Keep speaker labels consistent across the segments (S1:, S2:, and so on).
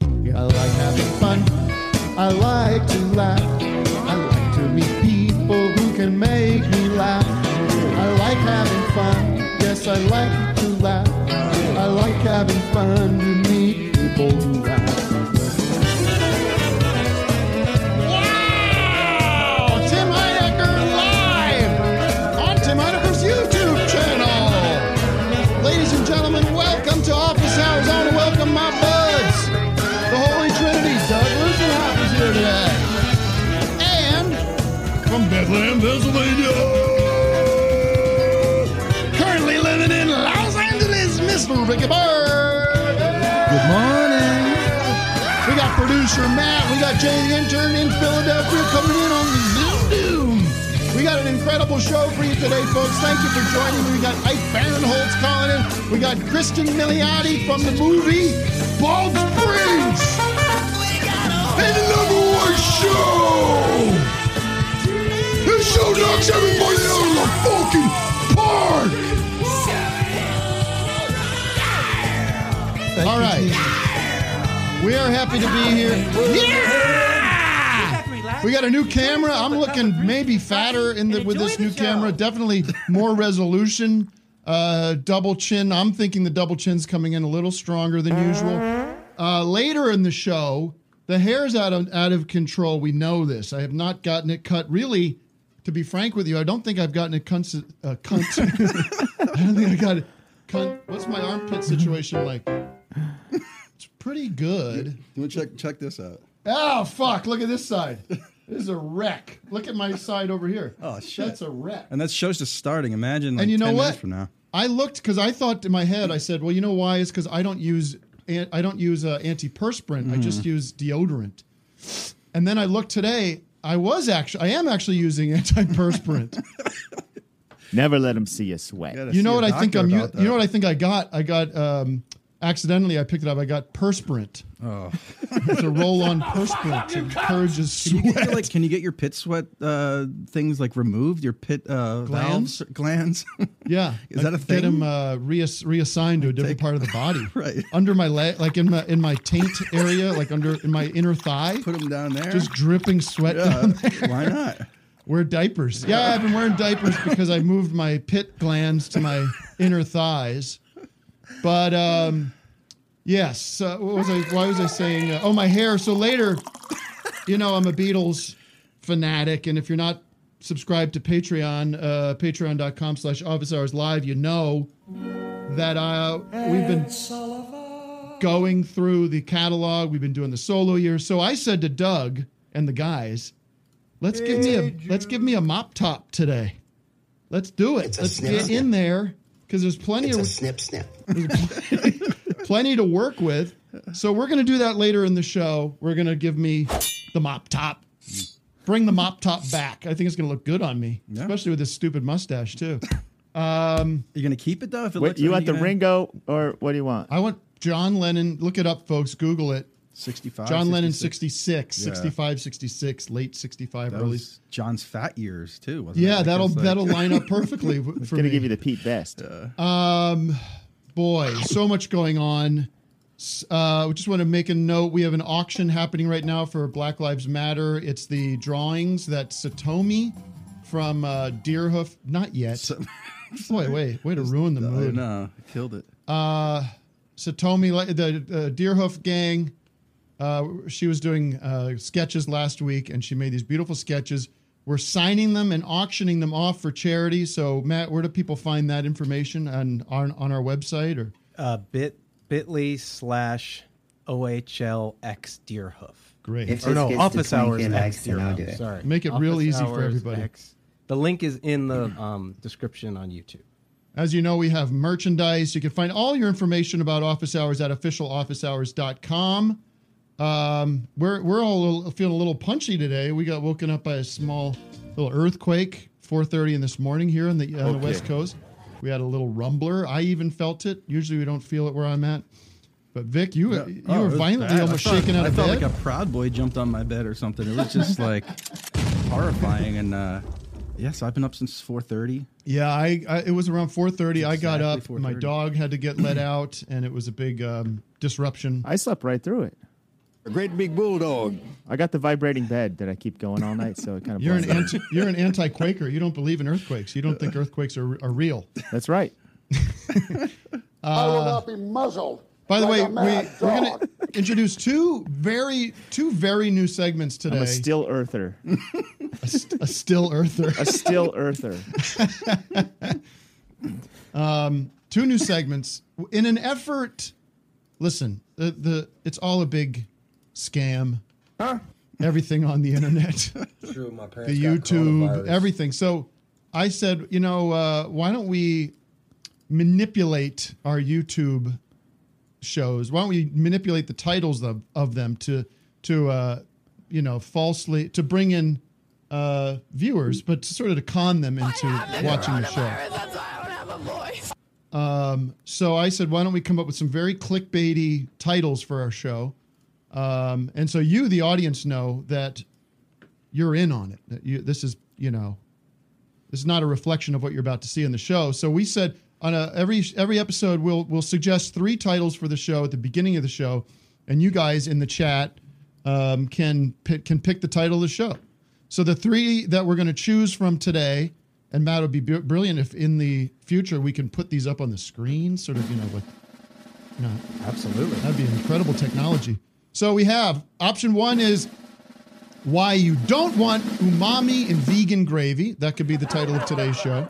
S1: I like having fun. I like to laugh. I like to meet people who can make me laugh. I like having fun. Yes, I like to laugh. I like having fun to meet people who laugh. Wow! Tim Heidecker live on Tim Heidecker's YouTube channel. Ladies and gentlemen, welcome to Office Hours. I want to welcome my buds, the Holy Trinity, Doug Lukenhoff is here today, and from Bethlehem, Pennsylvania, currently living in Los Angeles, Mr. Ricky Bird.
S2: Good morning.
S1: We got producer Matt. We got Jay the intern in Philadelphia coming in on Zoom. We got an incredible show for you today, folks. Thank you for joining me. We got Ike Barinholtz calling in. We got Kristen Milioti from the movie Bald Springs. And the number one show. This show knocks everybody out of the fucking park.
S2: Thank
S1: All
S2: you,
S1: right.
S2: Jesus.
S1: We are happy to be here. Yeah! We got a new camera. I'm looking maybe fatter in the, with this new camera. Definitely more resolution. Uh, double chin. I'm thinking the double chin's coming in a little stronger than usual. Uh, later in the show, the hair's out of out of control. We know this. I have not gotten it cut. Really, to be frank with you, I don't think I've gotten it cunt. Uh, cunt. I don't think I got it. Cunt. What's my armpit situation like? It's pretty good.
S2: Let me check check this out.
S1: Oh fuck! Look at this side. This is a wreck. Look at my side over here.
S2: Oh, shit.
S1: That's a wreck.
S2: And that show's just starting. Imagine like
S1: And you know
S2: 10
S1: what?
S2: minutes from now.
S1: I looked because I thought in my head. I said, "Well, you know why? It's because I don't use an- I don't use uh, antiperspirant. I just
S2: Mm-hmm.
S1: use deodorant." And then I looked today. I was actually I am actually using antiperspirant.
S3: Never let them see you sweat.
S2: Gotta
S1: you
S2: see
S1: know
S2: a
S1: what I think
S2: doctor
S1: I'm u-
S2: about
S1: you know what I
S2: that.
S1: think I got I got um, accidentally I picked it up. I got perspirant.
S2: Oh.
S1: It's a roll on perspirant. It encourages
S2: Can you, get,
S1: sweat.
S2: like, can you get your pit sweat uh, things like removed? Your pit uh,
S1: Glands?
S2: valves, glands.
S1: Yeah,
S2: Is that a
S1: Get
S2: thing?
S1: them uh, reass- reassigned to a different part of the body.
S2: Right.
S1: under my leg, like in my in my taint area, like under in my inner thigh,
S2: Put them down there.
S1: just dripping sweat.
S2: yeah.
S1: Down.
S2: Why not?
S1: Wear diapers. Yeah, I've been wearing diapers because I moved my pit glands to my inner thighs. But um, yes, uh, what was I? Why was I saying? Uh, oh, my hair. So later, you know, I'm a Beatles fanatic, and if you're not subscribed to Patreon, uh, Patreon.com/slash Office Hours Live, you know that uh, we've been going through the catalog. We've been doing the solo year. So I said to Doug and the guys, "Let's give me a let's give me a mop top today. Let's do it.
S4: It's a
S1: Let's
S4: snip,
S1: get
S4: snip.
S1: in there because there's plenty
S4: It's a
S1: of
S4: snip snip.
S1: plenty to work with. So we're going to do that later in the show. We're going to give me the mop top. Bring the mop top back. I think it's going to look good on me,
S2: Yeah.
S1: especially with this stupid mustache too. Um,
S2: You're gonna keep it though. If it
S3: Wait,
S2: looks
S3: you
S2: like
S3: want the
S2: you're gonna-
S3: Ringo or what do you want?
S1: I want John Lennon. Look it up, folks. Google it.
S2: 65.
S1: John Lennon
S2: 66.
S1: 66,
S2: Yeah.
S1: 65, 66, late 65,
S2: That
S1: early.
S2: was John's fat years too. Wasn't it?
S1: yeah,
S2: Like,
S1: that'll
S2: it's like-
S1: that'll line up perfectly w- for
S3: Gonna
S1: me.
S3: give you the Pete Best.
S1: Um, Boy, so much going on. S- Uh, we just want to make a note. We have an auction happening right now for Black Lives Matter. It's the drawings that Satomi from uh, Deerhoof. Not yet. Wait, wait, way to ruin the
S2: Oh,
S1: mood.
S2: no, killed it.
S1: Satomi, Uh, like, the uh, Deerhoof gang. Uh, she was doing uh, sketches last week, and she made these beautiful sketches. We're signing them and auctioning them off for charity. So, Matt, where do people find that information on on, on our website or?
S5: uh, bit bitly slash OHLX Deerhoof.
S1: Great.
S4: If
S5: Or
S4: this
S5: no,
S4: gets
S5: office
S4: to 20K
S5: hours
S4: likes,
S5: X
S4: then I'll do
S5: Deerhoof.
S4: it.
S5: Sorry.
S1: Make it real
S5: Office
S1: easy for
S5: hours
S1: everybody.
S5: X. The link is in the um, description on YouTube.
S1: As you know, we have merchandise. You can find all your information about office hours at officialofficehours.com. Um, we're we're all a little- feeling a little punchy today. We got woken up by a small little earthquake 4:30 in this morning here on the on the West Coast. We had a little rumbler. I even felt it. Usually we don't feel it where I'm at. But Vic, you you
S2: Oh, it
S1: were
S2: was
S1: violently
S2: bad.
S1: almost
S2: I thought-
S1: shaken out
S2: I
S1: of
S2: felt
S1: bed.
S2: like a proud boy jumped on my bed or something. It was just like horrifying. And uh, yes, I've been up since 4:30.
S1: Yeah, I, I it was around 4:30. I got
S2: Exactly
S1: up. My
S2: 4:30.
S1: dog had to get let out, and it was a big um, disruption.
S3: I slept right through it.
S4: A great big bulldog.
S3: I got the vibrating bed that I keep going all night, so it kind of.
S1: You're an anti, you're an anti-Quaker. You don't believe in earthquakes. You don't think earthquakes are, are real. Uh,
S3: That's right.
S6: I will not be muzzled.
S1: By the
S6: like
S1: way,
S6: a
S1: we,
S6: mad
S1: we're going
S6: dog.
S1: to introduce two very two very new segments
S3: I'm
S1: today.
S3: a still earther.
S1: a still earther.
S3: A still earther.
S1: Um, two new segments in an effort. Listen, the the it's all a big scam. Everything on the internet,
S5: True, my parents
S1: the
S5: got
S1: YouTube,
S5: coronavirus.
S1: everything. So I said, you know, uh, why don't we manipulate our YouTube shows? Why don't we manipulate the titles of, of them to to uh, you know falsely to bring in uh, viewers, but sort of to con them into watching the show. Um,
S7: That's why I don't have a voice.
S1: So I said, why don't we come up with some very clickbaity titles for our show? Um, and so you, the audience, know that you're in on it. That you, this is, you know, this is not a reflection of what you're about to see in the show. So we said on a, every every episode, we'll we'll suggest three titles for the show at the beginning of the show, and you guys in the chat um, can pi- can pick the title of the show. So the three that we're going to choose from today, and Matt would be bu- brilliant if in the future we can put these up on the screen, sort of, you know, like, you know,
S2: Absolutely.
S1: That'd be incredible technology. So we have option one is why you don't want umami in vegan gravy. That could be the title of today's show.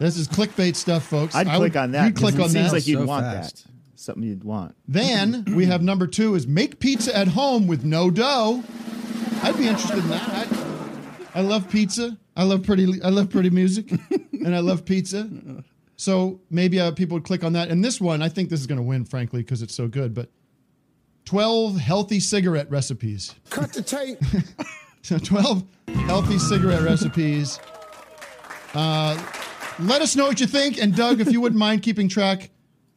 S1: This is clickbait stuff, folks.
S3: I'd
S1: I
S3: click
S1: would-
S3: on that.
S1: You'd
S3: 'cause
S1: click
S3: it
S1: on
S3: seems
S1: that.
S3: like you'd
S2: So
S3: want
S2: fast.
S3: that. Something you'd want.
S1: then we have number two is make pizza at home with no dough. I'd be interested in that. I, I love pizza. I love pretty. I love pretty music, and I love pizza. So maybe uh, people would click on that. And this one, I think this is going to win, frankly, because it's so good. But twelve healthy cigarette recipes.
S6: Cut the tape.
S1: So 12 healthy cigarette recipes. Uh, let us know what you think. And Doug, if you wouldn't mind keeping track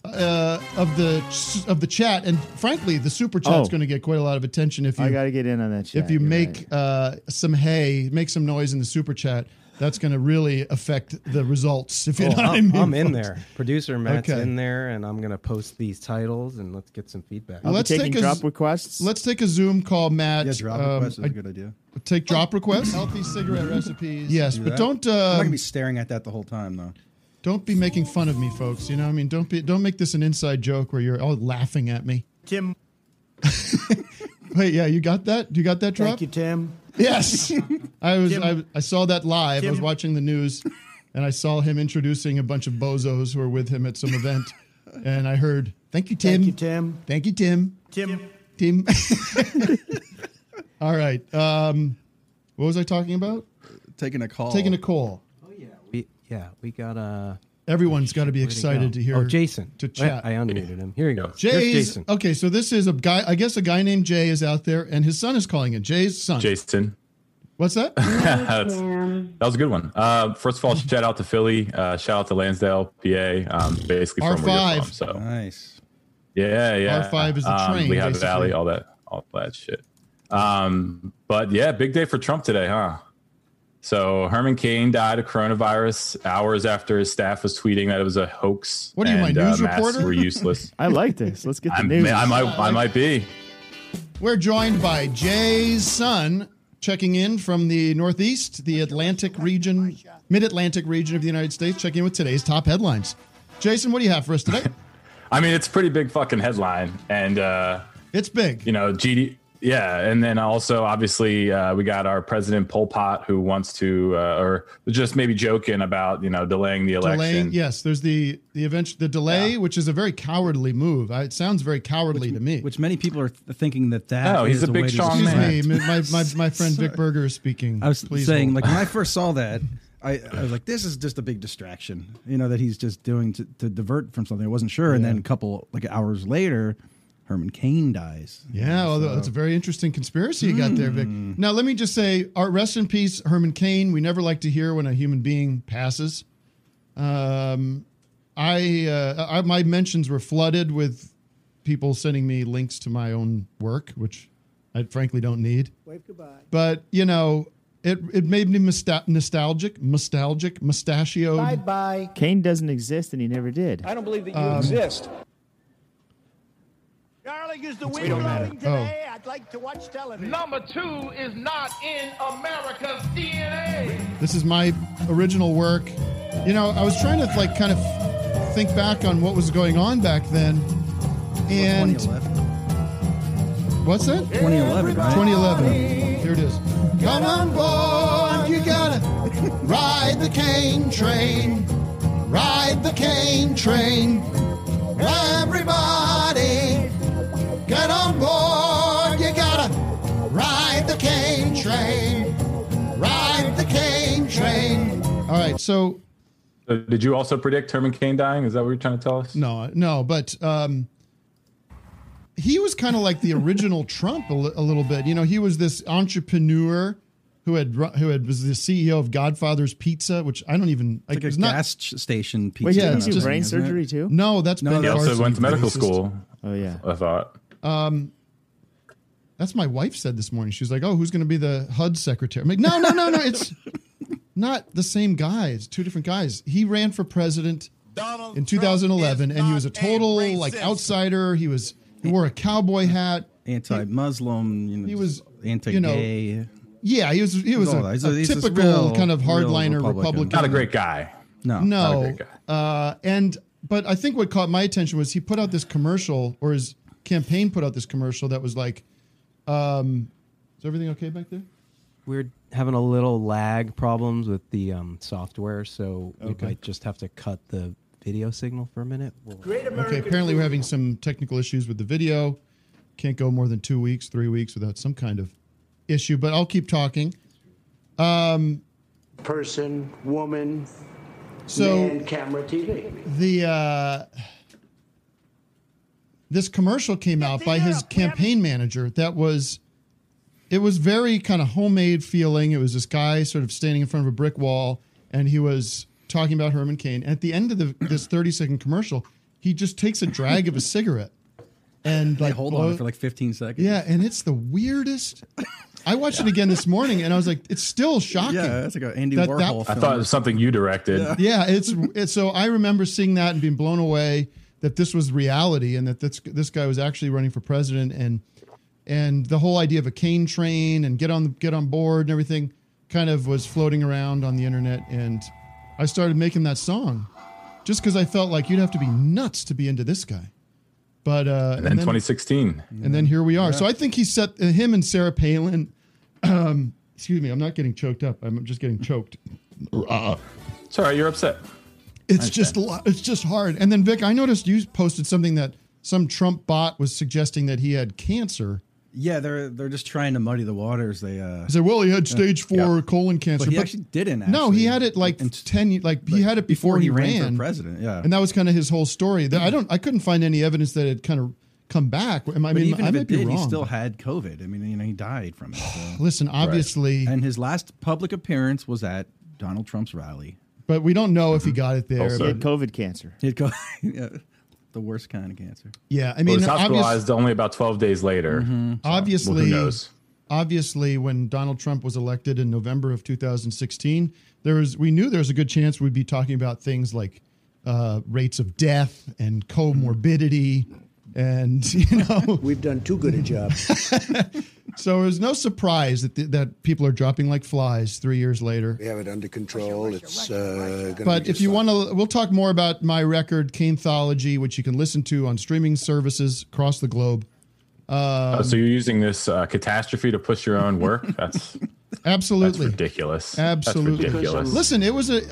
S1: uh, of the of the chat, and frankly, the super chat's
S3: Oh.
S1: going to get quite a lot of attention if you
S3: I got to get in on that shit.
S1: if you make uh, some hay, make some noise in the super chat. That's going to really affect the results. If you know what I
S5: Oh, I'm,
S1: mean,
S5: I'm in
S1: folks.
S5: there. Producer Matt's
S1: Okay.
S5: in there, and I'm gonna post these titles and let's get some feedback.
S3: I'll
S1: Let's
S3: be taking
S1: take a
S3: drop
S1: z-
S3: requests.
S1: Let's take a Zoom call, Matt.
S2: Yeah, drop
S1: Um,
S2: request is
S1: I-
S2: a good idea.
S1: Take drop requests.
S8: Oh, Healthy cigarette recipes.
S1: Yes,
S2: Do
S1: but
S2: that.
S1: don't.
S2: I'm not
S1: Uh,
S2: gonna be staring at that the whole time though.
S1: Don't be making fun of me, folks. You know, what I mean, don't be, don't make this an inside joke where you're all laughing at me.
S3: Tim.
S1: Wait, yeah, you got that? You got that drop?
S8: Thank you, Tim.
S1: Yes, I was.
S3: Jim.
S1: I, I saw that live. I was
S3: Jim.
S1: watching the news, and I saw him introducing a bunch of bozos who were with him at some event, and I heard, "Thank you, Tim.
S8: Thank you, Tim.
S1: Thank you, Tim.
S8: Tim.
S1: Tim." all right. Um, what was I talking about?
S2: Taking a call.
S1: Taking a call.
S3: Oh,
S5: We, yeah, we got
S2: uh,
S5: a.
S1: Everyone's got to be excited to hear.
S5: Oh, Jason.
S1: to chat.
S5: I, I unmuted him. Here he goes. Here's
S1: Jay's
S5: Jason.
S1: okay, so this is a guy. I guess a guy named Jay is out there, and his son is calling in. Jay's son.
S9: Jason.
S1: What's that?
S9: That's- that was a good one. Uh, first of all,
S1: Hmm.
S9: shout out to Philly. Uh, shout out to Lansdale, PA. Um, basically from where
S1: R5.
S9: you're from. So
S2: Nice.
S9: yeah, yeah.
S1: R5 is the
S9: Um,
S1: train,
S9: We have
S1: basically.
S9: Valley, all that, all that shit. Um, but yeah, big day for Trump today, huh? So Herman Cain died of coronavirus hours after his staff was tweeting that it was a hoax.
S1: What are you, my
S9: and, uh,
S1: news
S9: masks
S1: reporter?
S9: Were useless.
S3: I like this. Let's get the
S9: I'm,
S3: news.
S9: I might, I might be.
S1: We're joined by Jay's son, checking in from the Northeast, the Atlantic region, Mid Atlantic region of the United States, checking in with today's top headlines. Jason, what do you have for us today?
S9: I mean, it's a pretty big fucking headline, and uh,
S1: It's big.
S9: you know, GD. Yeah, and then also obviously uh, we got our president Pol Pot who wants to, uh, or just maybe joking about you know delaying the election.
S1: Delaying, yes. There's the the event, the delay, which is a very cowardly move. I, it sounds very cowardly to me.
S2: Which many people are th- thinking that that.
S9: No, Oh, he's
S2: is
S9: a
S2: the
S9: big
S2: way to
S9: strong
S2: just-
S1: Excuse
S9: man.
S1: me, my, my, my friend Vic Berger is speaking.
S2: I was
S1: Please
S2: saying,
S1: hold.
S2: like when I first saw that, I, I was like, "This is just a big distraction," you know, that he's just doing to, to divert from something. I wasn't sure, and then a couple like hours later, Herman Cain dies.
S1: Yeah, although that's a very interesting conspiracy you got there, Vic. Now, let me just say, our rest in peace, Herman Cain. We never like to hear when a human being passes. Um, I, uh, I my mentions were flooded with people sending me links to my own work, which I frankly don't need.
S8: Wave goodbye.
S1: But you know, it it made me musta- nostalgic, nostalgic, mustachioed.
S8: Bye bye.
S3: Kane doesn't exist, and he never did.
S8: Um,
S4: I
S1: Um,
S4: don't believe that you exist.
S7: Garlic is the
S1: Oh,
S4: I'd like to watch television. Number two is not in America's DNA.
S1: This is my original work. You know, I was trying to like kind of think back on what was going on back then. And what's that?
S2: 2011, right?
S1: 2011. Here it is.
S8: Come on board, you gotta ride the cane train. Ride the cane train. Everybody, get on board, you gotta ride the cane train. Ride the cane train.
S1: All right, so
S9: So Uh, did you also predict Herman Cain dying? Is that what you're trying to tell us?
S1: No, no, but um, he was kind of like the original Trump a li- a little bit. You know, he was this entrepreneur who had ru- who had was the CEO of Godfather's Pizza, which I don't even like.
S2: Like a
S1: it's not
S2: gas ch- station pizza.
S3: Wait, did
S1: it's
S3: he do
S1: just-
S3: brain
S2: isn't it?
S3: surgery too?
S1: no, that's
S2: No,
S1: Ben
S9: He
S2: that's-
S9: also
S1: Carson,
S9: went to medical
S1: racist.
S9: school.
S3: Oh yeah.
S9: I thought.
S1: Um, that's my wife said this morning. She was like, "Oh, who's going to be the HUD secretary?" I'm like, "No, no, no, no. It's not the same guy. It's two different guys. He ran for president in 2011, and he was a total like outsider. He was he wore a cowboy hat.
S2: Anti-Muslim. You know,
S1: He was, you know,
S2: anti-gay.
S1: Yeah, he was he was
S2: He's
S1: a,
S2: all right. He's a-
S1: a
S2: he's a
S1: typical
S2: real-
S1: kind of
S2: real
S1: hardliner
S2: Republican.
S1: Republican.
S9: Not a great guy.
S2: no,
S9: Oh, Not a
S1: No,
S9: great
S1: uh, and but I think what caught my attention was he put out this commercial, or his campaign put out this commercial that was like, um, "Is everything okay back there?"
S5: We're having a little lag problems with the um, software, so we might just have to cut the video signal for a minute. We'll-
S1: Okay, apparently we're having some technical issues with the video. Can't go more than two weeks, three weeks without some kind of issue. But I'll keep talking. Um,
S10: person, woman,
S1: So-
S10: man, camera, TV.
S1: the uh, this commercial came out by his campaign manager that was it was very kind of homemade feeling it was this guy sort of standing in front of a brick wall and he was talking about herman cain and at the end of the, this 30 second commercial he just takes a drag of a cigarette and like
S2: Hold
S1: blow-
S2: on for like 15 seconds.
S1: yeah and it's the weirdest i watched it again this morning and i was like it's still shocking
S2: Yeah, that's like an Andy
S1: That- that-
S2: Warhol.
S9: I
S2: film.
S9: thought it was something you directed.
S1: yeah, it's, it's so I remember seeing that and being blown away that this was reality and that this this guy was actually running for president and and the whole idea of a cane train and get on the, get on board and everything kind of was floating around on the internet and I started making that song just because I felt like you'd have to be nuts to be into this guy. But uh,
S9: And then 2016.
S1: and then here we are. So I think he set uh, him and Sarah Palin. Um, excuse me, I'm not getting choked up. I'm just getting choked.
S9: It's all right. You're upset.
S1: Uh, It's just a lot, it's just hard. And then Vic, I noticed you posted something that some Trump bot was suggesting that he had cancer.
S2: Yeah, they're they're just trying to muddy the waters. They uh,
S1: He said, "Well, he had stage four colon cancer."
S2: but he actually didn't. Actually.
S1: no, he had it like ten. ye- Like he had it before, he, ran,
S2: for president. Mm. Yeah,
S1: and that was kind of his whole story. That I don't, I couldn't find any evidence that it kind of come back. Am I I
S2: but
S1: mean,
S2: even
S1: I
S2: if
S1: might
S2: it
S1: be
S2: did,
S1: wrong.
S2: he still had COVID. I mean, you know, he died from it. so.
S1: Listen, obviously,
S2: and his last public appearance was at Donald Trump's rally.
S1: but we don't know if he got it there.
S9: Also-
S1: but-
S3: He had COVID cancer.
S2: He'd go, yeah, the worst kind of cancer.
S1: yeah, I
S9: I
S1: mean,
S9: was
S1: obvious- Mm-hmm.
S9: hospitalized only about 12 days later.
S1: obviously,
S9: Well, who knows?
S1: obviously when Donald Trump was elected in November of 2016, there was we knew there was a good chance we'd be talking about things like uh, rates of death and comorbidity, and you know,
S10: We've done too good a job.
S1: so it was no surprise that th- that people are dropping like flies three years later.
S6: We have it under control. It's uh, gonna
S1: But
S6: be
S1: if
S6: just
S1: you
S6: fine.
S1: want to, we'll talk more about my record, Canethology, which you can listen to on streaming services across the globe.
S9: Oh,
S1: Um,
S9: so you're using this uh, catastrophe to push your own work? That's, that's
S1: Um, Absolutely.
S9: ridiculous.
S1: Absolutely.
S9: That's ridiculous.
S1: Listen, it was a you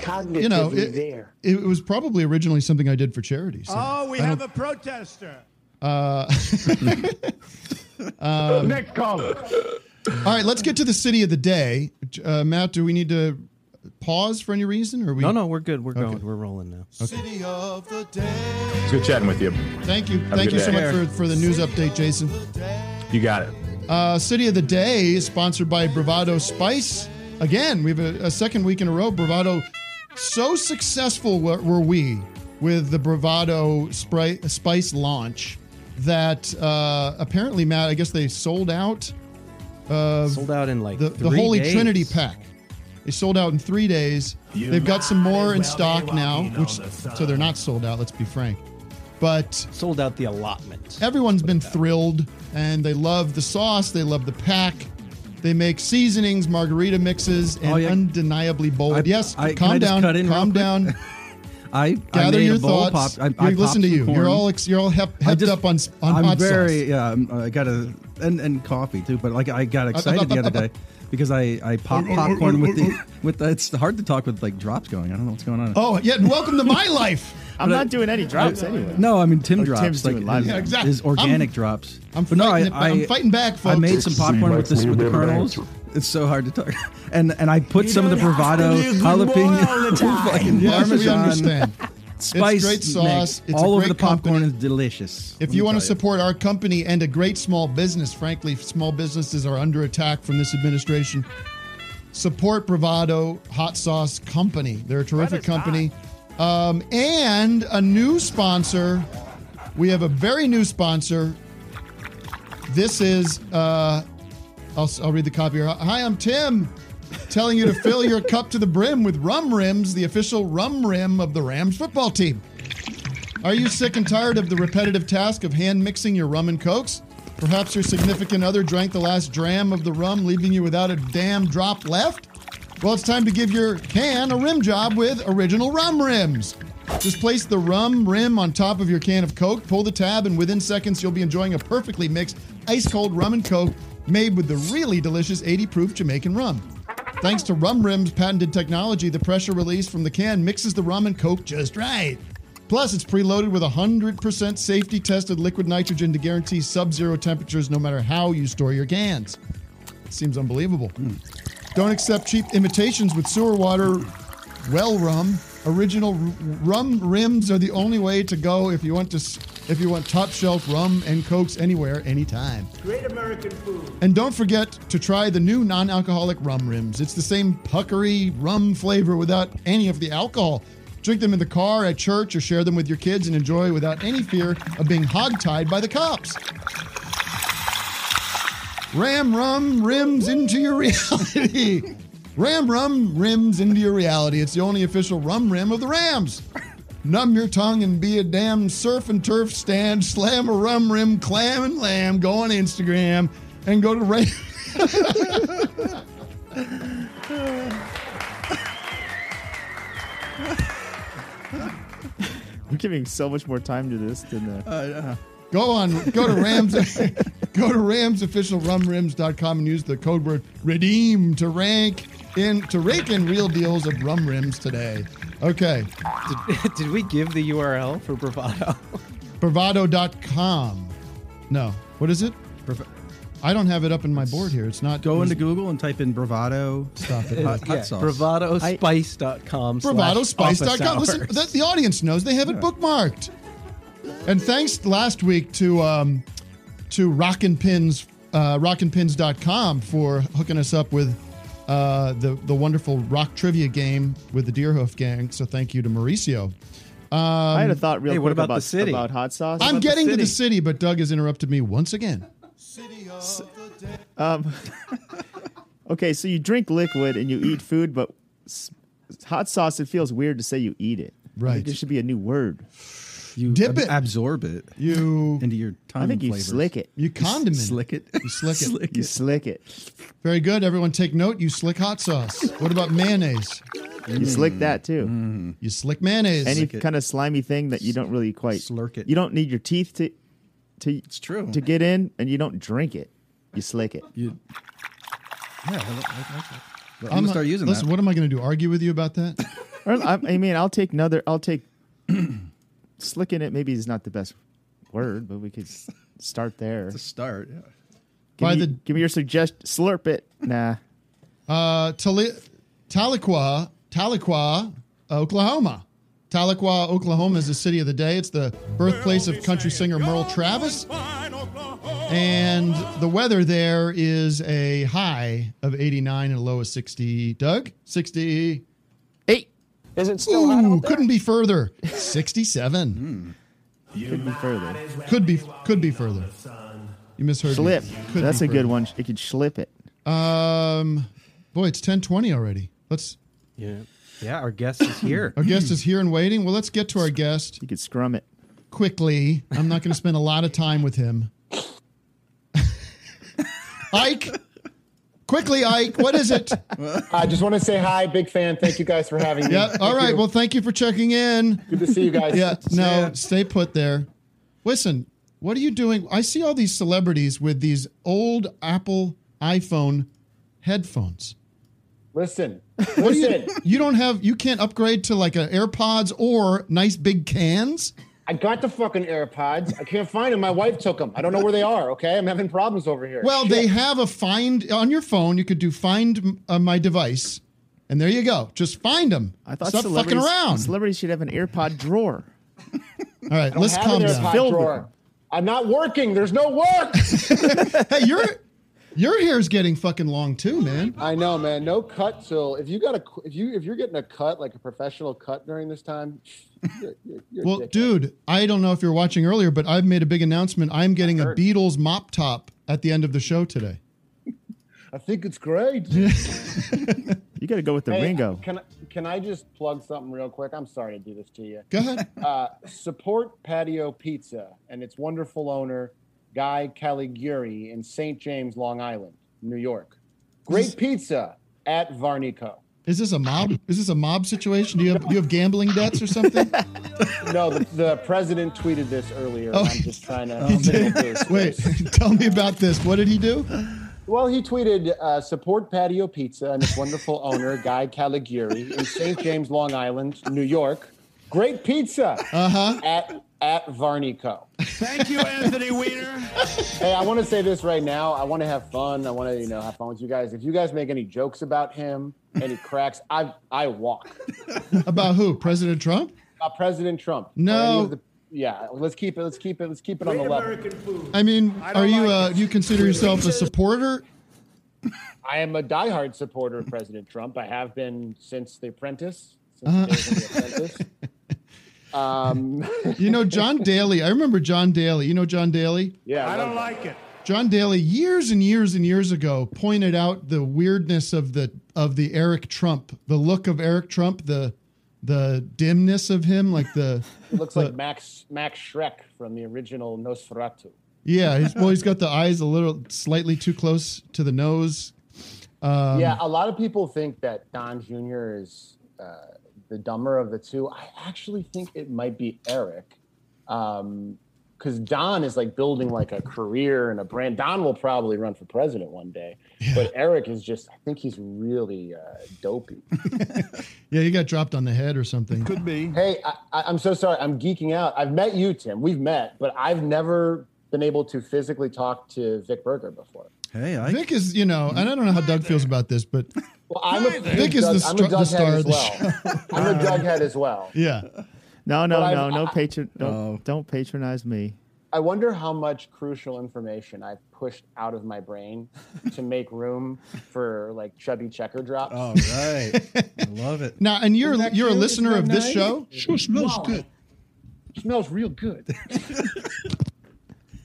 S1: know
S10: Cognitively
S1: it,
S10: there.
S1: it was probably originally something I did for charity. So.
S4: Oh, we have a protester.
S1: Uh,
S4: Next caller.
S1: um, all right, let's get to the city of the day. Uh, Matt, do we need to pause for any reason? Or we?
S5: No, no, we're good. We're going. We're rolling now.
S8: City of the day.
S9: It's good chatting with you.
S1: Thank you,
S9: a
S1: thank
S9: good
S1: you so
S9: day.
S1: much for, for the news update, Jason.
S9: You got it.
S1: Uh, city of the day is sponsored by Bravado Spice. Again, we have a, a second week in a row. Bravado, so successful were, were we with the Bravado Spri- Spice launch that uh, apparently, Matt, I guess they sold out. Uh,
S5: Sold out in like
S1: the, the
S5: three
S1: Holy
S5: days.
S1: Trinity pack. They sold out in three
S2: Ah,
S1: days. They've got some more in stock now, which so they're not sold out. Let's be frank. But
S5: sold out the allotment.
S1: everyone's been thrilled and they love the sauce, they love the pack. They make seasonings, margarita mixes, and
S2: Oh, yeah.
S1: undeniably bold. yes,
S2: I- can I
S1: calm
S2: just
S1: down,
S2: cut in real
S1: calm
S2: quick?
S1: down.
S2: I
S1: Gather
S2: I made
S1: your
S2: a bowl
S1: thoughts.
S2: Pop, I,
S1: Here,
S2: I
S1: listen
S2: popped
S1: to
S2: some
S1: you.
S2: corn.
S1: You're all ex- you're all hep,
S2: I
S1: hepped
S2: just-
S1: up on s- on
S2: I'm
S1: hot
S2: very
S1: sauce.
S2: yeah. I'm, I got a and, and coffee too, but like I got excited the other day because I I popped popcorn with the with the, it's hard to talk with like drops going. I don't know what's going on.
S1: Oh yeah, and welcome to my life.
S3: I'm not doing any drops anyway.
S2: No, I mean Tim
S3: Oh,
S2: drops.
S3: Tim's
S2: like
S3: doing live
S2: his,
S1: now. Exactly.
S2: his organic
S1: I'm-
S2: drops.
S1: I'm
S2: But
S1: fighting it- I'm fighting back,
S2: I
S1: folks.
S2: made some popcorn with this with the kernels. It's so hard to talk. And and I put some of the bravado jalapeno, fucking
S1: Yes, we
S2: parmesan,
S1: understand.
S2: spice,
S1: It's great sauce.
S2: mix
S1: It's a
S2: all over
S1: great
S2: the popcorn
S1: company.
S2: is delicious.
S1: If
S2: Let
S1: you
S2: me
S1: want to
S2: tell
S1: support our company and a great small business, frankly, small businesses are under attack from this administration. Support Bravado Hot Sauce Company. They're a terrific company. Um, and a new sponsor. We have a very new sponsor. This is, uh, I'll, I'll read the copy here. Hi, I'm Tim, telling you to fill your cup to the brim with Rum Rims, the official rum rim of the Rams football team. Are you sick and tired of the repetitive task of hand mixing your rum and cokes? Perhaps your significant other drank the last dram of the rum, leaving you without a damn drop left? Well, it's time to give your can a rim job with original rum rims. Just place the rum rim on top of your can of Coke, pull the tab, and within seconds you'll be enjoying a perfectly mixed ice cold rum and Coke made with the really delicious 80 proof Jamaican rum. Thanks to Rum Rim's patented technology, the pressure released from the can mixes the rum and coke just right. Plus, it's preloaded with 100% safety tested liquid nitrogen to guarantee sub zero temperatures no matter how you store your cans. Seems unbelievable. Don't accept cheap imitations with sewer water, well rum. Original r- rum rims are the only way to go if you want to s- if you want top shelf rum and cokes anywhere anytime.
S10: Great American food.
S1: And don't forget to try the new non alcoholic rum rims. It's the same puckery rum flavor without any of the alcohol. Drink them in the car, at church, or share them with your kids and enjoy without any fear of being hogtied by the cops. Ram rum rims into your reality. Ram rum rims into your reality. It's the only official rum rim of the Rams. Numb your tongue and be a damn surf and turf stand, slam a rum rim, clam and lamb, go on Instagram and go to Ram.
S3: We're giving so much more time to this than the.
S1: uh, Go on, go to Rams, go to RamsOfficialRumRims.com and use the code word redeem to rank in to rake in real deals of rum rims today. Okay,
S5: Did, did we give the URL for Bravado?
S1: bravado.com. No, what is it?
S2: Brava-
S1: I don't have it up in my board here. It's not
S2: you. Go into Google and type in bravado.
S1: Stop it.
S5: Uh,
S2: Hot, hot sauce.
S5: bravadospice.com.
S1: bravadospice.com. Listen, the, the audience knows they have it bookmarked. And thanks last week to um, to Rockin' Pins, uh, rockinpins.com for hooking us up with uh, the the wonderful rock trivia game with the Deerhoof gang. So thank you to Mauricio. Um,
S3: I had a thought real
S5: Hey,
S3: quick
S5: what about
S3: about
S5: the city?
S3: about hot sauce.
S1: I'm getting to the
S5: city?
S1: city, but Doug has interrupted me once again.
S3: um, okay, so you drink liquid and you eat food, but s- hot sauce. It feels weird to say you eat it. I think
S1: Right.
S3: there should be a new word.
S2: You
S1: Dip
S2: ab-
S1: it.
S2: absorb it
S1: You
S2: into your tongue.
S3: I think you
S2: flavors.
S3: slick it.
S1: you condiment.
S2: Slick it.
S1: You slick it.
S3: You slick it.
S1: Very good. Everyone take note. You slick hot sauce. What about mayonnaise?
S2: Mm.
S3: You slick that too.
S1: You slick mayonnaise.
S3: Any
S2: it.
S3: kind of slimy thing that you don't really quite
S2: Slurk it.
S3: You don't need your teeth to to
S2: It's true.
S3: to get in, and you don't drink it. You slick it.
S2: You, yeah, I li- I like that. But I'm, gonna
S1: not-
S2: start using
S1: Listen,
S2: that.
S1: what am I going to do? Argue with you about that?
S3: Or, I, I mean, I'll take another. I'll take slicking it. Maybe is not the best word, but we could s- start there.
S2: to start. Yeah.
S3: Give,
S1: By
S3: me,
S1: the-
S3: give me your suggestion. Slurp it. Nah.
S1: Uh, Tali- Tahlequah, Tahlequah, uh, Oklahoma. Tahlequah, Oklahoma is the city of the day. It's the birthplace of country singer Merle Travis. And the weather there is a high of 89 and a low of 60. Doug, 60.
S3: Eight.
S8: Is it still hot
S1: Ooh,
S8: out there?
S1: couldn't be further. 67.
S3: Could be further.
S1: Could be could be further. You misheard me.
S3: Slip.
S1: Could
S3: That's
S1: be
S3: a good one. You could slip it.
S1: Um, boy, it's 10:20 already. Let's
S5: Yeah. Yeah, our guest is here.
S1: Our guest is here and waiting. Well, let's get to our guest.
S3: You could scrum it.
S1: quickly. I'm not going to spend a lot of time with him. Ike, quickly, Ike, what is it?
S11: I just want to say hi, big fan. Thank you guys for having me.
S1: Yeah. All
S11: Thank
S1: right.
S11: you.
S1: Well, thank you for checking in.
S11: Good to see you guys.
S1: Yeah.
S11: See
S1: No,
S11: ya.
S1: stay put there. Listen, what are you doing? I see all these celebrities with these old Apple iPhone headphones.
S11: listen,
S1: What do you,
S11: listen.
S1: you don't have, you can't upgrade to like an AirPods or nice big cans.
S11: I got the fucking AirPods. I can't find them. My wife took them. I don't know where they are. Okay, I'm having problems over here.
S1: Well,
S11: Shit.
S1: they have a find on your phone. You could do find uh, my device, and there you go. Just find them. I
S3: thought
S1: Stop fucking
S3: celebrities-
S1: around.
S3: Celebrities should have an AirPod drawer.
S1: All right,
S11: I don't
S1: let's
S11: have
S1: calm
S11: an
S1: down.
S11: AirPod drawer. I'm not working. There's no work.
S1: hey, you're your hair's getting fucking long too, man.
S11: I know, man. No cut till if you got a if you if you're getting a cut like a professional cut during this time. You're, you're, you're a
S1: Well,
S11: dick.
S1: dude, I don't know if you're watching earlier, but I've made a big announcement. I'm getting a Beatles mop top at the end of the show today.
S11: I think it's great.
S3: You got to go with the
S11: Hey,
S3: Ringo.
S11: Can I- can I just plug something real quick? I'm sorry to do this to you.
S1: Go ahead.
S11: Uh, support Patio Pizza and its wonderful owner, Guy Caliguri, in St. James, Long Island, New York. Great pizza at Varnico.
S1: Is this a mob? Is this a mob situation? Do you have do you have gambling debts or something?
S11: No, the, the president tweeted this earlier. and I'm just trying to.
S1: Oh, He did. Wait, tell me about this. What did he do?
S11: Well, he tweeted, uh, support Patio Pizza and its wonderful owner, Guy Caliguri, in St. James, Long Island, New York. Great pizza
S1: uh-huh.
S11: at, at Varnico.
S8: Thank you, Anthony Weiner.
S11: Hey, I want to say this right now. I want to have fun. I want to, you know, have fun with you guys. If you guys make any jokes about him, any cracks, I I walk.
S1: About who? President Trump?
S11: Uh, President Trump. or
S1: No.
S11: any of the- yeah, let's keep it. Let's keep it. Let's keep it on the level.
S1: I mean, are you uh, do you consider yourself a supporter?
S11: I am a diehard supporter of President Trump. I have been since The Apprentice. Since
S1: Uh-huh.
S11: the days of the Apprentice. Um,
S1: You know, John Daly. I remember John Daly. You know John Daly?
S11: yeah,
S8: I
S11: love
S8: don't
S11: that.
S8: like it.
S1: John Daly years and years and years ago pointed out the weirdness of the of the Eric Trump, the look of Eric Trump, the the dimness of him, like the
S11: It looks like Max Max Shrek from the original Nosferatu.
S1: yeah. He's, well, he's got the eyes a little slightly too close to the nose. Um,
S11: yeah, a lot of people think that Don Jr. is uh, the dumber of the two. I actually think it might be Eric, because Don is like building like a career and a brand. Don will probably run for president one day, but Eric is just—I think he's really uh, dopey.
S1: yeah. He got dropped on the head or something.
S11: Could be. Hey, I, I, I'm so sorry. I'm geeking out. I've met you, Tim. We've met, but I've never been able to physically talk to Vic Berger before.
S2: Hey, I,
S1: Vic is you know, and I don't know how Doug feels about this, but
S11: Well, I'm a,
S1: Vic is
S11: Doug-
S1: the,
S11: I'm a
S1: str- the
S11: Doughead
S1: star
S11: as
S1: of the
S11: well.
S1: show.
S11: I'm a Doughead as well.
S1: Yeah. Oh.
S3: No,
S11: But
S3: no,
S11: I've-
S3: no, no patron. Don't, don't patronize me.
S11: I wonder how much crucial information I've pushed out of my brain to make room for like chubby checker drops.
S2: all right, I love it.
S1: Now, and you're
S11: Isn't that
S1: you're a
S11: cute?
S1: listener
S11: Isn't
S1: of
S11: that
S1: this
S11: nice?
S1: show.
S11: Sure smells Wow. good. Smells real good.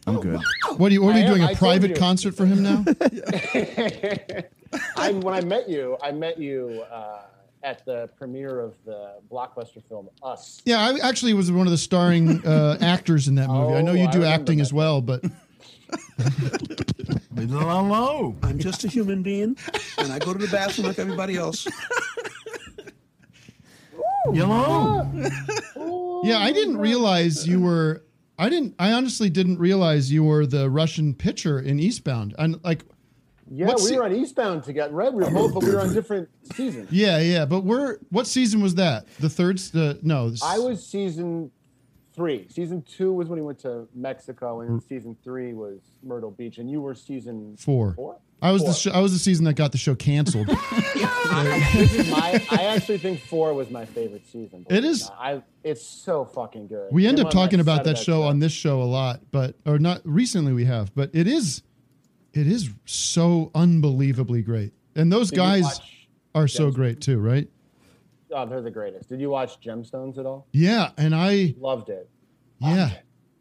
S2: I'm good.
S1: What are you? What are
S11: Oh, I
S1: you
S11: am-
S1: doing?
S11: I
S1: A
S11: told
S1: private
S11: you.
S1: concert for him now?
S11: I, when I met you, I met you uh, at the premiere of the blockbuster film Us.
S1: Yeah, I actually was one of the starring uh, actors in that movie. I know
S11: Oh,
S1: you
S11: I
S1: do
S11: remember
S1: acting
S11: that.
S1: as well, but
S12: Hello. I'm just a human being, and I go to the bathroom like everybody else. Hello.
S11: Oh,
S1: yeah, I didn't realize you were. I didn't. I honestly didn't realize you were the Russian pitcher in Eastbound. And like,
S11: Yeah,
S1: What se-
S11: we were on Eastbound together, right? We were both, but we were on different seasons.
S1: yeah, yeah. But we're what season was that? The third? s- The no. s-
S11: I was season three. Season two was when he went to Mexico, and
S1: Mm-hmm.
S11: season three was Myrtle Beach, and you were season
S1: four.
S11: Four.
S1: I was the
S11: Four.
S1: sh- I was the season that got the show canceled.
S11: This is my, I actually think four was my favorite season. believe
S1: It is-
S11: not. I it's so fucking good.
S1: we end
S11: Him
S1: up
S11: on
S1: talking
S11: set
S1: about
S11: of
S1: that show on this show a lot, but or not recently we have, but it is it is so unbelievably great. And those
S11: Did you
S1: guys
S11: watch-
S1: are so great too, right?
S11: Oh, they're the greatest. Did you watch Gemstones at all?
S1: Yeah, and I
S11: Loved it.
S1: yeah.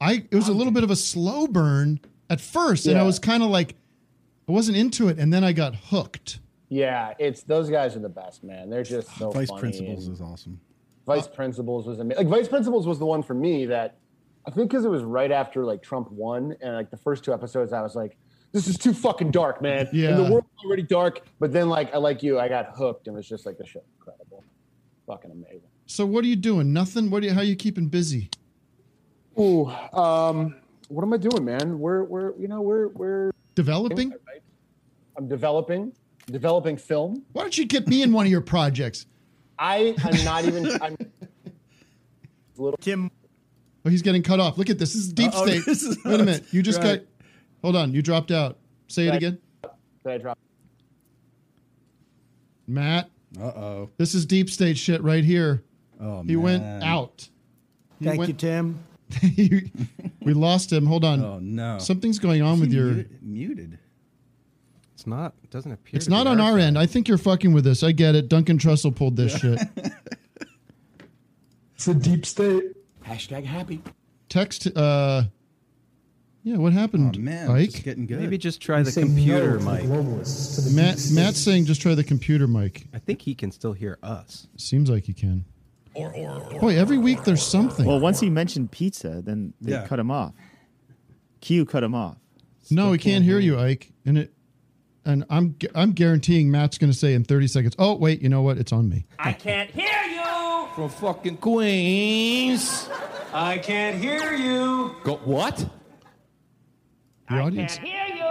S1: I it was a little bit of a slow burn at first and I
S11: Yeah.
S1: was kind of like I wasn't into it and then I got hooked.
S11: Yeah, it's those guys are the best, man. They're just so
S2: Vice
S11: funny.
S2: principals
S11: and
S2: is awesome.
S11: Vice Principals was amazing. Like Vice Principals was the one for me that I think because it was right after like Trump won, and like the first two episodes, I was like, "This is too fucking dark, man."
S1: Yeah.
S11: And the world's already dark, but then like I like you, I got hooked, and it's just like the shit, incredible, fucking amazing.
S1: So what are you doing? Nothing. What? Are you, how are you keeping busy?
S11: Ooh, um, what am I doing, man? We're we're you know we're we're
S1: Developing?
S11: I'm developing, developing film.
S1: Why don't you get me in one of your projects?
S11: I I'm not even I'm little
S1: Tim. Oh, he's getting cut off. Look at this. This is deep
S11: Uh-oh,
S1: state.
S11: this is-
S1: Wait a minute. You just
S11: Right.
S1: got. Hold on. You dropped out. Say it
S11: Right.
S1: again,
S11: did I drop?
S1: Matt.
S2: Uh oh.
S1: This is deep state shit right here.
S2: Oh,
S1: he went
S2: man.
S1: out.
S2: Thank you,
S1: Tim. we lost him. Hold on.
S2: Oh, no.
S1: Something's going on
S2: Is
S1: with
S2: he
S1: your.
S2: muted? muted?
S5: It's not. It doesn't appear.
S1: It's
S5: to be
S1: not on our end. I think you're fucking with us. I get it. Duncan Trussell pulled this shit.
S12: It's a deep state. Hashtag happy.
S1: Text. uh Yeah, what happened,
S2: Oh, man,
S1: Mike?
S2: just getting good.
S5: Maybe just try the computer mic.
S1: Matt, Matt's saying just try the computer mic.
S5: I think he can still hear us.
S1: Seems like you can. Boy, every week there's something.
S3: Well, once he mentioned pizza, then they
S1: Yeah.
S3: cut him off. Q cut him off.
S1: No, we can't hear you, Ike. And it, and I'm gu- I'm guaranteeing Matt's going to say in 30 seconds. Oh wait, you know what? It's on me.
S13: I can't hear you from fucking Queens. I can't hear you.
S5: Go what?
S1: Your audience.
S13: hear you.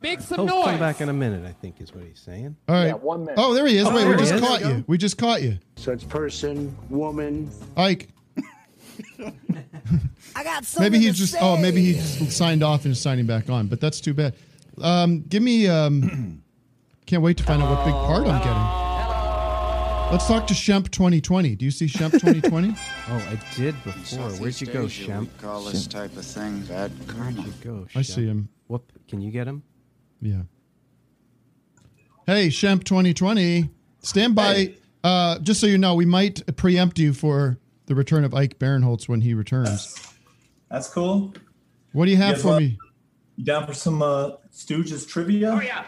S13: Make some
S5: He'll
S13: noise.
S5: Oh, come back in a minute. I think is what he's saying.
S1: All right.
S5: Yeah, one minute.
S1: Oh, there he is.
S5: Oh,
S1: wait,
S5: there
S1: we
S5: he
S1: just
S5: is.
S1: caught
S5: There we
S1: you. We just caught you,
S10: So it's person, woman.
S1: Ike.
S8: I got
S1: maybe he's just. Oh, maybe he just signed off and is signing back on. But that's too bad. Um, give me. Um, can't wait to find out what big part I'm getting. Let's talk to Shemp 2020. Do you see Shemp 2020?
S5: Oh, I did before. Where'd you go,
S14: Asia,
S5: Shemp?
S14: we call this type of thing bad karma.
S5: Go,
S1: I see
S5: Shemp.
S1: him.
S5: What? Can you get him?
S1: Yeah. Hey, Shemp 2020, stand by. Uh, just so you know, we might preempt you for the return of Ike Barinholtz when he returns.
S15: That's cool.
S1: What do you have
S15: Yes,
S1: for
S15: uh,
S1: me?
S15: You down for some uh, Stooges trivia? Oh yeah.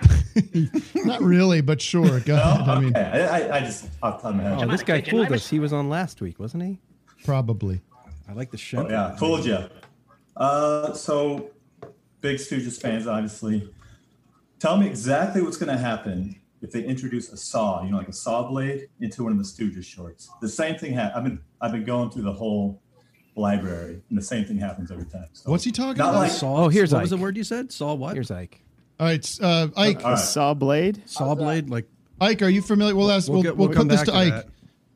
S1: Not really, but sure. Go ahead. I mean,
S15: I, I, I just off the top of my head.
S5: Oh, this guy fooled us. He was on last week, wasn't he?
S1: probably.
S2: I like the show.
S15: Oh, yeah, fooled you. Uh, so, big Stooges fans, obviously. Tell me exactly what's going to happen if they introduce a saw, you know, like a saw blade, into one of the Stooges shorts. The same thing happened. I've been I've been going through the whole library, and the same thing happens every time. So,
S1: What's he talking
S15: Not
S1: about?
S15: like-
S5: Saw- Oh, here's
S2: what
S5: Ike.
S2: was the word you said? Saw what?
S5: Here's Ike.
S1: All right, uh, Ike.
S2: All right.
S3: Saw blade.
S2: Saw blade. Like
S1: Ike, are you familiar? We'll ask. We'll,
S2: We'll
S1: we'll,
S2: get- we'll
S1: put
S2: come
S1: this
S2: back
S1: to
S2: to
S1: Ike.
S2: that.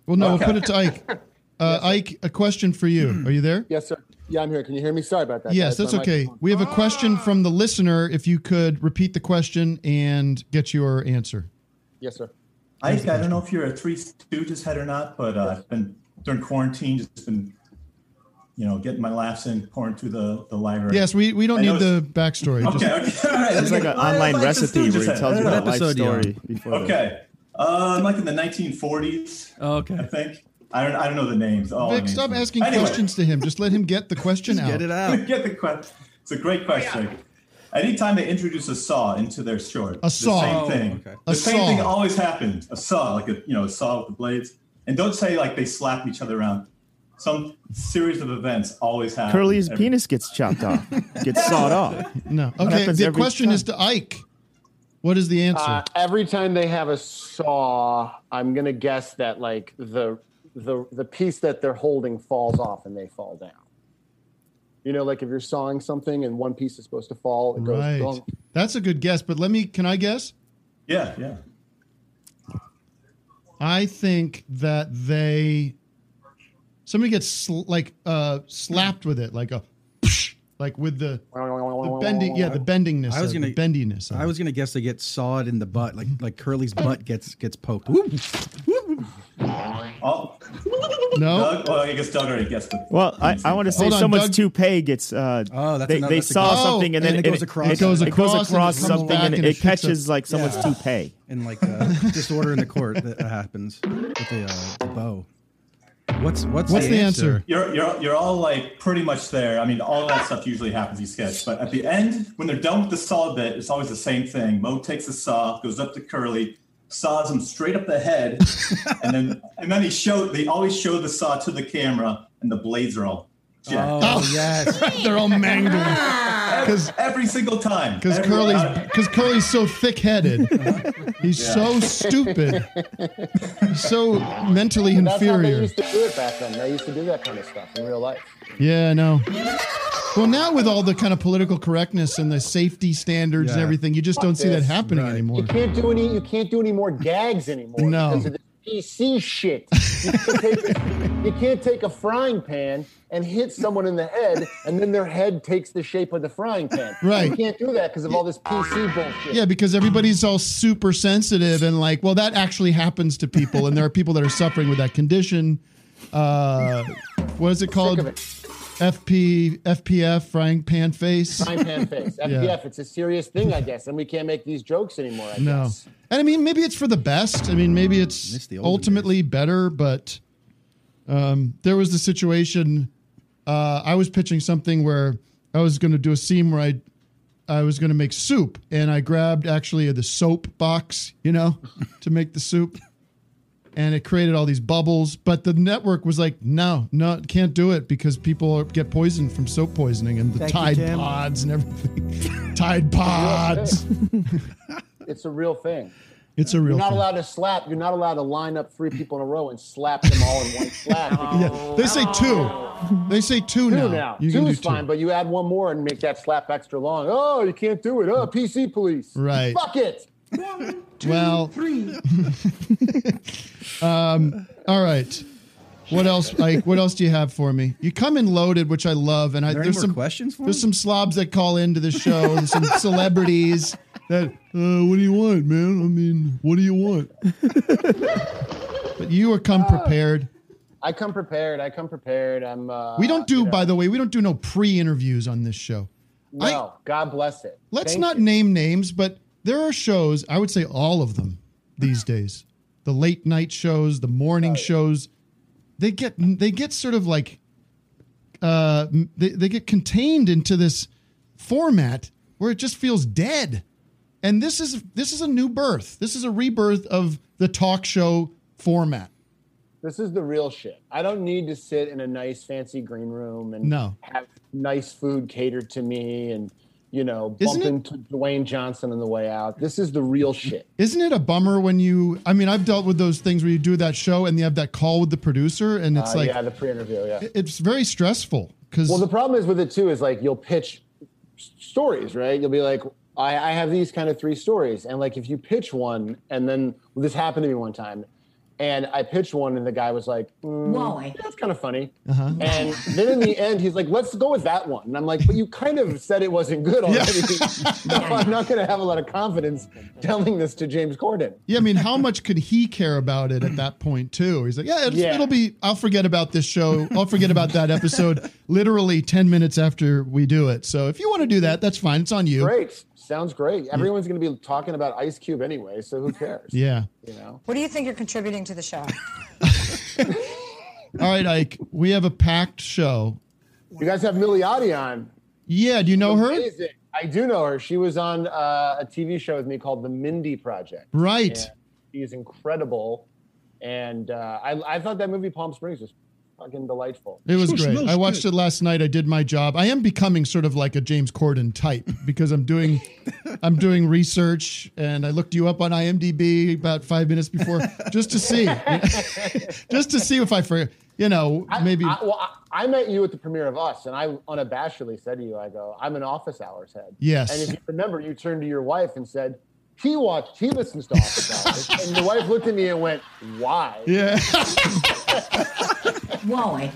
S1: Well, no,
S2: Okay.
S1: we'll
S2: Hmm.
S1: put it to Ike. Uh, Ike, a question for you. Are you there?
S11: Yes, sir. Yeah, I'm here. Can you hear me? Sorry about that.
S1: Yes,
S11: guys.
S1: that's
S11: My
S1: okay.
S11: microphone-
S1: We have a question
S2: Ah!
S1: from the listener. If you could repeat the question and get your answer.
S11: Yes, sir.
S15: I, I don't know if you're a Three Stooges head or not, but uh, I've been during quarantine, just been, you know, getting my laughs in, pouring through the, the library.
S1: Yes, we, we don't
S15: I
S1: need
S15: noticed-
S1: the backstory.
S15: Okay,
S1: Just-
S15: okay, all right.
S3: It's like an
S15: I
S3: online
S15: like the
S3: recipe where
S15: Stooges
S3: he
S15: head.
S3: tells you
S15: What
S3: a life
S15: episode you on?
S3: story before. the- Oh,
S15: Okay. Uh, I'm like in the 1940s.
S2: okay.
S15: I think. I don't, I don't know the names. All
S1: Vic,
S15: names.
S1: stop asking
S15: Anyway,
S1: questions to him. Just let him get the question out.
S15: Get the question. It's a great question. Anytime they introduce a saw into their short,
S1: A saw.
S15: the
S1: Oh,
S15: same thing.
S1: okay.
S15: The
S1: A
S15: same
S1: saw.
S15: thing always happens. A saw, like a you know a saw with the blades. And don't say like they slap each other around. Some series of events always
S2: Um,
S15: happen.
S3: Curly's
S15: Every-
S3: penis gets chopped off, gets sawed off.
S1: No.
S3: It
S1: Okay.
S3: happens
S1: The
S3: every
S1: question
S3: time.
S1: is to Ike. What is the answer?
S11: Uh, every time they have a saw, I'm gonna guess that like the the the piece that they're holding falls off and they fall down. You know, like if you're sawing something and one piece is supposed to fall, it goes
S1: right.
S11: dunk.
S1: That's a good guess, but let me. Can I guess?
S15: Yeah, yeah.
S1: I think that they. Somebody gets sl- like uh, slapped with it, like a, like with the, the
S2: Oh,
S1: bending. Yeah, the bendingness.
S2: I was
S1: of
S2: gonna
S1: it, the bendiness. of
S2: I was gonna guess they get sawed in the butt, like like Curly's butt gets gets poked. Whoop.
S15: Oh.
S1: No.
S15: Doug, well, I guess Doug already guessed it.
S3: Well, I, I want to say
S1: Hold on,
S3: someone's
S1: Doug.
S3: toupee gets. Uh,
S2: oh, that's
S3: they,
S2: another-
S3: they
S2: that's a
S3: saw
S2: good- Oh,
S3: something and then
S2: and it goes across
S3: It goes
S2: it.
S3: across,
S2: It goes across and it comes
S3: something
S2: back
S3: and,
S2: and
S3: it,
S2: it shoots
S3: catches
S2: up.
S3: like someone's
S2: Yeah.
S3: toupee.
S2: and like uh, disorder in the court that happens with the, uh, the bow. What's what's the, answer?
S15: You're, you're, you're all like pretty much there. I mean, all that stuff usually happens, you sketch. But at the end, when they're done with the saw bit, it's always the same thing. Mo takes the saw, goes up to Curly, saws him straight up the head, and then and then he showed they always show the saw to the camera, and the blades are all Jack.
S1: Oh,
S15: yes.
S1: They're all mangled. Because
S15: every single time.
S1: Because
S15: Every
S1: Curly's
S15: time.
S1: because Curly's so thick-headed. He's
S15: Yeah.
S1: so stupid. He's so mentally
S11: But That's how they
S1: inferior.
S11: used to do it back then. They used to do that kind of stuff in real life.
S1: Yeah, I know. Well, now with all the kind of political correctness and the safety standards and
S11: Yeah.
S1: everything, you just
S11: Fuck
S1: don't see that
S11: this.
S1: happening anymore.
S11: You can't do any. You can't do any more gags anymore.
S1: No.
S11: because of this PC shit. You can't, take a, you can't take a frying pan and hit someone in the head, and then their head takes the shape of the frying pan.
S1: Right.
S11: You can't do that because of all this PC bullshit.
S1: Yeah, because everybody's all super sensitive and like, well, that actually happens to people, and there are people that are suffering with that condition. Uh, what is it called? FP FPF frying pan face.
S11: Frying pan face.
S1: Yeah.
S11: FPF. It's a serious thing, I guess, and we can't make these jokes anymore. I
S1: No,
S11: guess.
S1: and I mean maybe it's for the best. I mean maybe it's ultimately better, but um, there was the situation. Uh, I was pitching something where I was going to do a scene where I I was going to make soup, and I grabbed actually the soap box, you know, to make the soup, and it created all these bubbles. But the network was like, no, no, can't do it because people are- get poisoned from soap poisoning and the
S11: Thank you,
S1: Tide
S11: Tim.
S1: Pods and everything. Tide Pods.
S11: It's a real thing.
S1: It's a real
S11: You're not
S1: thing.
S11: allowed to slap. You're not allowed to line up three people in a row and slap them all in one slap.
S1: Yeah, they say two. They say two,
S11: Oh. Two
S1: now.
S11: now.
S1: You can do
S11: Two's fine, but you add one more and make that slap extra long. Oh, you can't do it. Oh, PC police.
S1: Right.
S11: Fuck it.
S1: well, um, all right. What else, Ike? What else do you have for me? You come in loaded, which I love, and I,
S2: Are there any
S1: there's
S2: more
S1: some
S2: questions for
S1: there's some slobs that call into the show, and some celebrities that. Uh, what do you want, man? I mean, what do you want? but you are come
S11: Uh,
S1: prepared.
S11: I come prepared. I come prepared. I'm. Uh,
S1: We don't do,
S11: you know,
S1: by the way, we don't do no pre-interviews on this show.
S11: No. God bless it.
S1: Let's
S11: Thank
S1: not
S11: you.
S1: name names, but there are shows, I would say all of them these
S11: Uh-huh.
S1: days. The late night shows, the morning shows, they get they get sort of like uh they, they get contained into this format where it just feels dead. And this is this is a new birth. This is a rebirth of the talk show format.
S11: This is the real shit. I don't need to sit in a nice fancy green room and
S1: No.
S11: have nice food catered to me and you know
S1: Isn't
S11: bump into Dwayne Johnson on the way out. This is the real shit.
S1: Isn't it a bummer when you I mean I've dealt with those things where you do that show and you have that call with the producer and it's
S11: Uh,
S1: like
S11: yeah, the pre-interview. Yeah.
S1: it's very stressful because
S11: Well, the problem is with it too is like you'll pitch s- stories, right? You'll be like, I, I have these kind of three stories, and like if you pitch one, and then well, this happened to me one time, and I pitched one, and the guy was like, mm,
S8: Why?
S11: That's kind of funny.
S1: Uh-huh.
S11: And then in the end, he's like, "Let's go with that one," and I'm like, "But you kind of said it wasn't good already. so I'm not going to have a lot of confidence telling this to James Corden."
S1: Yeah, I mean, how much could he care about it at that point too? He's like, yeah, it's,
S11: Yeah.
S1: it'll be. I'll forget about this show. I'll forget about that episode. Literally ten minutes after we do it. So if you want to do that, that's fine. It's on you.
S11: Great, sounds great. Everyone's going to be talking about Ice Cube anyway, so who cares?
S1: Yeah.
S11: You know.
S16: What do you think you're contributing to the show?
S1: All right, Ike. We have a packed show.
S11: You guys have Milioti on.
S1: Yeah. Do you know her?
S11: Amazing. I do know her. She was on uh, a TV show with me called The Mindy Project.
S1: Right.
S11: And she's incredible, and uh, I, I thought that movie Palm Springs was fucking delightful.
S1: It was great. I watched it last night. I did my job. I am becoming sort of like a James Corden type because I'm doing I'm doing research and I looked you up on IMDb about 5 minutes before just to see just to see if I for you know maybe
S11: I, well, I, I met you at the premiere of Us, and I unabashedly said to you, "I go, I'm an office hours head."
S1: Yes.
S11: And if you remember, you turned to your wife and said, "He watched, he listens to Office Hours," and the wife looked at me and went, "Why?"
S1: Yeah.
S11: Why?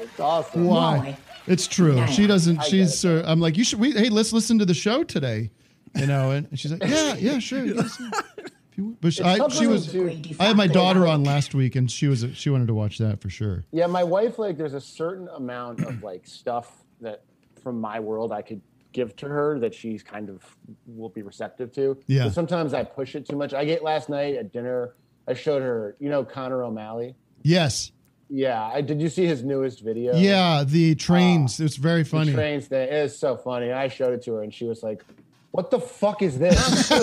S11: It's awesome.
S1: Why? It's true.
S11: Yeah,
S1: She
S11: yeah.
S1: doesn't.
S11: I get
S1: She's. Uh, I'm like, you should. We, hey, let's listen to the show today. You know, and she's like, yeah, yeah, sure. yes, if you want. But she,
S11: It's
S1: I,
S11: tough
S1: she
S11: when
S1: was.
S11: you do-
S1: I had my daughter on last week, and she was. She wanted to watch that for sure.
S11: Yeah, my wife like there's a certain amount of like stuff that from my world I could give to her that she's kind of will be receptive to.
S1: Yeah.
S11: But sometimes I push it too much. I get last night at dinner, I showed her, you know, Connor O'Malley.
S1: Yes.
S11: Yeah. I did you see his newest video?
S1: Yeah. The trains. it's very
S11: Ah. The
S1: funny.
S11: trains thing. It is so funny. I showed it to her and she was like, What the fuck is this?
S1: Yeah.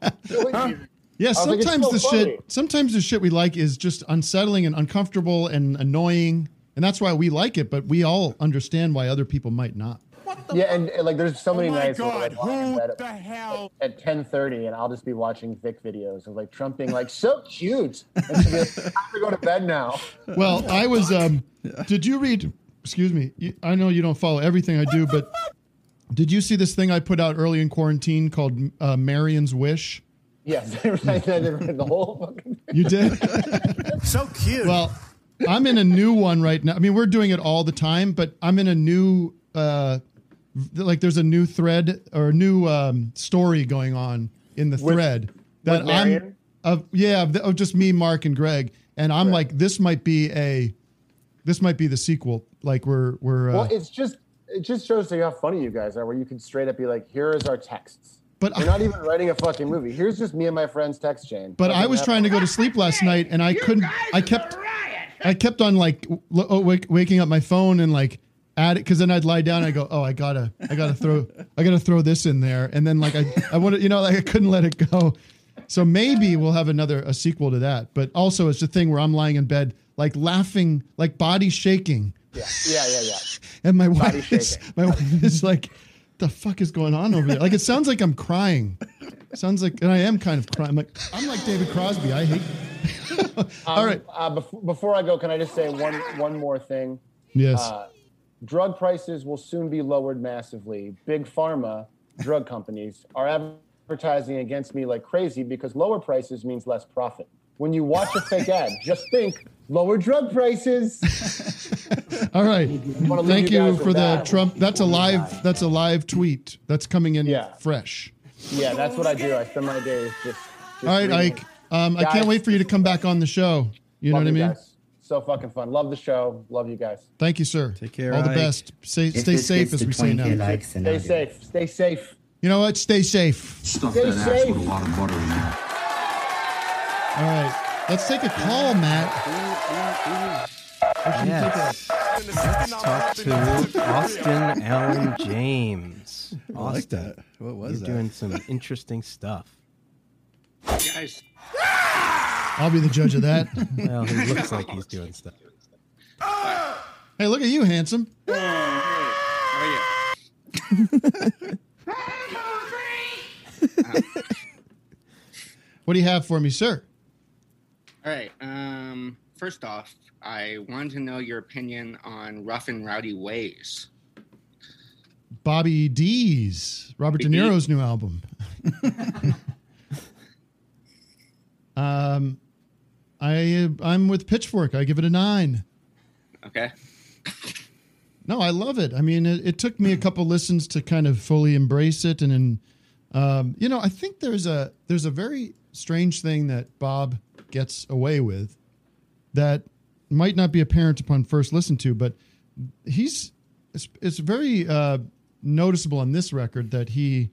S11: I was like, it's
S1: Sometimes
S11: so
S1: the
S11: funny.
S1: shit. Sometimes the shit we like is just unsettling and uncomfortable and annoying. and that's why we like it. But we all understand why other people might not.
S11: yeah, and, and, like there's so many
S1: my
S11: nights where,
S1: God,
S11: like, Oh who the hell at 10:30, and I'll just be watching Vic videos of like Trump being like so cute, and she'll be like, I have to go to bed now.
S1: Well, I was. Um, did you read? Excuse me. you- I know you don't follow everything I do, but did you see this thing I put out early in quarantine called uh, Marion's Wish?
S11: Yes, I read the whole fucking.
S1: You did?
S11: So cute.
S1: Well, I'm in a new one right now. I mean, we're doing it all the time, but I'm in a new uh v- like there's a new thread or a new um story going on in the
S8: With-
S1: thread
S8: with Marion?
S1: I'm of yeah, of, the- of just me, Mark and Greg, and I'm like this might be a this might be the sequel. Like we're we're uh,
S11: Well, it's just it just shows you how funny you guys are, where you can straight up be like, "Here is our texts."
S1: But
S11: we're not even writing a fucking movie. Here's just me and my friends text chain.
S1: But I was trying to go to sleep last night, and I couldn't. I kept. I kept on like w- oh, wake, waking up my phone and like add it because then I'd lie down. and I go, oh, I gotta, I gotta throw, I gotta throw this in there, and then like I, I wanted, you know, like I couldn't let it go. So maybe we'll have another a sequel to that. But also, it's the thing where I'm lying in bed, like laughing, like body shaking,
S11: Yeah, yeah, yeah, yeah.
S1: and my
S11: Body
S1: wife, is, my wife is like, the fuck is going on over there? Like it sounds like I'm crying. Sounds like, and I am kind of crying. I'm like, I'm like David Crosby. I hate.
S11: All right. Uh, bef- before I go, can I just say one one more thing?
S1: Yes.
S11: Uh, drug prices will soon be lowered massively. Big pharma, drug companies are advertising against me like crazy because lower prices means less profit. When you watch a fake ad, just think lower drug prices.
S1: All right.
S11: wanna leave
S1: Thank
S11: you
S1: you
S11: guys
S1: for
S11: with
S1: the
S11: that.
S1: Trump. That's a live. That's a live tweet. That's coming in fresh.
S11: Yeah, that's what I do. I spend my days just. just
S1: All right,
S11: reading.
S1: Ike. Um, I can't
S11: Guys,
S1: wait for you to come back on the show. You know
S11: love
S1: what I mean?
S11: guys. So fucking fun. Love the show. Love you guys.
S1: Thank you, sir. Take
S2: care,
S1: All the
S2: Ike.
S1: best. Stay,
S2: If
S1: stay
S2: this
S1: safe,
S2: gets
S1: as
S2: to
S1: we say
S2: 20
S1: now.
S2: likes, then
S11: Stay safe. Stay safe.
S1: You know what? Stay safe.
S14: Stuff
S11: Stay
S14: that ass
S11: safe.
S14: with a lot of butter in there.
S1: All right. Let's take a call, Matt.
S5: Yes. Let's talk to Austin Allen James. Austin,
S2: I like that. What was
S5: you're
S2: that?
S5: doing some interesting stuff.
S16: Guys,
S1: I'll be the judge of that.
S5: Well, he looks like he's doing stuff.
S1: Hey, look at you, handsome.
S16: how
S1: What do you have for me, sir?
S16: all right. Um, first off, I wanted to know your opinion on rough and rowdy ways.
S1: Bobby D's Robert De
S16: Bobby D.
S1: Niro's new album. um, I I'm with Pitchfork. I give it a nine.
S16: Okay.
S1: No, I love it. I mean, it, it took me a couple listens to kind of fully embrace it, and then, um, you know, I think there's a there's a very strange thing that Bob gets away with that might not be apparent upon first listen to, but he's it's, it's very uh, noticeable on this record that he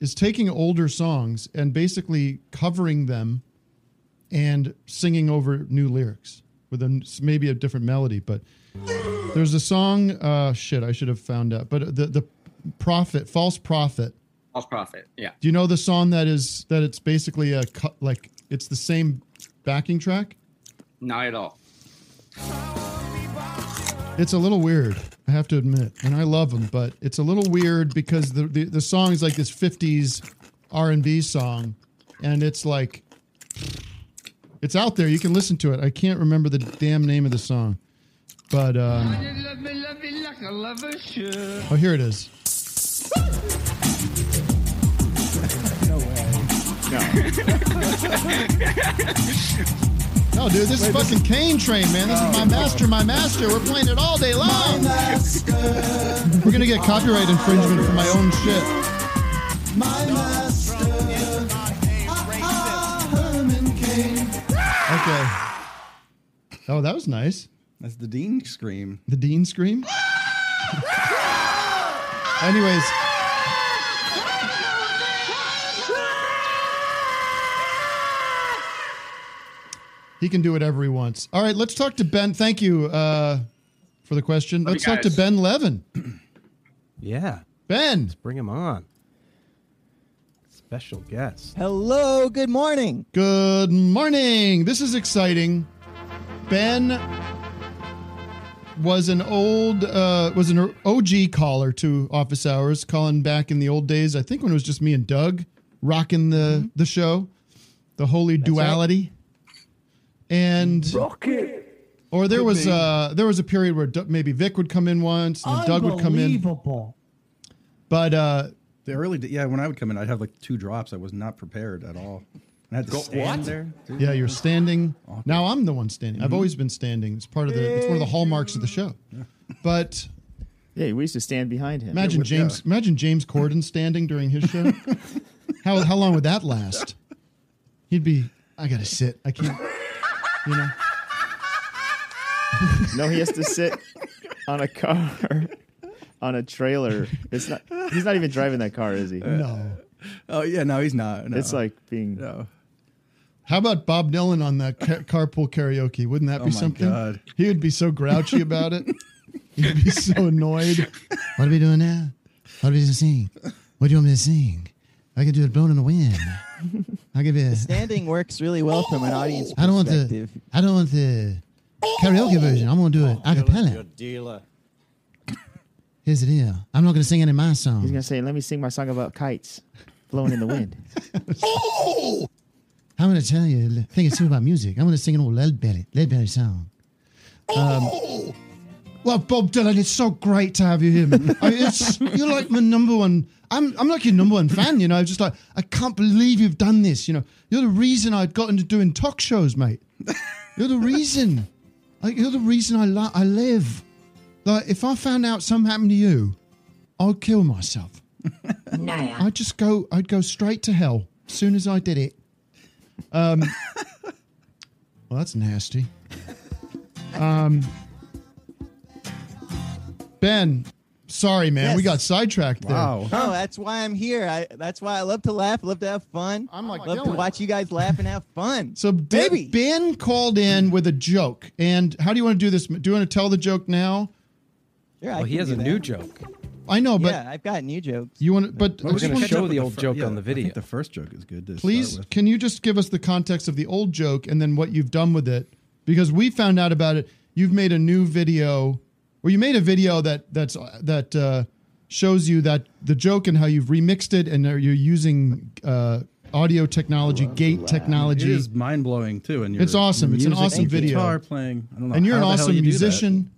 S1: is taking older songs and basically covering them and singing over new lyrics with a, maybe a different melody. But there's a song, uh, shit, I should have found out. But the the prophet, false prophet.
S16: False profit. Yeah.
S1: Do you know the song that is that it's basically a cut like it's the same backing track?
S16: Not at all.
S1: It's a little weird, I have to admit, and I love them, but it's a little weird because the the, the song is like this '50s R&B song, and it's like it's out there. You can listen to it. I can't remember the damn name of the song, but um, oh, here it is. No, dude, this is Oh, fucking Cane Train, man. This is my master, my master. We're playing it all day long. We're gonna get copyright infringement for my own shit.
S8: My master, ah, ah, Herman Cain.
S1: Okay. Oh, that was nice.
S2: That's the Dean scream.
S1: The Dean scream. Anyways. He can do whatever he wants. All right, let's talk to Ben. Thank you uh, for the question.
S5: Love you
S1: Let's talk to
S5: guys.
S1: Ben Levin.
S5: Yeah.
S1: Ben. Let's
S5: bring him on. Special guest.
S1: Hello, good morning. Good morning. This is exciting. Ben was an old uh, was an OG caller to Office Hours, calling back in the old days. I think when it was just me and Doug rocking the
S17: Mm-hmm.
S1: the show, the holy duality, and Or there
S17: Could
S1: was
S17: be.
S1: uh, there was a period where Doug, maybe Vic would come in once, and then Doug would come in.
S17: Unbelievable.
S1: But uh,
S2: the early, d- yeah, when I would come in, I'd have like two drops. I was not prepared at all. I had to
S1: Go-
S2: stand
S1: what?
S2: there. dude.
S1: Yeah, you're standing. Now I'm the one standing.
S17: Mm-hmm.
S1: I've always been standing. It's part of the. It's one of the hallmarks of the show. But
S3: yeah, we used to stand behind him.
S1: imagine James. Imagine James Corden standing during his show. how how long would that last? He'd be. I gotta sit. I can't. You know.
S3: no, he has to sit on a car, on a trailer. It's not. He's not even driving that car, is he?
S1: No.
S2: Oh yeah, no, he's not.
S3: It's like being.
S2: No.
S1: How about Bob Dylan on that ca- carpool karaoke? Wouldn't that
S2: Oh
S1: be
S2: my
S1: something?
S2: God.
S1: He would be so grouchy about it. He'd be so annoyed. What are we doing now? What are we singing? What do you want me to sing? I can do it blown in the wind. I'll give you.
S18: Standing works really well from an audience
S1: I don't want
S18: perspective.
S1: the. I don't want the karaoke version. I'm gonna do it a cappella.
S18: dealer.
S1: Here's the deal. I'm not gonna sing any of my songs.
S3: He's gonna say, "Let me sing my song about kites blowing in the wind."
S1: I'm gonna tell you a thing or two about music. I'm gonna sing an old Leadbelly, Leadbelly song. Um,
S8: Oh!
S1: well, Bob Dylan, it's so great to have you here. Man. I mean, it's, you're like my number one. I'm I'm like your number one fan. You know, I was just like I can't believe you've done this. You know, you're the reason I got into doing talk shows, mate. You're the reason. Like you're the reason I li- I live. Like if I found out something happened to you, I'd kill myself. I'd just go. I'd go straight to hell as soon as I did it. Um, well, that's nasty. Um, ben, sorry, man, we
S18: Yes.
S1: got sidetracked there.
S18: No, that's why I'm here. I that's why I love to laugh, love to have fun. I'm like love to
S1: Dylan.
S18: watch you guys laugh and have fun.
S1: So baby, Ben called in with a joke, and how do you want to do this? Do you want to tell the joke now?
S18: Yeah, I
S5: Well, he
S18: can
S5: has
S18: do
S5: a
S18: that.
S5: new joke.
S1: I know, but
S18: yeah, I've got new jokes.
S1: you want to, but
S5: Well, we're
S1: I just
S5: gonna
S1: wanna-
S5: show the old joke on the
S2: I
S5: video.
S2: think the first joke is good. To start
S1: Please,
S2: with.
S1: can you just give us the context of the old joke and then what you've done with it? Because we found out about it. You've made a new video, or you made a video that that's that uh, shows you that the joke and how you've remixed it, and are you using uh, audio technology, gate technology?
S2: It is mind blowing too, and your
S1: It's awesome. It's an
S2: music
S1: awesome
S2: and
S1: video.
S2: Guitar playing. I don't know.
S1: and you're an
S2: how the hell
S1: awesome
S2: you do that.
S1: musician,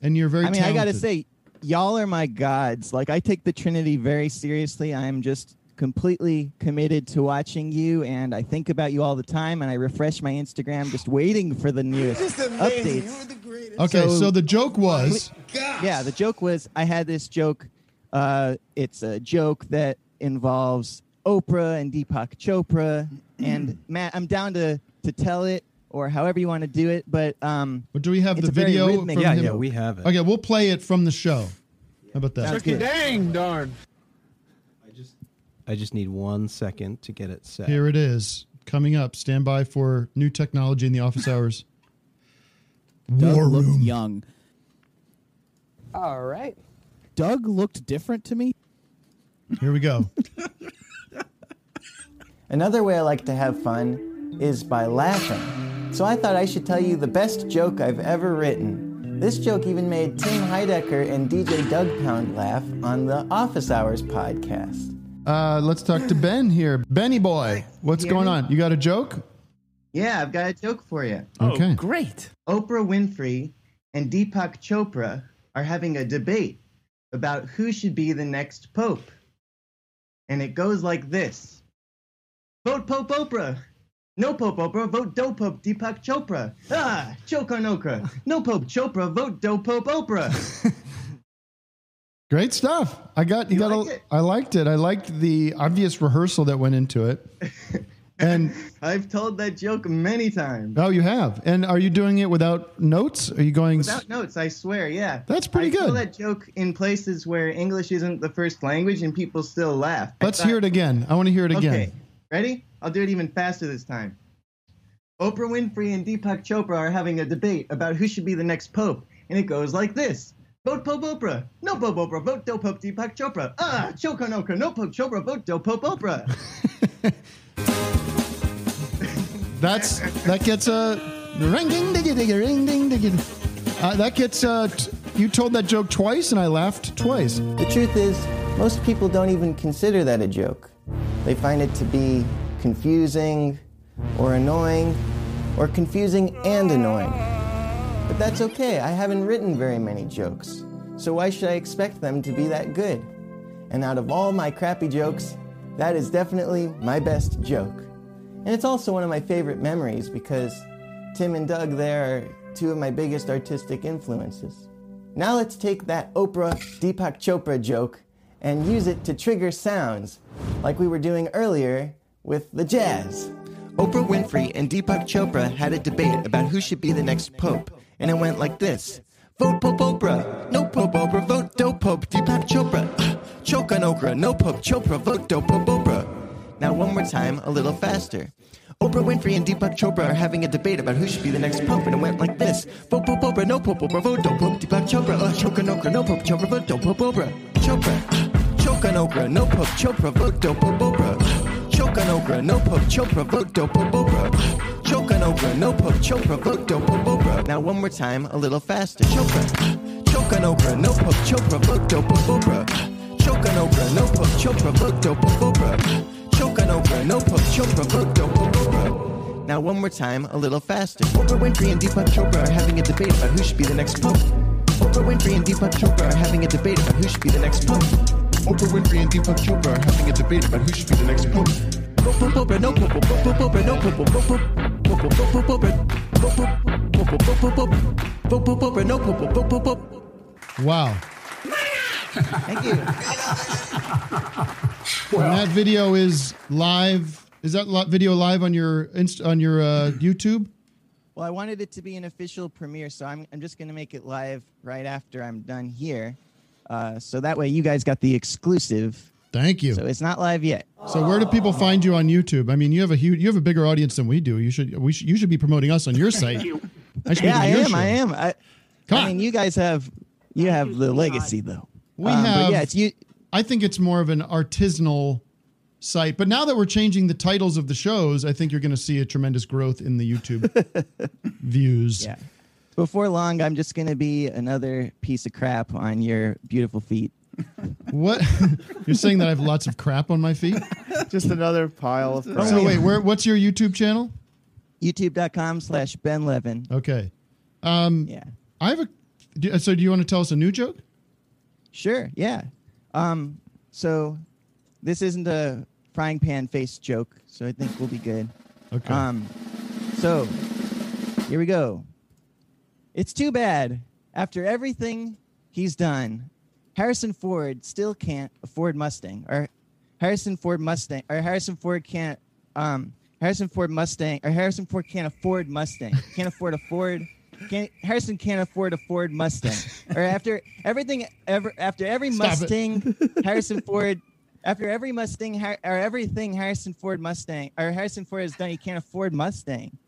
S1: and you're very.
S18: I mean, I gotta
S1: talented.
S18: say, y'all are my gods. Like I take the Trinity very seriously. I am just completely committed to watching you and I think about you all the time and I refresh my Instagram just waiting for the newest updates.
S1: Okay, so, the joke was
S18: Yeah, the joke was I had this joke. Uh, it's a joke that involves Oprah and Deepak Chopra. and Matt, I'm down to to tell it or however you want to do it. But um,
S1: do we have
S18: it's
S1: the
S18: a very
S1: video.
S18: rhythmic-
S1: from him? Okay, we'll play it from the show. How about that?
S18: Sounds good.
S13: Dang darn.
S5: I just need one second to get it set.
S1: Here it is. Coming up. Stand by for new technology in the office hours.
S19: Doug
S1: War
S19: looked
S1: room.
S19: young. All right. Doug looked different to me.
S1: Here we go.
S18: Another way I like to have fun is by laughing. So I thought I should tell you the best joke I've ever written. This joke even made Tim Heidecker and DJ Doug Pound laugh on the Office Hours podcast.
S1: Uh, let's talk to Ben here. Benny boy, what's
S18: Yeah.
S1: going on? You got a joke?
S18: Yeah, I've got a joke for you.
S1: Okay.
S18: great. Oprah Winfrey and Deepak Chopra are having a debate about who should be the next pope. And it goes like this Vote Pope Oprah. No Pope Oprah, vote Do Pope Deepak Chopra. Ah, choke on okra. No Pope Chopra, vote Do Pope Oprah.
S1: Great stuff. I got you, got a, I liked it. I liked the obvious rehearsal that went into it. And
S18: I've told that joke many times.
S1: oh, you have. And are you doing it without notes? Are you going s-
S18: Without notes, I swear, yeah.
S1: That's pretty
S18: I Tell
S1: good.
S18: that joke in places where English isn't the first language and people still laugh. uh, I
S1: Let's
S18: thought-
S1: hear it again. I want to hear it again.
S18: Okay, ready? I'll do it even faster this time. Oprah Winfrey and Deepak Chopra are having a debate about who should be the next pope, and it goes like this. Vote Pope Oprah. No Pope Oprah. Vote Do Pope Deepak Chopra. Ah, choke on okra. No Pope Chopra. Vote Do Pope Oprah.
S1: That's that gets a ring ding ding ding ding ding ding. Uh, that gets, uh, t- you told that joke twice and I laughed twice.
S18: The truth is, most people don't even consider that a joke. They find it to be confusing or annoying or confusing and annoying. But that's okay, I haven't written very many jokes, so why should I expect them to be that good? And out of all my crappy jokes, that is definitely my best joke. And it's also one of my favorite memories because Tim and Doug there are two of my biggest artistic influences. Now let's take that Oprah Deepak Chopra joke and use it to trigger sounds like we were doing earlier with the jazz. Oprah Winfrey and Deepak Chopra had a debate about who should be the next pope, and it went like this. Vote Pope Oprah, no Pope Oprah, vote Dope Pope Deepak Chopra. Choke on Oprah, no Pope Chopra, vote Dope Pope Oprah. Now one more time, a little faster. Oprah Winfrey and Deepak Chopra are having a debate about who should be the next pope, and it went like this. Vote Pope Oprah, no Pope Oprah, vote Dope Pope Deepak Chopra. Uh, choke on Oprah, no Pope Chopra, vote Dope Pope Oprah. Chopra, uh, choke on Oprah, no Pope Chopra, vote Dope Pope Oprah. Uh, choke on Oprah, no Pope Chopra, vote Dope Pope Oprah. Uh, choke on Oprah, no Pope Chopra, vote Dope Pope Oprah. Now one more time, a little faster. Chopra, uh, choke on Oprah, no Pope Chopra, vote Dope Pope Oprah. Uh, choke on Oprah, no Pope Chopra, vote Dope Pope Oprah. Uh, choke on Oprah, no Pope Chopra, vote Dope Pope Oprah. Now one more time, a little faster. Oprah Winfrey and Deepak Chopra are having a debate about who should be the next pope. Oprah Winfrey and Deepak Chopra are having a debate about who should be the next pope. Oprah Winfrey and Deepak Chopra are having a debate about who should be the next pope. Pope, pope, Oprah, no pope, pope, pope, Oprah, no pope, pope, pope, pope, pope, pope, Oprah, pope, pope, pope, pope, pope, pope, pope, pope, Oprah, no pope, pope, pope, pope, pope.
S1: Wow.
S18: Thank you.
S1: and that video is live. Is that li- video live on your inst- on your uh, YouTube?
S18: Well, I wanted it to be an official premiere, so I'm, I'm just going to make it live right after I'm done here. Uh, so that way you guys got the exclusive.
S1: Thank you.
S18: So it's not live yet.
S1: So where do people find you on YouTube? I mean, you have a huge, you have a bigger audience than we do. You should we should, you should be promoting us on your site. I should be
S18: yeah, I
S1: doing your
S18: am, I
S1: show.
S18: am. I
S1: Come
S18: I mean, you guys have you have the legacy though.
S1: We
S18: Um, but
S1: have.
S18: yeah, it's
S1: I think it's more of an artisanal site, but now that we're changing the titles of the shows, I think you're going to see a tremendous growth in the YouTube views.
S18: Yeah. Before long, I'm just going to be another piece of crap on your beautiful feet.
S1: What? You're saying that I have lots of crap on my feet?
S3: Just another pile of crap.
S1: So wait, where? What's your YouTube channel?
S18: YouTube.com slash Ben Levin.
S1: Okay. Um,
S18: yeah.
S1: I have a. do- So do you want to tell us Oh, a new joke?
S18: Sure. Yeah. Um, so this isn't a frying pan face joke, so I think we'll be good.
S1: Okay.
S18: Um, so here we go. It's too bad. After everything he's done, Harrison Ford still can't afford Mustang, or Harrison Ford Mustang, or Harrison Ford can't. Um, Harrison Ford Mustang, or Harrison Ford can't afford Mustang. Can't afford a Ford. Can't, Harrison can't afford a Ford Mustang. Or after everything, ever after every
S8: Stop it.
S18: Mustang, Harrison Ford. After every Mustang Har- or everything Harrison Ford Mustang or Harrison Ford has done, he can't afford Mustang.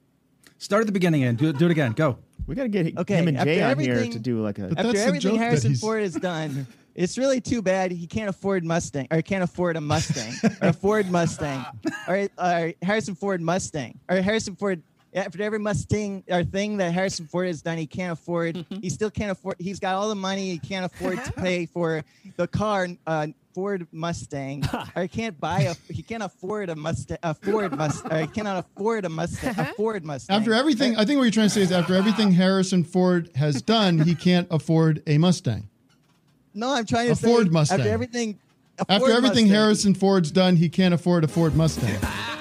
S2: Start at the beginning again. Do, do it again. Go.
S3: We gotta get
S18: Okay,
S3: him and
S18: after
S3: Jay on here
S18: everything-
S3: to do like a.
S18: After everything Harrison Ford has done, it's really too bad he can't afford Mustang or can't afford a Mustang or a Ford Mustang or, or Harrison Ford Mustang or Harrison Ford. After every Mustang or thing that Harrison Ford has done, he can't afford.
S1: Mm-hmm.
S18: He still can't afford. He's got all the money. He can't afford to pay for the car uh, Ford Mustang, or he can't buy a. He can't afford a Mustang. A Ford Mustang. Or he cannot afford a Mustang. A Ford Mustang.
S1: Uh-huh. After everything, I think what you're trying to say is after everything Harrison Ford has done, he can't afford a Mustang.
S18: No, I'm trying to
S1: A
S18: say
S1: Ford Mustang.
S18: After everything, a
S1: After
S18: Ford
S1: everything
S18: Mustang,
S1: Harrison Ford's done, he can't afford a Ford Mustang.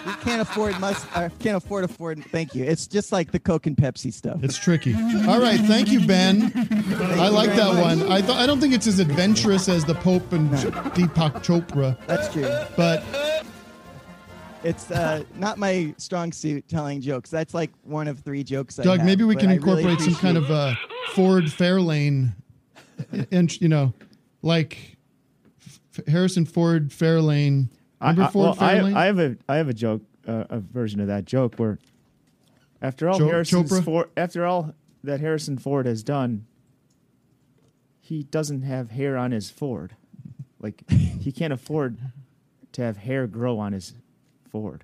S18: you can't afford must or can't afford a Ford. Thank you. It's just like the Coke and Pepsi stuff.
S1: It's tricky. All right, thank you, Ben. I like
S18: very
S1: that
S18: much.
S1: one. I th- I don't think it's as adventurous as the Pope and Deepak Chopra,
S18: That's true.
S1: but
S18: It's uh, not my strong suit telling jokes. That's like one of three jokes. I
S1: Doug,
S18: have,
S1: maybe we
S18: but
S1: can
S18: I really
S1: incorporate some kind of
S18: appreciate
S1: uh, Ford Fairlane, and you know, like F- Harrison Ford Fairlane. Remember
S3: I,
S1: Ford
S3: well, I,
S1: Fairlane?
S3: I have a I have a joke, uh, a version of that joke where, after all,
S1: Jo-
S3: Harrison
S1: Chopra?
S3: Ford, after all that Harrison Ford has done, he doesn't have hair on his Ford, like he can't afford to have hair grow on his Ford.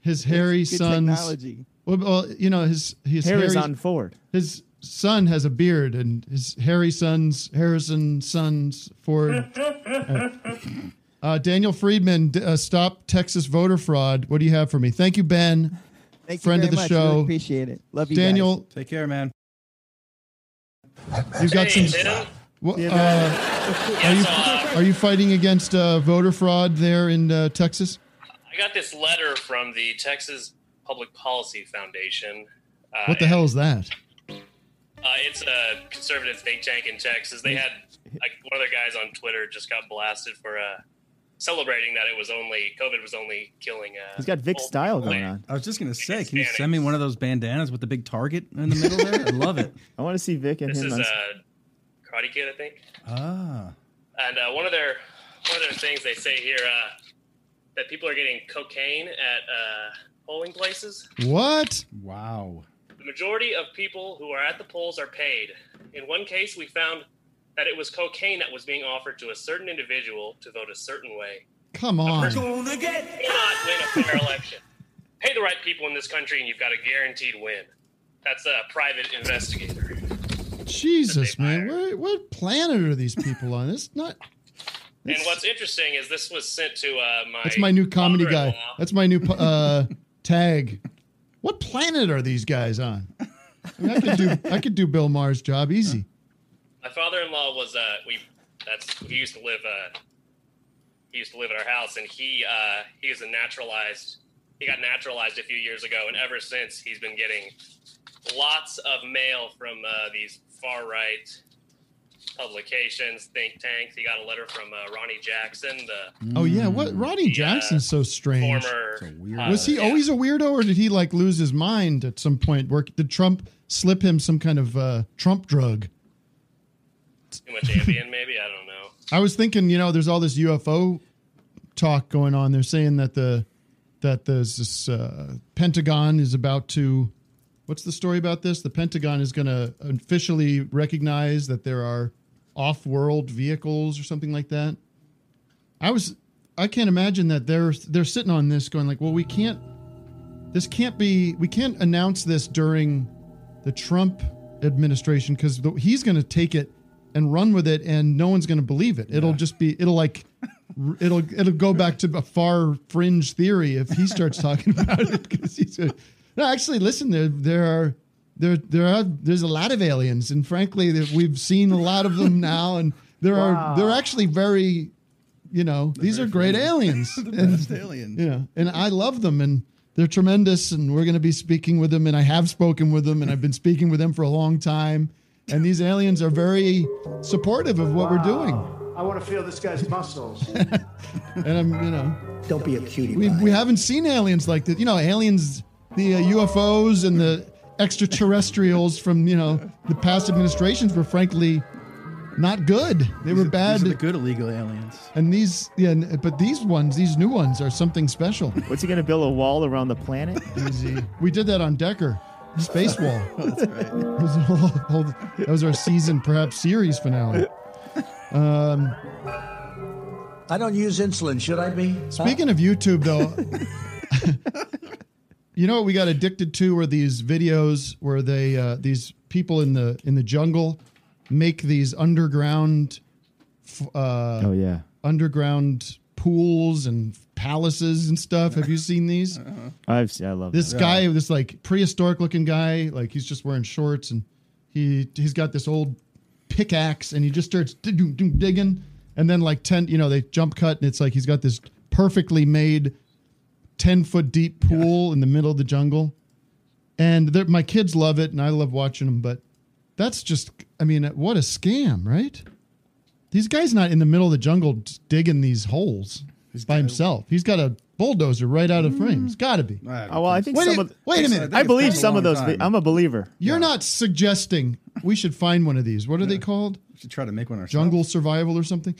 S1: his hairy
S3: Good
S1: sons.
S3: technology.
S1: Well, well, you know his his
S3: Hair is
S1: hairy-
S3: on Ford.
S1: His son has a beard, and his Harry son's Harrison son's Ford. Uh, Daniel Friedman, d- uh, stop Texas voter fraud. What do you have for me? Thank you, Ben.
S20: Thank you
S1: Friend
S20: very
S1: of the
S20: much.
S1: show.
S20: Really appreciate it. Love you, guys.
S1: Daniel.
S2: Take care, man.
S1: You've got
S20: Hey,
S1: some.
S20: Ben.
S1: Wha-
S20: Yeah,
S1: uh, are you
S13: uh,
S1: are you fighting against uh, voter fraud there in uh, Texas?
S13: I got this letter from the Texas Public Policy Foundation. Uh,
S1: What the hell is that?
S13: Uh, it's a conservative think tank in Texas. They had like one of their guys on Twitter just got blasted for uh, celebrating that it was only COVID was only killing. Uh,
S2: He's got
S13: old
S2: style
S13: people.
S2: going on. I was just gonna say, can you send me one of those bandanas with the big target in the middle there? I love it.
S3: I want to see Vic and
S13: This
S3: him
S13: is
S3: on.
S13: uh, Karate Kid, I think.
S2: Ah,
S13: And uh, one of their one of their things they say here uh, that people are getting cocaine at uh, polling places.
S1: What?
S2: Wow.
S13: The majority of people who are at the polls are paid. In one case, we found that it was cocaine that was being offered to a certain individual to vote a certain way.
S1: Come
S13: We're
S1: on.
S13: gonna get not win a fair election. Pay the right people in this country, and you've got a guaranteed win. That's a private investigator.
S1: Jesus, man. Where, what planet are these people on? It's not.
S13: And what's interesting is this was sent to uh, my.
S1: That's my new comedy guy.
S13: father-in-law.
S1: That's my new uh, tag. What planet are these guys on? I, mean, I could do I could do Bill Maher's job easy.
S13: My father-in-law was uh we that's he used to live uh he used to live at our house and he uh he was a naturalized he got naturalized a few years ago and ever since he's been getting lots of mail from uh, these far right publications think tanks he got a letter from uh, Ronnie Jackson the
S1: Oh yeah, what Rodney Jackson's so strange.
S13: Mm. former
S1: Was he
S13: uh,
S1: always a weirdo, or did he like lose his mind at some point? Where did Trump slip him some kind of uh, Trump drug?
S13: too much Ambien maybe I don't know
S1: I was thinking, you know, there's all this UFO talk going on. They're saying that the that there's this uh, Pentagon is about to. What's the story about this? The Pentagon is going to officially recognize that there are off-world vehicles or something like that. I was, I can't imagine that they're they're sitting on this going like, well, we can't. This can't be. We can't announce this during the Trump administration because he's going to take it and run with it, and no one's going to believe it. It'll just be it'll like r- it'll it'll go back to a far fringe theory if he starts talking about it because he's a, no actually listen there there are there there are there's a lot of aliens and frankly that we've seen a lot of them now and there
S2: Wow.
S1: are they're actually very you know these are great aliens
S2: The
S1: And-
S2: best aliens.
S1: you know and I love them and. They're tremendous, and we're going to be speaking with them. And I have spoken with them, and I've been speaking with them for a long time. And these aliens are very supportive of what we're doing.
S6: I want to feel this guy's muscles.
S1: And I'm, you know,
S6: Don't be a cutie.
S1: we, we haven't seen aliens like this. You know, aliens, the uh, UFOs and the extraterrestrials from you know the past administrations were frankly not good. They were bad.
S2: These are the good illegal aliens.
S1: and these, yeah, and- but these ones, these new ones, are something special.
S3: What's he gonna build a wall around the planet?
S1: We did that on Decker, Space Wall. That was, a whole- whole- that was our season, perhaps series finale. Um,
S12: I don't use insulin. Should I be?
S1: Speaking of YouTube, though, you know what we got addicted to were these videos where they uh, these people in the in the jungle make these underground. f- Uh,
S3: Oh, yeah.
S1: underground pools and palaces and stuff. Have you seen these?
S3: I've seen, I love
S1: this
S3: that.
S1: guy this like prehistoric looking guy like he's just wearing shorts and he he's got this old pickaxe and he just starts dig- dig- dig- digging and then like 10 you know they jump cut and it's like he's got this perfectly made 10 foot deep pool in the middle of the jungle and they're- my kids love it and i love watching them but that's just i mean what a scam right these guys not in the middle of the jungle just digging these holes by himself he's got a bulldozer right out of
S3: Mm-hmm.
S1: frame it's got to be
S2: Ah,
S3: Oh, well, I think
S1: wait,
S3: some
S1: a-
S3: of
S1: wait a minute.
S3: I believe some of those. vi- I'm a believer.
S1: You're not suggesting we should find one of these. What are they called? We
S2: should try to make one ourselves.
S1: Jungle survival or something.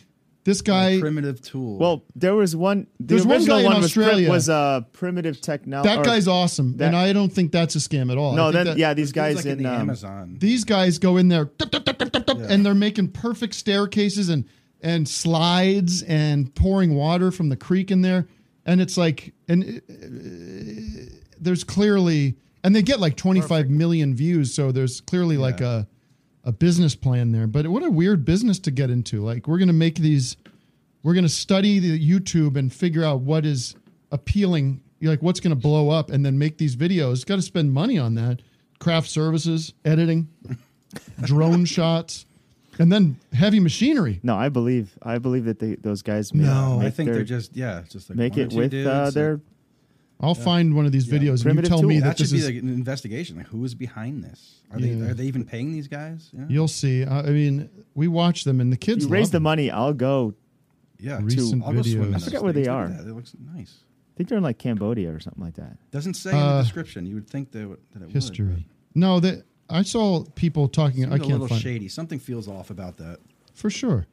S1: This guy
S2: primitive tool.
S1: Well,
S3: there was one. The
S1: There's one guy
S3: original
S1: in
S3: was prim-
S1: Australia.
S3: was uh, primitive technology.
S1: that guy's awesome, and I don't think that's a scam at all.
S3: No,
S1: I think
S3: then-
S1: that-
S3: yeah, these Those guys guys like in, in the um, Amazon.
S1: These guys go in there, dup, dup, dup, dup, dup, dup, and they're making perfect staircases and and slides and pouring water from the creek in there, and it's like, and uh, there's clearly and they get like 25 million views so there's clearly like a a business plan there but what a weird business to get into like we're going to make these we're going to study the youtube and figure out what is appealing like what's going to blow up and then make these videos got to spend money on that craft services editing drone shots and then heavy machinery
S3: No, I believe I believe that they, those guys. Make,
S2: No, I
S3: make
S2: think
S3: their-
S2: they're just- yeah, just like
S3: make
S2: one or
S3: it
S2: two
S3: with uh,
S2: dudes
S3: their.
S1: I'll find one of these videos and you tell me that,
S2: should
S1: this
S2: be
S1: is
S2: like an investigation. Like, who is behind this? Are they
S1: Yeah.
S2: are they even paying these guys? Yeah.
S1: You'll see. I I mean, we watch them, and the kids
S3: You raise
S1: love
S3: the
S1: them.
S3: money. I'll go.
S2: Yeah,
S3: to-
S1: Recent I'll go swim in videos.
S3: I
S1: those
S3: forget where
S1: things.
S3: they
S1: Look
S3: are.
S1: at
S2: that. It looks nice.
S3: I think they're in like Cambodia or something like that.
S2: Doesn't say in the
S1: Uh,
S2: description. You would think that, it would- that it would.
S1: History. No, uh, that I saw people talking.
S2: Seemed
S1: I
S2: a
S1: can't
S2: little
S1: find
S2: shady. Something feels off about that.
S1: for sure.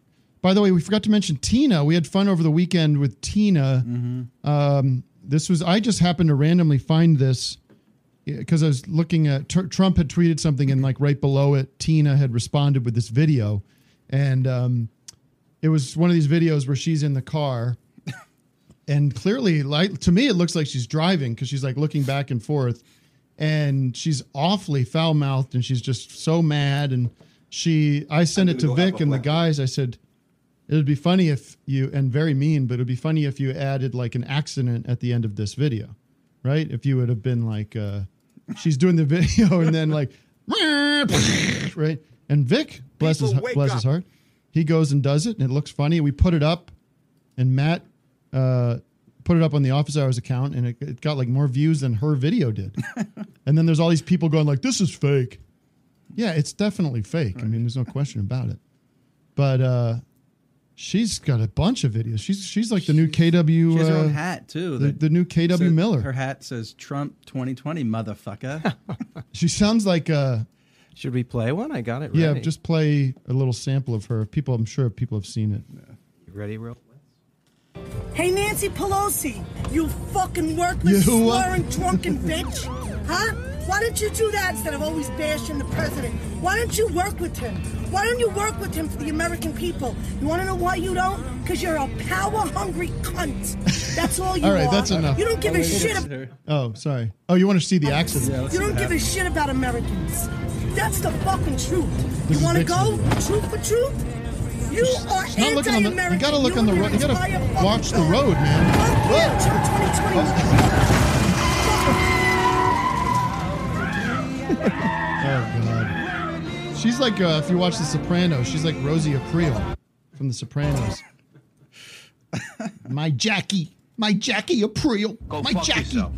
S1: By the way, we forgot to mention Tina. We had fun over the weekend with Tina. Um, this was I just happened to randomly find this because I was looking at Tr- Trump had tweeted something and like right below it, Tina had responded with this video, and um, it was one of these videos where she's in the car and clearly like to me it looks like she's driving because she's like looking back and forth and she's awfully foul-mouthed and she's just so mad and she i sent
S20: I'm
S1: it to
S20: gonna go
S1: vic
S20: have a
S1: and the
S20: blackout.
S1: guys i said it would be funny if you and very mean but it would be funny if you added like an accident at the end of this video right if you would have been like uh she's doing the video and then like right and vic bless his,
S8: People, wake
S1: bless
S8: up.
S1: his heart he goes and does it and it looks funny we put it up and Matt uh, put it up on the office hours account, and it, it got like more views than her video did. and then there's all these people going like, "This is fake." Yeah, it's definitely fake. I mean, there's no question about it. But uh, she's got a bunch of videos. She's she's like the new KW.
S2: She has her
S1: uh,
S2: own hat too.
S1: The,
S2: that
S1: the new KW
S2: said-
S1: Miller.
S2: Her hat says Trump 2020, motherfucker.
S1: She sounds like uh
S5: Should we play one? I got it.
S1: yeah.
S5: ready.
S1: Just play a little sample of her. People, I'm sure people have seen it.
S5: You ready, real.
S21: Hey, Nancy Pelosi, you fucking worthless,
S1: You what?
S21: slurring, drunken bitch. Huh? Why don't you do that instead of always bashing the president? Why don't you work with him? Why don't you work with him for the American people? You want to know why you don't? Because you're a power hungry cunt. That's all Oh, you
S1: All right,
S21: are.
S1: that's enough.
S21: You don't give a shit. ab-
S1: Oh, sorry. Oh, you want to see the accident?
S21: you don't give a shit about Americans. That's the fucking truth.
S1: This
S21: You
S1: is
S21: want to
S1: Vixen.
S21: go truth for truth? You are
S1: Not looking on the.
S21: anti-American.
S1: You gotta look on the road. You gotta watch the road, man. Oh god. She's like uh, if you watch The Sopranos, she's like Rosie April from The Sopranos. my Jackie, my Jackie April, my
S8: fuck
S1: Jackie.
S8: yourself.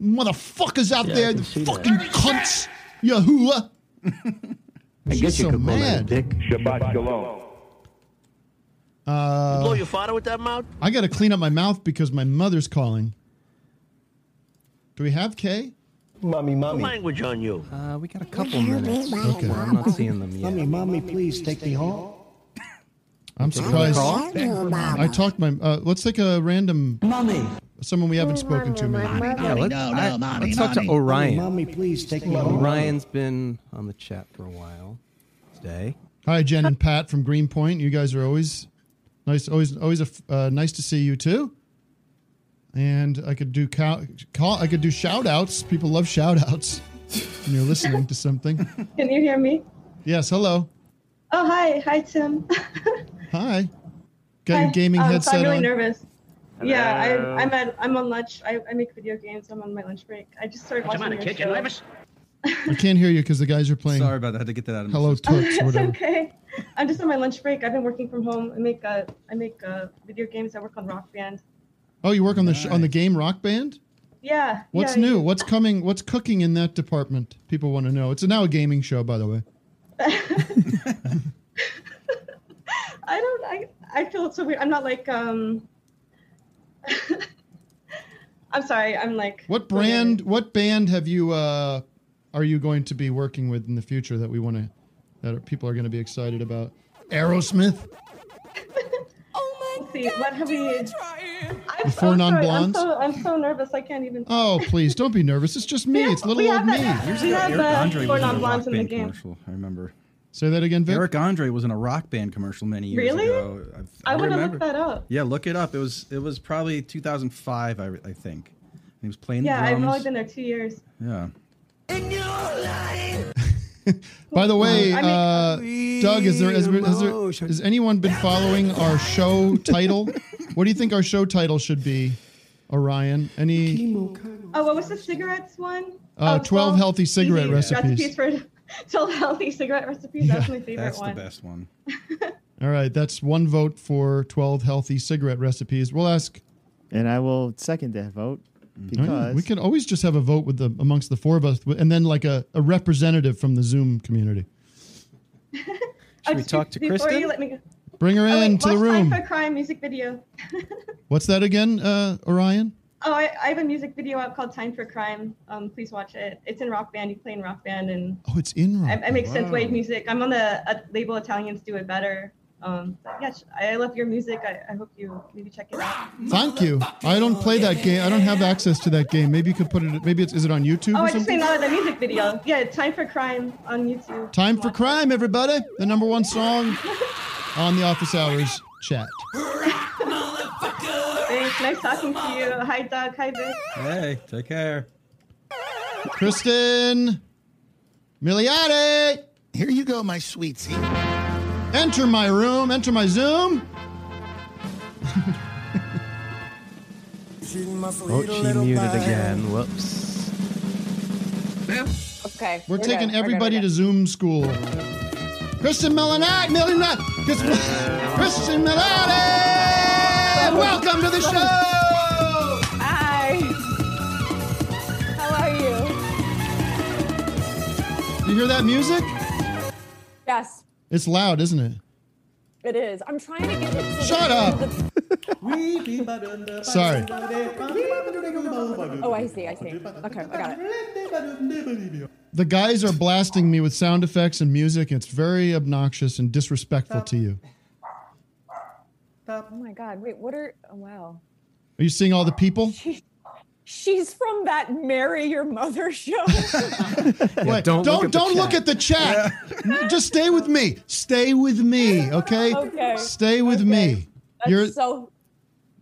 S1: Motherfuckers out
S8: Yeah, I
S1: there,
S8: can
S1: the
S8: see that.
S1: fucking cunts, Yahuwah.
S8: I
S1: She's
S8: guess you
S1: so
S8: could call that a
S1: mad.
S8: dick. Shabbat shalom.
S1: Uh,
S8: blow your father with that mouth?
S1: I got to clean up my mouth because my mother's calling. Do we have Kay? Mommy, mommy.
S8: Language on you.
S5: Uh, we got a
S8: couple
S5: minutes. Okay, I'm not seeing them yet.
S8: Mommy, mommy, please take me home.
S1: I'm
S8: Take
S1: surprised.
S8: another call?
S1: I talked my. Uh, let's take a random. Mommy. Someone we haven't spoken to. Maybe.
S5: Yeah, let's, I- let's talk to Orion. please take
S1: me home.
S5: Orion's been on the chat for a while today.
S1: Hi, Jen and Pat from Greenpoint. You guys are always nice. Always, always a f uh, nice to see you too. And I could do cow, call. I could do shout outs. People love shout outs. when you're listening to something.
S22: Can you hear me?
S1: Yes. Hello.
S22: Oh, hi. Hi, Tim.
S1: Hi. Got
S22: Hi.
S1: your gaming
S22: Um, so
S1: headset
S22: I'm really
S1: on.
S22: nervous. Yeah,
S1: Hello.
S22: I, I'm at. I'm on lunch. I, I make video games. I'm on my lunch break. I just started
S8: Come
S22: watching
S8: on,
S22: your
S8: kid, you
S22: show.
S8: nervous?
S1: I can't hear you because the guys are playing.
S2: Sorry about that. I had to get that out of my
S1: Hello,
S2: system.
S1: Toots. or
S22: it's
S1: whatever.
S22: okay. I'm just on my lunch break. I've been working from home. I make uh, I make uh, video games. I work on Rock Band.
S1: Oh, you work on the sh- on the game Rock Band.
S22: Yeah.
S1: What's
S22: yeah,
S1: new? What's coming? What's cooking in that department? People want to know. It's now a gaming show, by the way.
S22: I don't. I I feel so weird. I'm not like um. I'm sorry. I'm like.
S1: What brand? What band have you? Uh, are you going to be working with in the future that we want to? That people are going to be excited about? Aerosmith.
S22: Let's see, what have we? I'm
S1: The four
S22: I'm sorry,
S1: non-blondes?
S22: I'm so, I'm so nervous. I can't even.
S1: Oh, please don't be nervous. It's just me. it's little
S22: we
S1: old
S22: have
S1: me.
S22: that- Years we ago, have Eric that Andre four was in a non-blondes Rock in the Band game.
S2: commercial. I remember.
S1: Say that again, Vic.
S2: Eric Andre was in a rock band commercial many years
S22: Really?
S2: ago. I've-
S22: I wanna look
S2: remember.
S22: that up.
S2: Yeah, look it up. It was it was probably 2005, I, re- I think. He was playing
S22: yeah,
S2: the
S22: I've
S2: drums.
S22: only been there two years.
S2: Yeah,
S8: in your line.
S1: By the way,
S8: I
S1: uh,
S8: mean-
S1: Doug, is there, is, is there has anyone been following our show title? what do you think our show title should be, Orion? Any
S22: Oh, what was the cigarettes one?
S1: uh,
S22: Oh,
S1: twelve healthy cigarette
S22: recipes
S1: recipes?
S22: for 12 healthy cigarette recipes. That's my favorite
S2: That's
S22: one.
S2: the best one.
S1: All right, that's one vote for twelve healthy cigarette recipes. We'll ask,
S3: and I will second that vote because
S1: we could always just have a vote with the amongst the four of us, and then like a, a representative from the Zoom community.
S22: Oh,
S1: we
S22: just
S1: talk to
S22: before
S1: Kristen?
S22: you let me go.
S1: Bring her
S22: Oh,
S1: in
S22: wait,
S1: to the
S22: watch
S1: room.
S22: Time for a Crime music video.
S1: What's that again, uh, Orion?
S22: Oh, I, I have a music video out called Time for Crime. Um, please watch it. It's in rock band. You play in rock band and
S1: Oh, it's in.
S22: I, I make synthwave
S1: Wow.
S22: music. I'm on the uh, label Italians Do It Better. Um, but yeah, sh- I love your music. I, I hope you maybe check it out.
S1: Thank you. I don't play that game. I don't have access to that game. Maybe you could put it. Maybe it's. Is it on YouTube?
S22: Oh,
S1: or
S22: I just
S1: something?
S22: made another the music video. Yeah, Time for Crime on YouTube.
S1: Time for crime, everybody. The number one song on the office hours chat.
S22: Thanks. Nice talking to you. Hi, Doug. Hi, Vic.
S2: Hey, take care.
S1: Kristen Miliati. Here you go, my sweetie. Enter my room. Enter my Zoom.
S5: Oh, she muted again. Whoops.
S22: Okay.
S1: We're taking everybody to Zoom school. Kristen Milanotti, Milanotti, Kristen, Kristen Milanotti, welcome to the show.
S8: Hi. How are you?
S1: You hear that music?
S7: Yes,
S1: It's loud, isn't it?
S7: it is. I'm trying to get it. To
S1: Shut
S7: the-
S1: up.
S7: the-
S1: Sorry.
S7: Oh, I see. I see. Okay, I got it.
S1: The guys are blasting me with sound effects and music. It's very obnoxious and disrespectful to you.
S7: Oh my God! Wait, what are? Oh wow.
S1: Are you seeing all the people?
S7: She's from that "Marry Your Mother" show.
S1: Wait,
S8: don't look at
S1: don't
S8: the
S1: don't look
S8: chat.
S1: at the chat. Just stay with me. Stay with me, okay?
S7: Okay.
S1: Stay with me.
S7: That's
S1: You're
S7: so.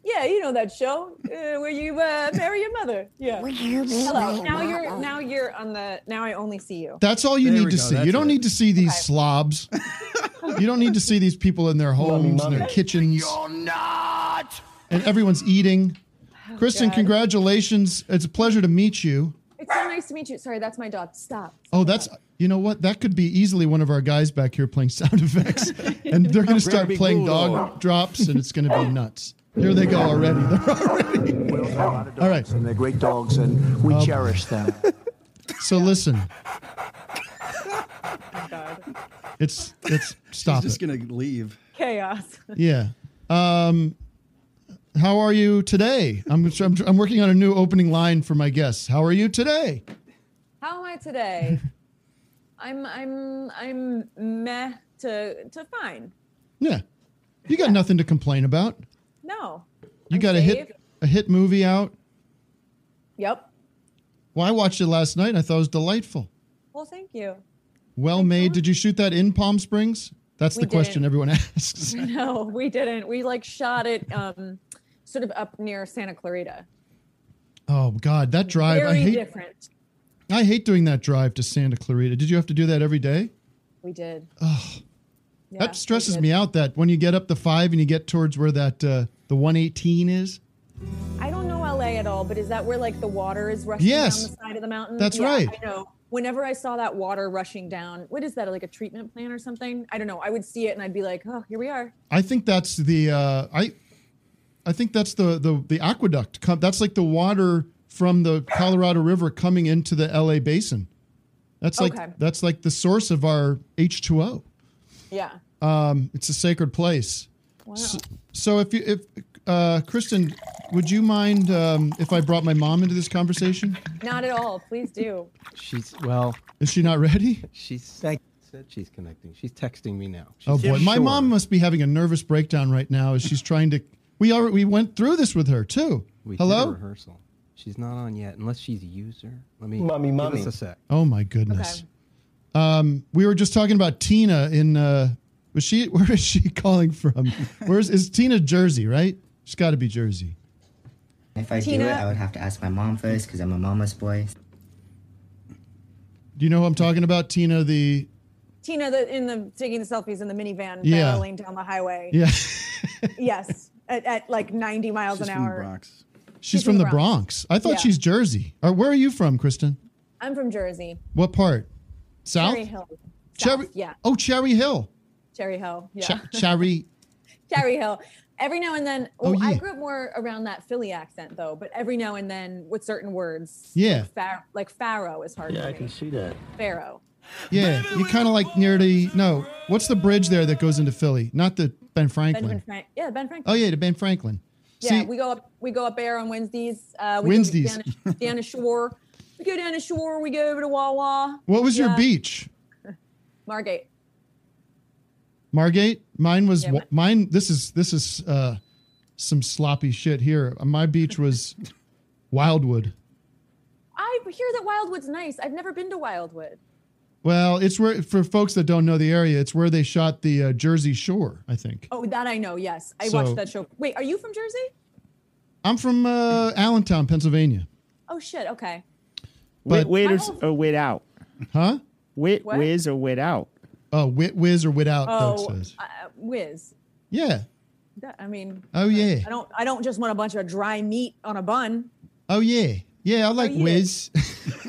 S7: Yeah, you know that show uh, where you uh, marry your mother. Yeah. Hello. Now you're now you're on the. Now I only see you.
S1: That's all you
S2: There
S1: need
S2: we
S1: to
S2: go,
S1: see.
S2: that's
S1: You don't
S2: it.
S1: need to see these slobs. you don't need to see these people in their homes and their kitchens. You're not. And everyone's eating. Kristen,
S7: Oh, God.
S1: congratulations. It's a pleasure to meet you.
S7: It's so nice to meet you. Sorry, that's my dog. Stop.
S1: Oh, that's you know what? That could be easily one of our guys back here playing sound effects. and they're going to start
S8: Gravity
S1: playing
S8: Ghoul.
S1: dog drops and it's going to be nuts. Here they go already. They're already. All right.
S10: And they're great dogs, and we
S1: Um,
S10: cherish them.
S1: So listen. It's it's stop
S2: She's just
S1: it.
S2: gonna leave.
S7: Chaos.
S1: Yeah. Um, how are you today? I'm, I'm I'm working on a new opening line for my guests. How are you today?
S7: How am I today? I'm I'm I'm meh to to fine.
S1: Yeah. You got nothing to complain about.
S7: No.
S1: You
S7: I'm
S1: got a
S7: safe.
S1: hit a hit movie out.
S7: Yep.
S1: Well, I watched it last night and I thought it was delightful.
S7: Well, thank you.
S1: Well made. Did you shoot that in Palm Springs? That's
S7: We
S1: the question
S7: didn't.
S1: everyone asks.
S7: No, we didn't. We like shot it um sort of up near Santa Clarita.
S1: Oh God, that drive. I
S7: Very
S1: hate
S7: different.
S1: I hate doing that drive to Santa Clarita. Did you have to do that every day?
S7: We did.
S1: Ugh.
S7: Yeah, we
S1: that stresses
S7: did.
S1: me out that when you get up the five and you get towards where that uh, the 118 is.
S7: I don't know LA at all, but is that where like the water is rushing
S1: Yes.
S7: down the side of the mountain?
S1: That's
S7: Yeah,
S1: right.
S7: I know. Whenever I saw that water rushing down, what is that like a treatment plant or something? I don't know. I would see it and I'd be like, "Oh, here we are."
S1: I think that's the uh, I I think that's the the the aqueduct. Com- That's like the water from the Colorado River coming into the LA basin. That's like
S7: Okay.
S1: that's like the source of our H2O.
S7: Yeah.
S1: Um, it's a sacred place.
S7: Wow.
S1: So, so if you if uh, Kristen, would you mind um, if I brought my mom into this conversation?
S7: Not at all. Please do.
S5: She's well.
S1: Is she not ready?
S5: She's said she's connecting. She's texting me now.
S1: Oh
S5: She's
S1: boy, my
S5: sure.
S1: mom must be having a nervous breakdown right now as she's trying to. We already we went through this with her too.
S5: We did a
S1: Hello.
S5: rehearsal. She's not on yet, unless she's a user. Let me.
S1: Mummy,
S5: give
S1: mummy.
S5: us a sec.
S1: Oh my goodness. Um, we were just talking about Tina in. Uh, was she? Where is she calling from? Where's is Tina Jersey? Right? She's got to be Jersey.
S20: If I do
S7: Tina?
S20: it, I would have to ask my mom first because I'm a mama's boy.
S1: Do you know who I'm talking about? Tina, the
S7: Tina the, in the taking the selfies in the minivan
S1: Yeah.
S7: barreling down the highway.
S1: yeah.
S7: yes, at, at like 90 miles an hour.
S1: Bronx. She's, from, the Bronx. I thought
S7: Yeah.
S1: she's Jersey. Or where are you from, Kristen?
S7: I'm from Jersey.
S1: What part? South.
S7: Cherry Hill.
S1: Cherry.
S7: Yeah,
S1: Oh, Cherry Hill.
S7: Cherry Hill. Yeah.
S1: Che- Cherry.
S7: Cherry Hill. Every now and then,
S1: Oh,
S7: well, I
S1: yeah.
S7: grew up more around that Philly accent though, but every now and then with certain words,
S1: Yeah.
S7: far, like Pharaoh is hard for me.
S1: see that.
S7: Pharaoh.
S1: Yeah, you kind of like near the no. What's the bridge there that goes into Philly? Not the Ben Franklin.
S7: Benjamin Frank. Yeah, Ben Franklin.
S1: Oh yeah, the Ben Franklin.
S7: Yeah,
S1: See,
S7: we go up. We go up there on Wednesdays. Uh, we go
S1: Wednesdays.
S7: down, down ashore. We go down ashore. We go over to Wawa.
S1: what was your
S7: Yeah.
S1: beach?
S7: Margate.
S1: Margate. Mine was
S7: Yeah,
S1: wa- mine. This is this is uh, some sloppy shit here. My beach was Wildwood.
S7: I hear that Wildwood's nice. I've never been to Wildwood.
S1: Well, it's where for folks that don't know the area, it's where they shot the uh, Jersey Shore. I think
S7: Oh, that I know. Yes, I
S1: So-
S7: watched that show. Wait, are you from Jersey?
S1: I'm from uh, Allentown, Pennsylvania.
S7: Oh shit. Okay.
S3: Wait,
S1: But-
S3: wait or,
S1: My whole-
S3: or wait out.
S1: Huh?
S3: Wit
S7: What?
S3: whiz or wit out.
S1: Oh, wit whiz or wit out.
S7: oh, uh, whiz.
S1: Yeah.
S7: That- I mean,
S1: Oh yeah.
S7: I don't. I don't just want a bunch of dry meat on a bun.
S1: Oh yeah. Yeah, I like whiz.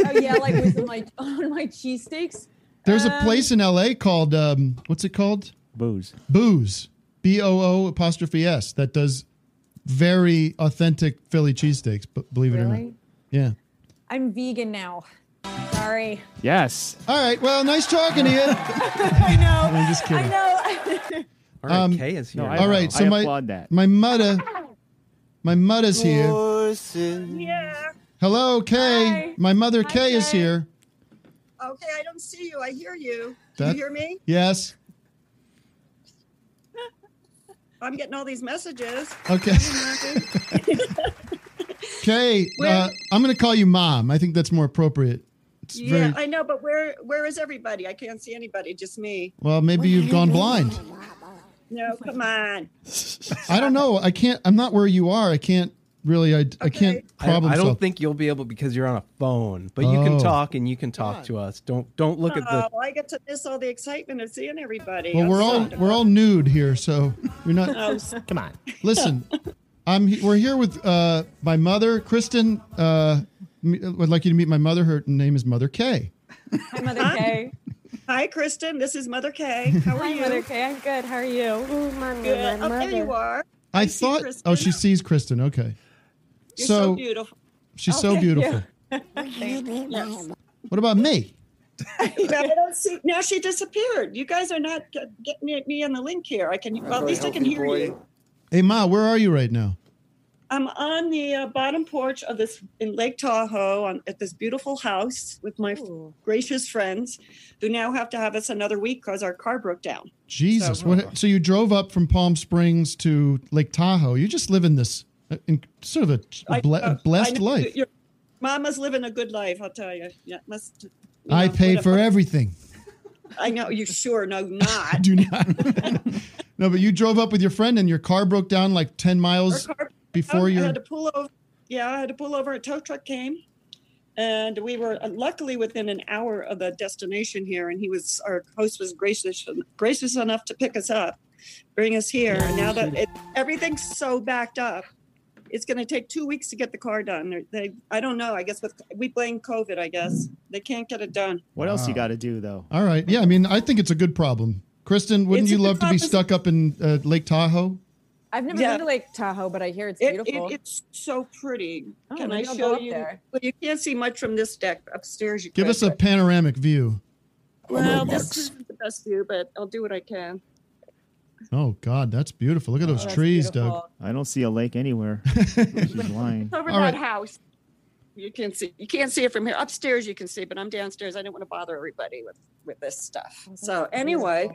S7: Oh yeah, like with my on my cheesesteaks.
S1: There's a
S7: Um,
S1: place in LA called um, what's it called?
S3: Booze.
S1: Booze. B O O apostrophe S that does very authentic Philly cheesesteaks, b- believe it or not.
S7: Really?
S1: Yeah.
S7: I'm vegan now. Sorry.
S3: Yes.
S1: All right. Well, nice talking to you.
S7: I know.
S1: I'm just kidding.
S7: I know.
S1: All
S5: right, Kay is here. No, I-
S1: all right,
S5: I
S1: so my
S5: applaud that.
S1: my mudda, my mudda's here.
S4: Yeah.
S1: Hello, Kay. My mother Kay is here.
S4: Okay, I don't see you. I hear you. Do
S1: That-
S4: you hear me?
S1: Yes.
S4: I'm getting all these messages.
S1: Okay. Kay, uh,
S4: Where-
S1: I'm going to call you mom. I think that's more appropriate. It's
S4: yeah,
S1: very-
S4: I know, but where where is everybody? I can't see anybody, just me.
S1: well, maybe you've gone blind.
S4: No, come on.
S1: I don't know. I can't. I'm not where you are. I can't really. I, I can't
S5: I, I
S1: problem
S5: don't
S1: solve.
S5: think you'll be able because you're on a phone, but you can
S1: Oh.
S5: talk and you can talk to us. Don't don't look at the
S4: Oh, I get to miss all the excitement of seeing everybody.
S1: well,
S4: I'm
S1: we're all
S4: sorry.
S1: we're all nude here, so you're not.
S4: Oh, s-
S5: Come on.
S1: Listen, I'm he- we're here with uh, my mother, Kristen. Uh, me- I'd like you to meet my mother. Her name is Mother Kay.
S4: Hi, Mother Kay. Hi, Kristen. This is Mother Kay. How are
S7: Hi,
S4: you?
S7: Mother Kay. I'm good. How are you?
S4: Good. Oh, there you are.
S1: I,
S4: I see
S1: thought.
S4: Kristen.
S1: Oh, she sees Kristen. Okay.
S4: You're so,
S1: so,
S4: beautiful.
S1: she's so beautiful.
S4: Yes.
S1: What about me?
S4: But I don't see. Now she disappeared. You guys are not get- getting me- me on the link here. I can. Well, at least I can hear you.
S1: Hey, Ma, where are you right now?
S4: I'm on the uh, bottom porch of this in Lake Tahoe on, at this beautiful house with my f- gracious friends, who now have to have us another week because our car broke down.
S1: Jesus, what? So you drove up from Palm Springs to Lake Tahoe. You just live in this uh, in sort of a, a
S4: I-
S1: ble-
S4: uh,
S1: a blessed
S4: I know
S1: life.
S4: you- you're- Mama's living a good life, I'll tell you. Yeah, must. you
S1: I
S4: know,
S1: pay
S4: whatever.
S1: for everything.
S4: I know you sure no not.
S1: Do not. no, but you drove up with your friend and your car broke down like 10 miles
S4: Our car-
S1: before
S4: I
S1: your.
S4: had to pull over. Yeah, I had to pull over. A tow truck came, and we were uh, luckily within an hour of the destination here. And he was our host was gracious gracious enough to pick us up, bring us here. And now that it, everything's so backed up, it's going to take two weeks to get the car done. Or They, I don't know. I guess with, we blame COVID. I guess they can't get it done.
S3: What else you
S1: Wow.
S3: got to do though?
S1: All right. Yeah, I mean, I think it's a good problem. Kristen, wouldn't
S4: It's
S1: you
S4: a good
S1: love to be
S4: problem.
S1: stuck up in uh, Lake Tahoe?
S7: I've never
S4: Yeah.
S7: been to Lake Tahoe, but I hear it's
S4: It,
S7: beautiful.
S4: it, it's so pretty.
S7: Oh,
S4: Can I
S7: maybe I'll go
S4: show
S7: up
S4: you?
S7: there.
S4: Well, you can't see much from this deck upstairs. You
S1: Give
S4: could,
S1: us a
S4: but-
S1: panoramic view.
S4: Well, this isn't the best view, but I'll do what I can.
S1: Oh, God, that's beautiful. Look at those
S4: Oh, That's
S1: trees, Doug.
S4: beautiful.
S3: I don't see a lake anywhere. She's lying.
S4: Over
S1: All
S4: that
S1: right.
S4: house. You can see. You can't see it from here. Upstairs, you can see, but I'm downstairs. I didn't want to bother everybody with with this stuff. So anyway,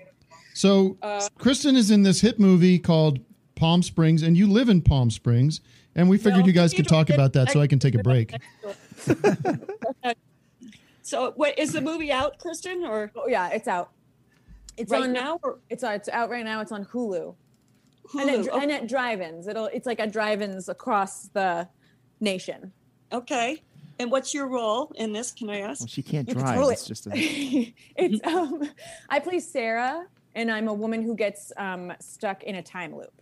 S1: So,
S4: Uh,
S1: Kristen is in this hit movie called Palm Springs, and you live in Palm Springs. And we figured
S4: Well,
S1: you guys
S4: you
S1: could
S4: don't
S1: talk
S4: get-
S1: about that so
S4: I-
S1: I can take a break.
S4: so what is the movie out, Kristen? Or
S7: oh yeah, it's out. It's
S4: Right
S7: on
S4: now
S7: It's uh, it's out right now. It's on Hulu.
S4: Hulu?
S7: And at,
S4: okay.
S7: and at drive-ins, it'll it's like at drive-ins across the nation.
S4: okay. And what's your role in this? Can I ask?
S3: Well, she can't
S4: You can
S3: drive.
S4: totally-
S3: It's just a.
S7: it's um, I play Sarah, and I'm a woman who gets um, stuck in a time loop.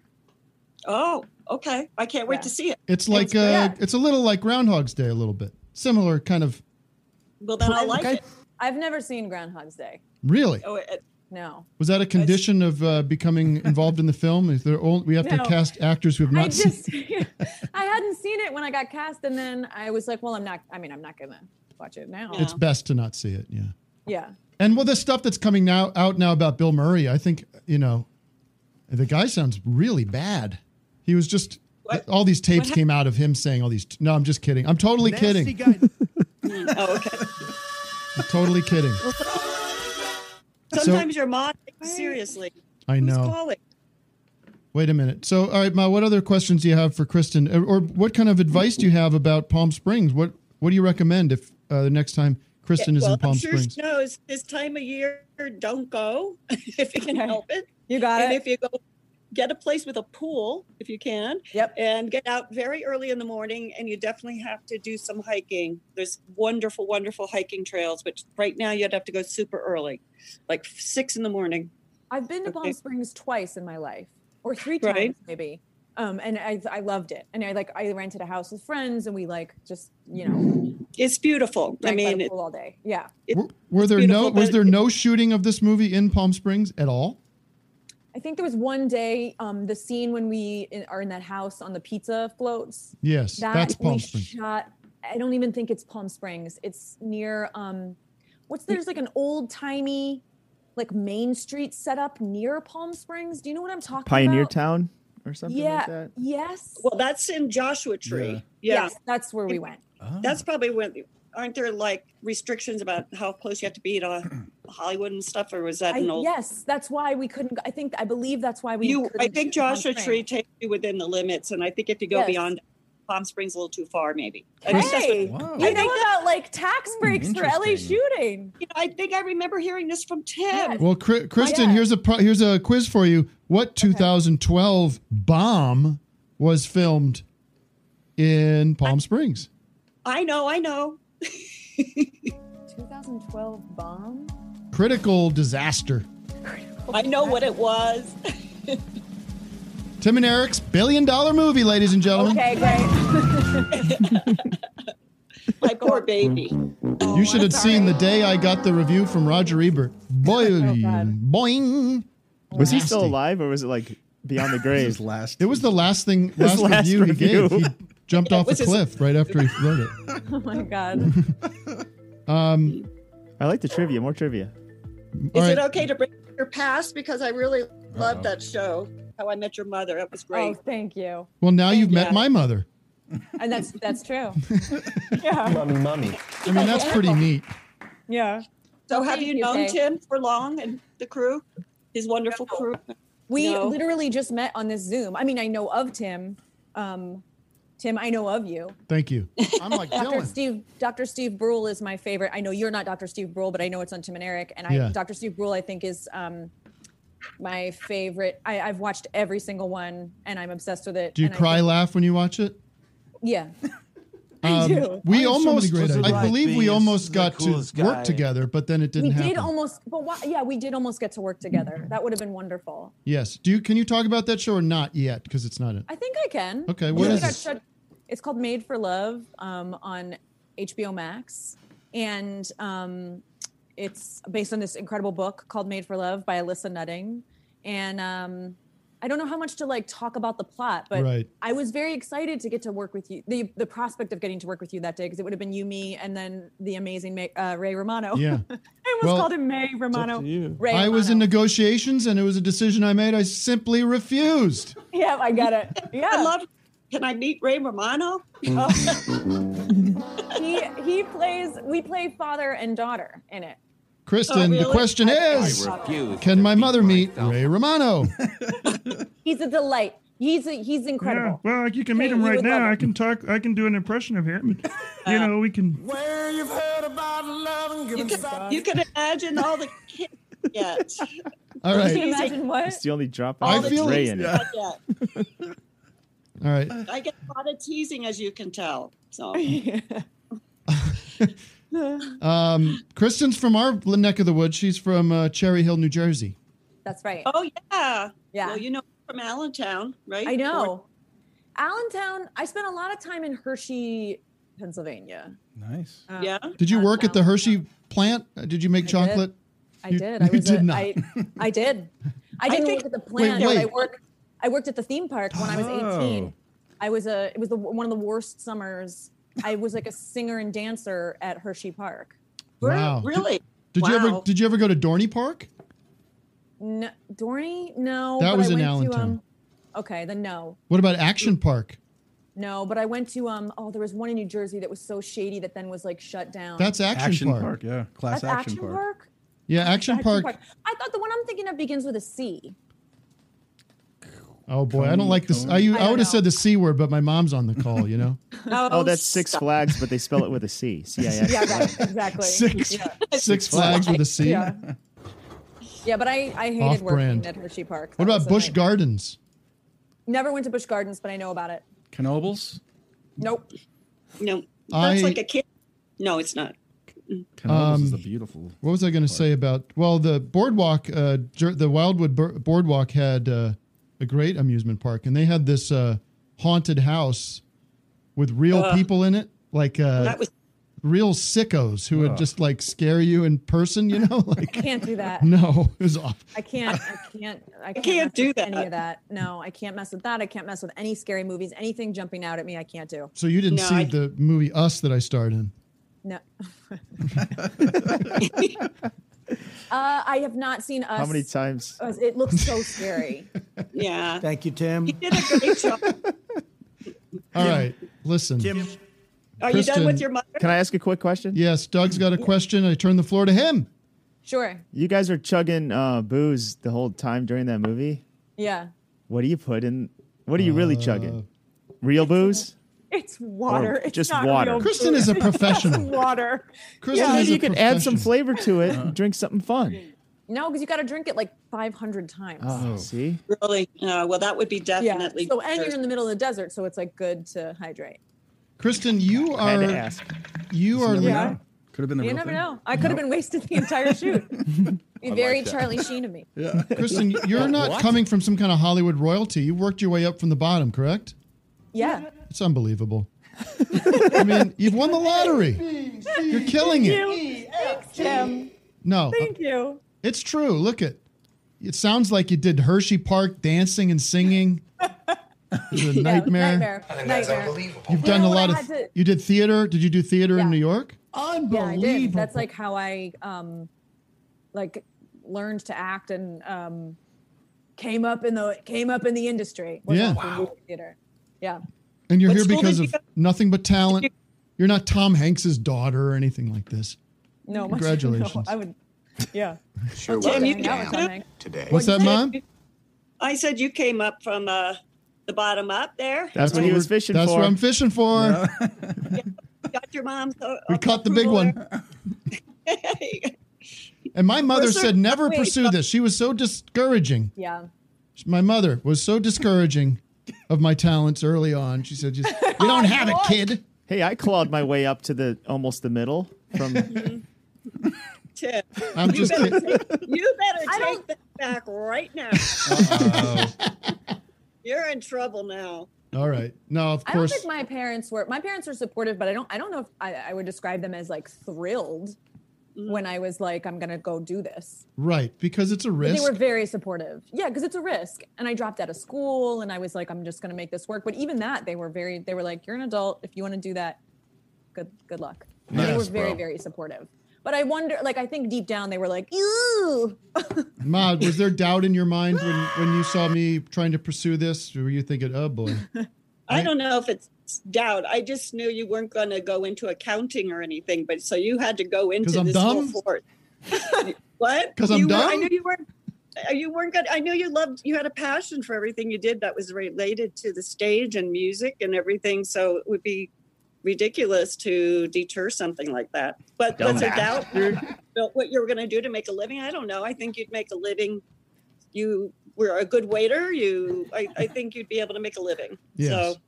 S4: Oh, okay. I can't wait to see it.
S1: It's like uh, it's a little like Groundhog's Day, a little bit similar kind of.
S4: Well, then I'll like it.
S7: I've never seen Groundhog's Day.
S1: Really,
S4: Oh, it,
S7: No.
S1: was that a condition of uh, becoming involved in the film? Is there only, we have
S7: No.
S1: to cast actors who have not
S7: I
S1: seen?
S7: just I hadn't seen it when I got cast, and then I was like, well, I'm not. I mean, I'm not gonna watch it now.
S1: It's best to not see it. Yeah,
S7: yeah.
S1: and well, the stuff that's coming now out now about Bill Murray, I think you know, the guy sounds really bad. He was just all these tapes
S4: what
S1: came out of him saying all these. T- no, I'm just kidding. I'm totally kidding.
S4: oh, okay.
S1: I'm totally kidding. So-
S4: Sometimes your mom takes it seriously.
S1: I know.
S4: Who's calling?
S1: Wait a minute. So, all right, Ma, what other questions do you have for Kristen, or, or what kind of advice do you have about Palm Springs? What What do you recommend if uh, the next time Kristen
S4: Yeah,
S1: is
S4: well,
S1: in Palm
S4: I'm sure
S1: Springs?
S4: She knows this time of year, don't go if you can help it.
S7: You got
S4: and
S7: it.
S4: if you go, get a place with a pool if you can.
S7: Yep.
S4: And get out very early in the morning, and you definitely have to do some hiking. There's wonderful, wonderful hiking trails, which right now you'd have to go super early, like six in the morning.
S7: I've been to Palm
S4: Okay.
S7: Springs twice in my life, or three times
S4: Right.
S7: maybe. Um, and I, I loved it. And I like I rented a house with friends, and we like just you know
S4: It's beautiful. I
S7: drank by
S4: mean,
S7: the
S4: it-
S7: pool all day. Yeah.
S1: Were, were there no
S7: beautiful,
S1: Was
S7: but-
S1: there no shooting of this movie in Palm Springs at all?
S7: I think there was one day, um, the scene when we in, are in that house on the pizza floats.
S1: Yes,
S7: that
S1: that's Palm
S7: we
S1: Springs.
S7: shot. I don't even think it's Palm Springs. It's near. Um, what's there's like an old timey, like Main Street setup near Palm Springs. Do you know what I'm talking
S3: Pioneer
S7: about?
S3: Town or something
S7: yeah.
S3: like that.
S7: Yes.
S4: Well, that's in Joshua Tree. Yeah.
S7: Yes, that's where we went.
S4: That's probably when. Aren't there like restrictions about how close you have to be to Hollywood and stuff, or was that
S7: I,
S4: an old?
S7: yes, that's why we couldn't. go- I think I believe that's why we.
S4: you i
S7: couldn't
S4: think
S7: shoot Palm
S4: joshua
S7: Springs.
S4: tree takes you within the limits and i think if you go
S7: Yes.
S4: beyond palm springs a little too far maybe I think that's what-
S7: Hey,
S4: I think
S7: you know
S4: that-
S7: about like tax breaks for LA
S1: Hmm, interesting.
S7: shooting.
S4: i think i remember hearing this from tim
S1: Well, Cri-
S4: Oh,
S1: Kristen, here's a pro- here's a quiz for you. What 2012 bomb was filmed in Palm Springs?
S4: i know i know
S7: 2012 bomb.
S1: Critical disaster.
S4: i know what it was
S1: Tim and Eric's billion dollar movie, ladies and gentlemen.
S7: Okay, great.
S4: my poor baby
S1: You should have seen the day I got the review from Roger Ebert. Boing, boing.
S3: Was he still
S1: Nasty.
S3: alive or was it like beyond the grave? his
S2: last.
S1: It was the last thing, last,
S3: His last
S1: review,
S3: review.
S1: he gave. He jumped
S3: Yeah,
S1: off a
S3: which is-
S1: cliff right after he wrote it.
S7: oh my god.
S1: Um,
S3: I like the trivia. More trivia.
S4: is it okay to bring up your past because i really love that show how i met your mother that was
S7: oh,
S4: great
S7: thank you.
S1: Well, now you've met
S4: Yeah.
S1: my mother.
S7: And that's that's true. yeah.
S1: mummy. I mean, that's pretty neat.
S7: Yeah.
S4: so have you
S7: you,
S4: known
S7: Kay.
S4: tim for long and the crew his wonderful crew
S7: We
S4: No.
S7: literally just met on this Zoom. I mean, I know of Tim. Um, Tim, I know of you.
S1: Thank you. I'm like
S7: Dr. Steve Dr. Steve Brule is my favorite. I know you're not Dr. Steve Brule, but I know it's on Tim and Eric. And I
S1: Yeah.
S7: Dr. Steve Brule, I think, is um my favorite. I, I've watched every single one and I'm obsessed with it.
S1: Do you
S7: and I
S1: cry,
S7: think-
S1: laugh when you watch it?
S7: Yeah.
S1: Um, We almost, I believe we almost got to
S8: coolest guy.
S1: work together, but then it didn't
S7: we
S1: happen.
S7: did almost but why, yeah, we did almost get to work together. That would have been wonderful.
S1: yes. Do you, can you talk about that show or not yet? Because it's not it.
S7: I think I can.
S1: Okay,
S7: I
S1: what
S7: think
S1: is
S7: I got
S1: it?
S7: shut- It's called Made for Love um, on HBO Max, and um, it's based on this incredible book called Made for Love by Alyssa Nutting. And um, I don't know how much to like talk about the plot, but
S1: Right.
S7: I was very excited to get to work with you. The the prospect of getting to work with you that day because it would have been you, me, and then the amazing Ma- uh, Ray Romano.
S1: Yeah.
S7: I almost
S1: Well,
S7: called him May Romano. Ray
S1: I was in negotiations and it was a decision I made. I simply refused.
S7: Yeah, I got it. Yeah.
S4: i love can i meet ray romano
S7: Oh, he he plays we play father and daughter in it
S1: Kristen,
S7: Oh,
S1: the
S7: really?
S1: question
S7: I- I
S1: is
S7: refuse
S1: Can my mother meet Ray Romano?
S7: he's a delight he's a, he's incredible
S9: Yeah, well, you can meet
S7: Hey,
S9: him
S7: you
S9: right
S7: would love
S9: now. I
S7: him.
S9: can talk. I can do an impression of him. you know, we can.
S8: Where you've heard about love and
S4: you can, you can imagine all the kids yet
S1: All right.
S4: You can imagine
S7: what?
S3: It's the only drop
S1: I
S3: out with
S1: feel-
S3: Ray in it.
S1: Yeah.
S4: yet.
S1: All right.
S4: I get a lot of teasing, as you can tell. So
S1: Um, Kristen's from our neck of the woods. She's from uh, Cherry Hill, New Jersey.
S7: That's right.
S4: Oh yeah.
S7: Yeah.
S4: Well, you know from Allentown, right?
S7: I know.
S4: Or-
S7: Allentown, I spent a lot of time in Hershey, Pennsylvania.
S2: Nice.
S7: Um,
S4: yeah.
S1: Did you work at the Hershey plant? Uh, Did you make
S7: I
S1: chocolate?
S7: I
S1: You-
S7: did. I
S1: you
S7: was
S1: did
S7: a,
S1: not.
S7: I, I did. I didn't work at the
S1: Wait,
S7: plant. but I
S1: wait.
S7: worked I worked at the theme park when I was 18.
S1: Oh.
S7: I was a it was the, one of the worst summers. I was like a singer and dancer at Hershey Park.
S1: Wow.
S7: Really?
S1: Did, you ever
S7: Wow.
S1: Did you ever go to Dorney Park?
S7: No, Dorney? No.
S1: That
S7: but
S1: was
S7: I
S1: in
S7: went To,
S1: Allentown.
S7: um, okay, then no.
S1: What about Action Park?
S7: No, but I went to um oh there was one in New Jersey that was so shady that then was like shut down.
S1: That's Action, Park.
S2: Yeah,
S7: That's Action, Park.
S1: Yeah, Action, Park.
S7: I thought the one I'm thinking of begins with a C.
S1: Oh boy, I don't like this.
S7: Cone.
S1: I,
S7: I
S1: u-
S7: don't
S1: I would have said the c word, but my mom's on the call. You know,
S7: No,
S3: Oh, that's Six Flags, but they spell it with a C. CIX.
S7: Yeah, right, exactly.
S1: Six-
S7: yeah.
S1: Six Flags with a C.
S7: Yeah, yeah but I, I hated working
S1: Off-brand.
S7: at Hershey Park.
S1: What
S7: That
S1: about
S7: was a
S1: Bush
S7: night-
S1: Gardens?
S7: Never went to Bush Gardens, but I know about it.
S2: Knobles?
S7: Nope.
S4: No.
S1: I-
S4: That's like a kid. No, it's not.
S2: Knobles is
S1: Um,
S2: a beautiful.
S1: What was I going to say about? Well, the boardwalk, uh, Jer- the Wildwood Bur- Boardwalk had uh, a great amusement park, and they had this uh, haunted house with real
S7: Uh,
S4: Ugh.
S1: people in it, like uh,
S4: That was-
S1: real sickos who would
S2: Ugh.
S1: just like scare you in person. You know,
S7: I
S1: like
S7: can't do that.
S1: no, it was off.
S7: I can't. I can't. I can't,
S4: can't
S7: mess
S4: do
S7: with
S4: that.
S7: Any of that? No, I can't mess with that. I can't mess with any scary movies. Anything jumping out at me, I can't do.
S1: So you didn't
S7: No,
S1: see
S7: I-
S1: the movie Us that I starred in.
S7: No. uh, I have not seen us.
S3: How many times?
S7: us- It looks so scary.
S4: yeah.
S3: Thank you, Tim.
S1: All right, listen.
S4: Are you done
S1: Kristen.
S4: with your mother?
S3: Can I ask a quick question?
S1: Yes, Doug's got a question. I turn the floor to him.
S7: Sure.
S3: You guys are chugging uh, booze the whole time during that movie.
S7: Yeah.
S3: What do you put in? What are you really chugging?
S1: Uh,
S3: Real booze?
S7: It's water. it's
S3: Oh, just
S7: not
S3: water.
S7: real
S3: Kristen
S7: food.
S3: is a
S7: It's just
S3: professional.
S7: water.
S3: yeah, maybe you could add some flavor to it
S1: Uh-huh.
S3: and drink something fun.
S7: No, because you got to drink it like 500 times.
S3: Oh, see?
S4: Really? Uh, well, that would be
S7: yeah.
S4: definitely.
S7: So, and you're in the middle of the desert, so it's like good to hydrate.
S1: Kristen, you
S3: I had
S1: are
S3: to ask.
S1: you are
S7: never know.
S2: Could have been the
S7: You
S2: real
S7: never
S2: thing.
S7: know. I could have been wasted the entire shoot. Be
S2: I
S7: very
S2: like that.
S7: Charlie Sheen of me.
S2: Yeah.
S1: Kristen, you're not coming from some kind of Hollywood royalty. You worked your way up from the bottom, correct?
S7: Yeah.
S1: It's unbelievable. I mean, you've won the lottery. You're killing it.
S7: you. Thanks, Tim.
S1: No,
S7: Thank you.
S1: it's true. Look at it. Sounds like you did Hershey Park dancing and singing. It was a nightmare.
S7: Nightmare. Nightmare.
S1: You've
S7: You
S1: done
S7: know
S1: a
S7: what?
S1: lot
S7: I
S1: of.
S7: had to-
S1: you did theater. Did you do theater in New York?
S7: Yeah, I did. That's like how I um like learned to act and um came up in the came up in the industry. was
S1: Yeah.
S7: acting movie theater. Yeah.
S1: And you're
S7: What
S1: here
S7: school
S1: because
S7: did
S1: of
S7: you
S1: nothing but talent. You're not Tom Hanks's daughter or anything like this.
S7: No, my-
S1: Congratulations.
S7: no, I would yeah.
S14: Sure
S7: I'd love
S14: was
S7: to
S14: a
S7: hang out with
S14: jam
S7: Tom Hanks.
S14: today.
S1: What's that, Mom?
S4: I said you came up from uh, the bottom up there.
S3: That's what he was fishing
S1: That's
S3: for.
S1: what I'm fishing for.
S4: Got your mom's. uh,
S1: We caught the big one. and my mother
S4: We're so-
S1: said, never
S4: wait,
S7: uh
S1: pursue this. She was so discouraging.
S7: Yeah.
S1: My mother was so discouraging of my talents early on. She said, just, we don't have it, kid.
S3: Hey, I clawed my way up to the almost the middle from
S4: Tim,
S1: I'm
S4: you
S1: just
S4: better
S1: kidding.
S4: take, you better
S7: I
S4: take that back right now. You're in trouble now.
S1: All right. No, of
S7: I don't
S1: course.
S7: think my parents were my parents were supportive, but I don't I don't know if I, I would describe them as like thrilled
S4: Mm.
S7: when I was like, I'm gonna go do this.
S1: right. Because it's a
S7: But
S1: risk.
S7: They were very supportive. Yeah, because it's a risk. And I dropped out of school and I was like, I'm just gonna make this work. But even that, they were very they were like, You're an adult. If you wanna do that, good good luck. And they
S1: Nice,
S7: were very,
S1: bro.
S7: very supportive. But I wonder like I think deep down they were like, Ew
S1: Ma, was there doubt in your mind when, when you saw me trying to pursue this? Or were you thinking, oh boy.
S4: I don't know if it's doubt. I just knew you weren't going to go into accounting or anything, but so you had to go into
S1: 'Cause I'm
S4: this
S1: dumb?
S4: full force. what?
S1: 'Cause I'm
S4: You were- I
S1: dumb?
S4: knew you weren't. uh, You weren't good. I knew you loved. You had a passion for everything you did that was related to the stage and music and everything. So it would be ridiculous to deter something like that. But was there
S8: Dumbass.
S4: doubt about what you were going to do to make a living? I don't know. I think you'd make a living. You were a good waiter. You, I, I think you'd be able to make a living.
S1: Yes.
S4: So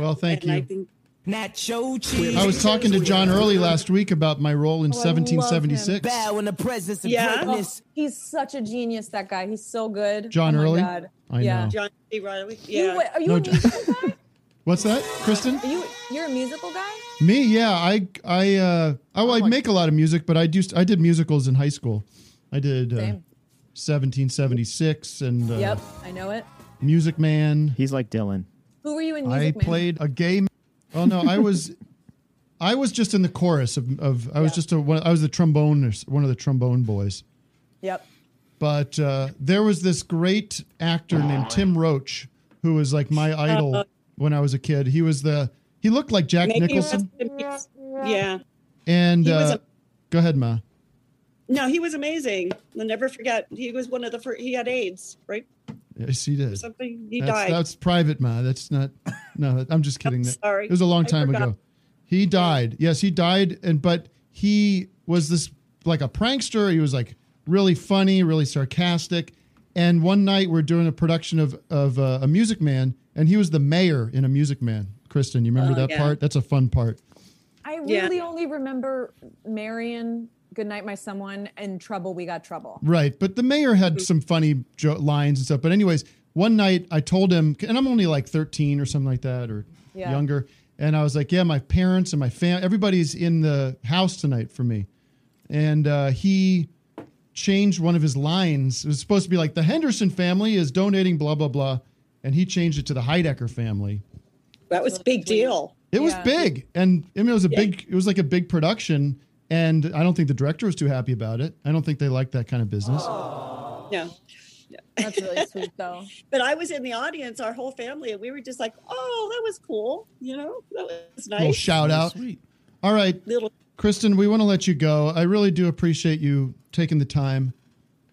S1: Well, thank
S4: and I
S1: you.
S4: think
S15: Nacho cheese.
S1: I was talking to John Early last week about my role in
S7: Oh, I love him.
S1: 1776.
S15: Bow in the presence of greatness.
S7: Oh, he's such a genius. That guy. He's so good.
S1: John
S7: oh my
S1: Early?
S7: God.
S1: I
S7: yeah.
S1: know.
S4: John C. Riley.
S7: You,
S4: Yeah.
S7: wa- are you
S1: No,
S7: a
S1: Jo-
S7: musical?
S1: What's that, Kristen?
S7: Are you you're a musical guy?
S1: Me, yeah. I I uh I, well, I make a lot of music, but I do I did musicals in high school. I did uh,
S7: Same.
S1: 1776 and uh,
S7: yep, I know it.
S1: Music Man.
S3: He's like Dylan.
S7: Who were you in
S1: I
S7: Music Man?
S1: played a gay. m- Oh no, I was, I was just in the chorus of. of I was just a one. I was the trombone, one of the trombone boys.
S7: Yep.
S1: But uh, there was this great actor named Tim Roach, who was like
S7: Uh,
S1: my idol when I was a kid. He was the. He looked like Jack
S4: Maybe
S1: Nicholson.
S4: rest in peace. Yeah.
S1: And
S4: He was
S1: uh, go ahead, Ma.
S4: No, he was amazing. I'll never forget. He was one of the first. He had AIDS, right?
S1: Yes, he did.
S4: Something. He
S1: that's,
S4: died.
S1: That's private, Ma. That's not. No, I'm just kidding. That-
S4: sorry.
S1: It was a long
S4: I
S1: time
S4: forgot.
S1: ago. He died. Yes, he died. And but he was this like a prankster. He was like really funny, really sarcastic. And one night we're doing a production of of uh, a Music Man, and he was the mayor in a Music Man. Kristen, you remember
S7: Oh,
S1: that
S7: yeah.
S1: part? That's a fun part.
S7: I
S1: Yeah.
S7: really only remember Marion, Goodnight My Someone, and Trouble We Got Trouble.
S1: Right. But the mayor had some funny jo- lines and stuff. But, anyways, one night I told him, and I'm only like 13 or something like that or
S8: Yeah.
S1: younger. And I was like, yeah, my parents and my family, everybody's in the house tonight for me. And uh, he changed one of his lines. It was supposed to be like, the Henderson family is donating blah, blah, blah. And he changed it to the Heidecker family.
S4: that was a big deal.
S1: It was big, and I mean, it was a
S4: Yeah.
S1: big. It was like a big production, and I don't think the director was too happy about it. I don't think they like that kind of business.
S4: Oh. Yeah.
S7: That's really sweet, though.
S4: But I was in the audience, our whole family, and we were just like, "Oh, that was cool," you know. That was nice.
S1: Little shout out. All right, Kristen, we want to let you go. I really do appreciate you taking the time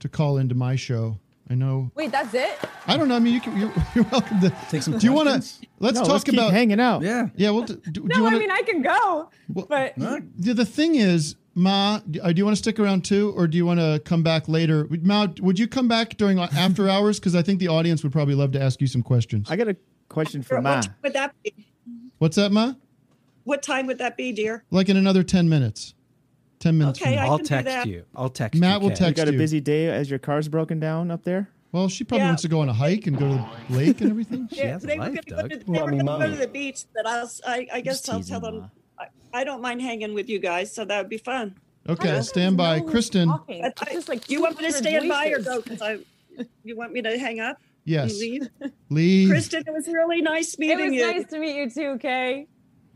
S1: to call into my show. I know.
S7: Wait, that's it?
S1: I don't know. I mean, you can, you're, you're welcome to take some. Do you want to? Let's
S3: No,
S1: talk
S3: let's keep
S1: about
S3: hanging out.
S1: Yeah, yeah. Well, do, do
S7: No,
S1: you want
S7: I mean I can go. but
S1: Yeah, the thing is, Ma, do uh, do you want to stick around too, or do you want to come back later? Ma, would you come back during our- after hours? Because I think the audience would probably love to ask you some questions.
S3: I got a question for
S1: Ma.
S4: Would that be?
S1: What's that, Ma?
S4: What time would that be, dear?
S1: Like in another ten minutes. Ten minutes. from
S4: Okay,
S1: now.
S4: I I'll can do text that. you.
S1: I'll text Matt will text
S3: You got a
S1: you.
S3: busy day as your car's broken down up there?
S1: Well, she probably wants to go on a hike and go to the lake and everything.
S4: They- they were going to go to, they were gonna go to the beach, but I'll, s- I, I guess I'll tell them I, I don't mind hanging with you guys, so that would be fun.
S1: Okay, stand by, Kristen.
S4: But I- you want me to stand by or go? 'Cause I, you want me to hang up? You
S1: Yes.
S4: leave?
S1: Lee.
S4: Kristen, it was really nice meeting
S7: it was
S4: you.
S7: nice to meet you too, Kay.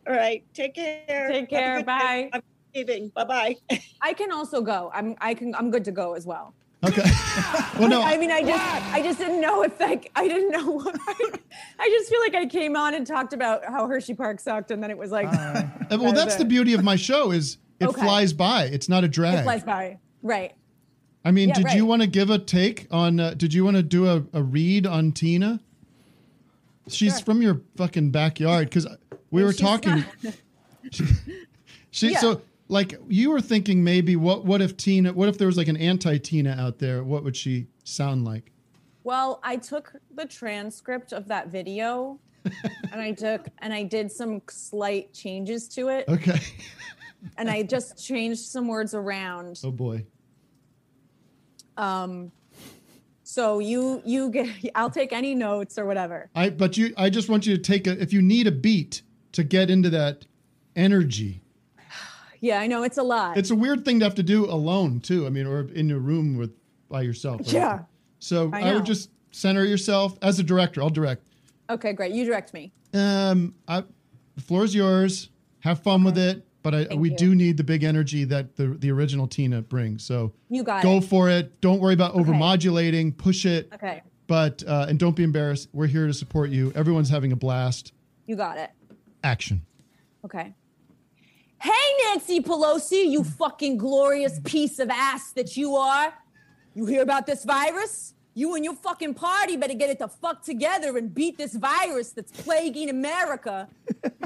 S4: All right, take care. Have
S7: Take
S4: a
S7: care.
S4: good day.
S7: Bye.
S4: I'm leaving. Bye bye.
S7: I can also go. I'm I can I'm good to go as well.
S1: Okay. Well, no.
S7: I mean, I just, I just didn't know if like, I didn't know. What I, I just feel like I came on and talked about how Hershey Park sucked, and then it was like,
S1: Uh, well, that's the beauty of my show is it
S7: Okay.
S1: flies by. It's not a
S7: It
S1: drag.
S7: flies by, right?
S1: I mean,
S7: Yeah,
S1: did
S7: right.
S1: you want to give a take on? Uh, did you want to do a, a read on Tina? She's from your fucking backyard because we were talking. She
S8: Yeah.
S1: so like you were thinking maybe what what if Tina? What if there was like an anti Tina out there? What would she sound like?
S7: Well, I took the transcript of that video, and I took and I did some slight changes to it,
S1: Okay.
S7: and I just changed some words around.
S1: Oh boy.
S7: Um, so you you get, I'll take any notes or whatever.
S1: I but you. I just want you to take a. If you need a beat to get into that energy,
S7: Yeah, I know it's a lot.
S1: it's a weird thing to have to do alone too. I mean, or in your room with by yourself. or
S7: Yeah.
S1: anything. So
S7: I
S1: I,
S7: know.
S1: would just center yourself as a director. I'll direct.
S7: okay, great. You direct me.
S1: Um, I, the floor is yours. Have fun with it. But I, we
S7: you.
S1: do need the big energy that the the original Tina brings. So
S7: You got
S1: go
S7: it.
S1: for it. Don't worry about over modulating. Push it.
S7: Okay,
S1: But uh, and don't be embarrassed. We're here to support you. Everyone's having a blast.
S7: you got it.
S1: Action.
S7: Okay. Hey, Nancy Pelosi, you fucking glorious piece of ass that you are. You hear about this virus? You and your fucking party better get it the fuck together and beat this virus that's plaguing America.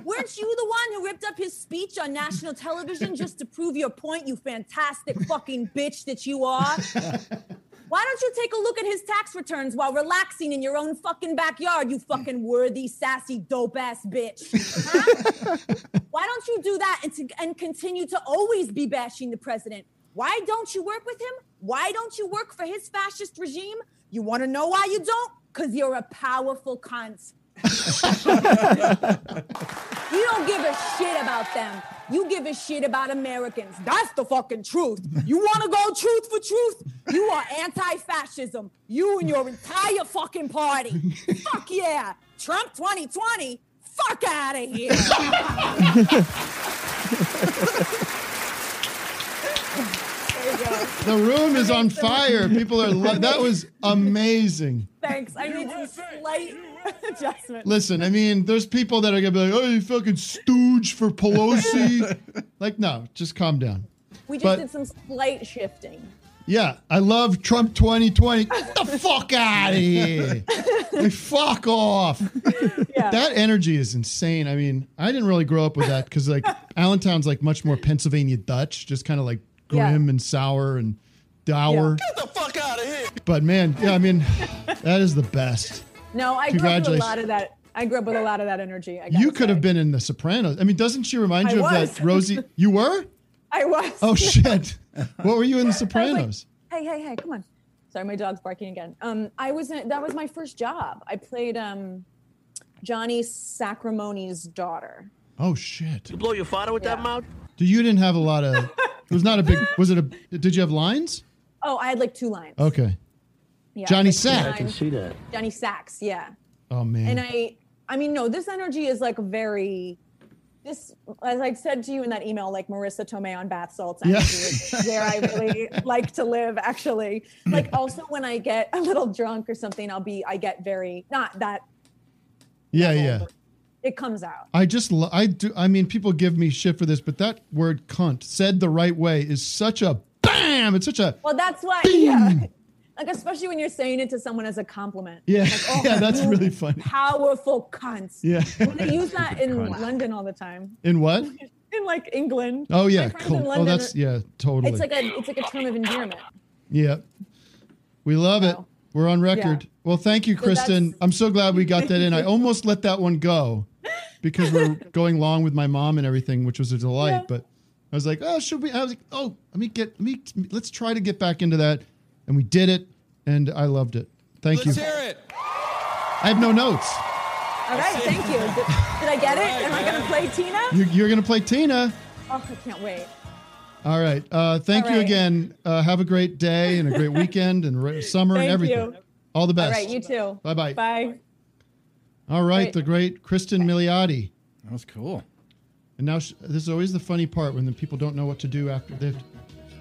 S7: Weren't you the one who ripped up his speech on national television just to prove your point, you fantastic fucking bitch that you are? Why don't you take a look at his tax returns while relaxing in your own fucking backyard, you fucking worthy, sassy, dope ass bitch? Huh? Why don't you do that and, to, and continue to always be bashing the president? Why don't you work with him? Why don't you work for his fascist regime? You want to know why you don't? Because you're a powerful cunt. You don't give a shit about them. You give a shit about Americans. That's the fucking truth. You want to go truth for truth? You are anti fascism. You and your entire fucking party. Fuck yeah. Trump 2020, fuck out of here.
S1: The room is on fire. People are. Lo- that was amazing.
S7: Thanks. I need some slight adjustment.
S1: Listen, I mean, there's people that are gonna be like, "Oh, you fucking stooge for Pelosi." like, no, just calm down.
S7: We just
S1: But-
S7: did some slight shifting.
S1: Yeah, I love Trump 2020. Get the fuck out of here. Like, fuck off. That energy is insane. I mean, I didn't really grow up with that because like Allentown's like much more Pennsylvania Dutch, just kind of like
S8: Yeah.
S1: grim and sour and dour.
S8: Get the fuck out of here.
S1: But man, yeah, I mean, that is the best.
S7: No, I grew up with a
S1: Congratulations.
S7: lot of that. I grew up with a lot of that energy. I, got,
S1: You could have been in The Sopranos. I mean, doesn't she remind
S7: I
S1: you of
S7: was.
S1: that Rosie? You were?
S7: I was.
S1: Oh shit! What were you in The Sopranos?
S7: Hey, hey, hey! Come on. Sorry, my dog's barking again. Um, I was in, that was my first job. I played um, Johnny Sacramone's daughter.
S1: Oh shit!
S11: You blow your father with that mouth?
S1: Do you didn't have a lot of? It was not a big. Was it a? Did you have lines?
S7: Oh, I had like two lines.
S1: Okay.
S7: Yeah,
S1: Johnny
S7: like two
S1: Sack.
S7: lines.
S1: that.
S7: Johnny Sacks. Yeah.
S1: Oh man.
S7: And I, I mean, no, this energy is like very, this, as I said to you in that email, like Marissa Tomei on bath salts,
S8: Yeah.
S7: energy is where I really like to live, actually. Like, also when I get a little drunk or something, I'll be, I get very, not that,
S1: yeah, yeah.
S7: it comes out.
S1: I just, lo- I do. I mean, people give me shit for this, but that word "cunt" said the right way is such a bam. It's such a
S7: Well, that's why, yeah. Like, especially when you're saying it to someone as a compliment.
S1: yeah,
S7: oh.
S1: yeah. That's
S7: you
S1: really funny.
S7: Powerful cunts.
S1: Yeah.
S7: Well, they use that in
S1: Cunt.
S7: London all the time.
S1: In what?
S7: In like England.
S1: Oh
S7: My
S1: yeah,
S7: friends in
S1: cool. Oh,
S7: London
S1: that's
S7: are-
S1: yeah, totally.
S7: It's like a it's like a term of endearment.
S1: Yeah. We love it. We're on record.
S7: Yeah.
S1: Well, thank you,
S7: So
S1: Kristen.
S7: that's-
S1: I'm so glad we got that in. I almost let that one go because we're going long with my mom and everything, which was a delight.
S8: Yeah.
S1: But I was like, oh, should we? I was like, oh, let me get, let me, let's try to get back into that. And we did it. And I loved it. Thank you.
S8: hear it.
S1: I have no notes.
S7: All right, thank you. Did, did I get it? Am I gonna play Tina?
S1: You're, you're going to play Tina.
S7: Oh, I can't wait.
S1: All right. Uh, thank
S7: All
S1: you
S7: right.
S1: again. Uh, have a great day and a great weekend and re- summer
S7: Thank
S1: and everything.
S7: you.
S1: All the best.
S7: All right, you too.
S1: Bye-bye.
S7: Bye.
S1: All right,
S7: Great.
S1: the great Kristen Milioti. That was cool. And now sh this is always the funny part when the people don't know what to do after the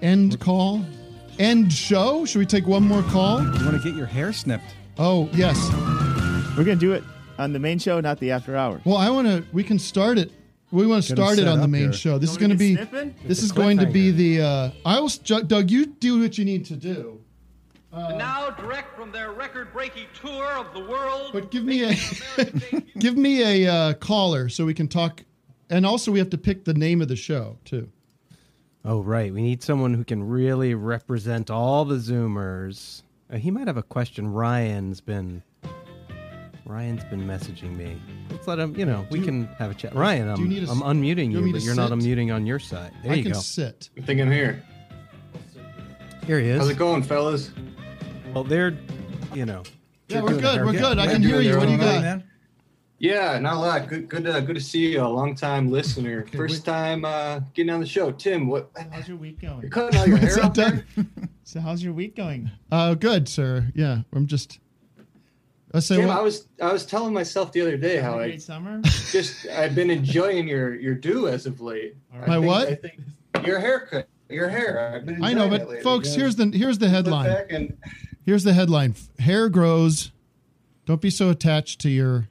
S1: end call, end show. Should we take one more call? You want to get your hair snipped? Oh yes.
S3: We're gonna do it on the main show, not the after hours.
S1: Well, I want to. We can start it. We want to
S3: Get 'em
S1: start it
S3: set
S1: on the
S3: up
S1: main
S3: here.
S1: show. This
S3: Don't
S1: is going to
S3: we
S1: be.
S3: get snipping?
S1: This
S3: It's a
S1: is going to be the. Uh, I will. St- Doug, you do what you need to do. Uh,
S20: and now, direct from their record-breaking tour of the world,
S1: But give me a give me a uh, caller so we can talk, and also we have to pick the name of the show too.
S5: Oh, right. We need someone who can really represent all the Zoomers. Uh, he might have a question. Ryan's been Ryan's been messaging me. Let's let him. You know, we
S1: Do you-
S5: can have a chat. Ryan,
S1: Do
S5: I'm,
S1: you need a s-
S5: I'm unmuting
S1: you
S5: you,
S1: want me
S5: but
S1: to
S5: you're not
S1: sit?
S5: unmuting on your side. There
S1: I
S5: you
S1: can
S5: go.
S1: sit.
S23: I think I'm here.
S5: Here he is.
S23: How's it going, fellas?
S5: Well, they're, you know.
S23: Yeah,
S5: they're
S23: we're
S5: doing
S23: good,
S5: their
S23: we're
S5: bit.
S23: good. I They're can hear doing you. their What do you own got? thing,
S1: man.
S23: Yeah, not a lot. Good, good, uh, good to see you. A long time listener, first time uh, getting on the show. Tim, what?
S3: How's your week going?
S23: You're cutting all your hair out there.
S3: So how's your week going?
S1: Uh, good, sir. Yeah, I'm just. I say
S23: Tim,
S1: what?
S23: I was I was telling myself the other day
S3: Having
S23: how
S3: a
S23: I
S3: great summer.
S23: just I've been enjoying your your do as of late. I
S1: My
S23: think-
S1: what?
S23: I think your haircut, your hair. I've been
S1: I know,
S23: enjoying it
S1: but
S23: lately.
S1: folks,
S23: You
S1: here's the here's the
S23: sit
S1: headline.
S23: back and-
S1: Here's the headline: Hair grows. Don't be so attached to your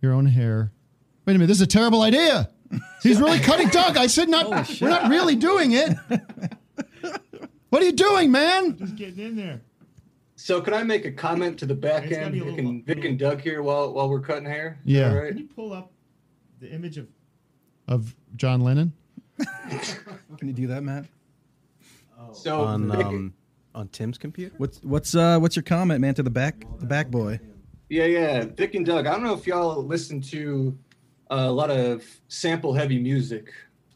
S1: your own hair. Wait a minute, this is a terrible idea. He's really cutting Doug. I said not. we're not really doing it. what are you doing, man?
S3: Just getting in there.
S23: So can I make a comment to the back
S3: It's gotta
S23: end?
S3: be a
S23: Vic
S3: little-
S23: and, Vic and Doug here while while we're cutting hair. Is
S1: Yeah.
S23: that all right?
S3: Can you pull up the image of?
S1: Of John Lennon.
S2: Can you do that, Matt?
S3: oh.
S23: So
S5: On,
S23: Vic,
S5: um, on Tim's computer.
S2: What's what's uh what's your comment, man? To the back the back boy.
S23: Yeah, yeah. Vic and Doug, I don't know if y'all listen to uh, a lot of sample heavy music.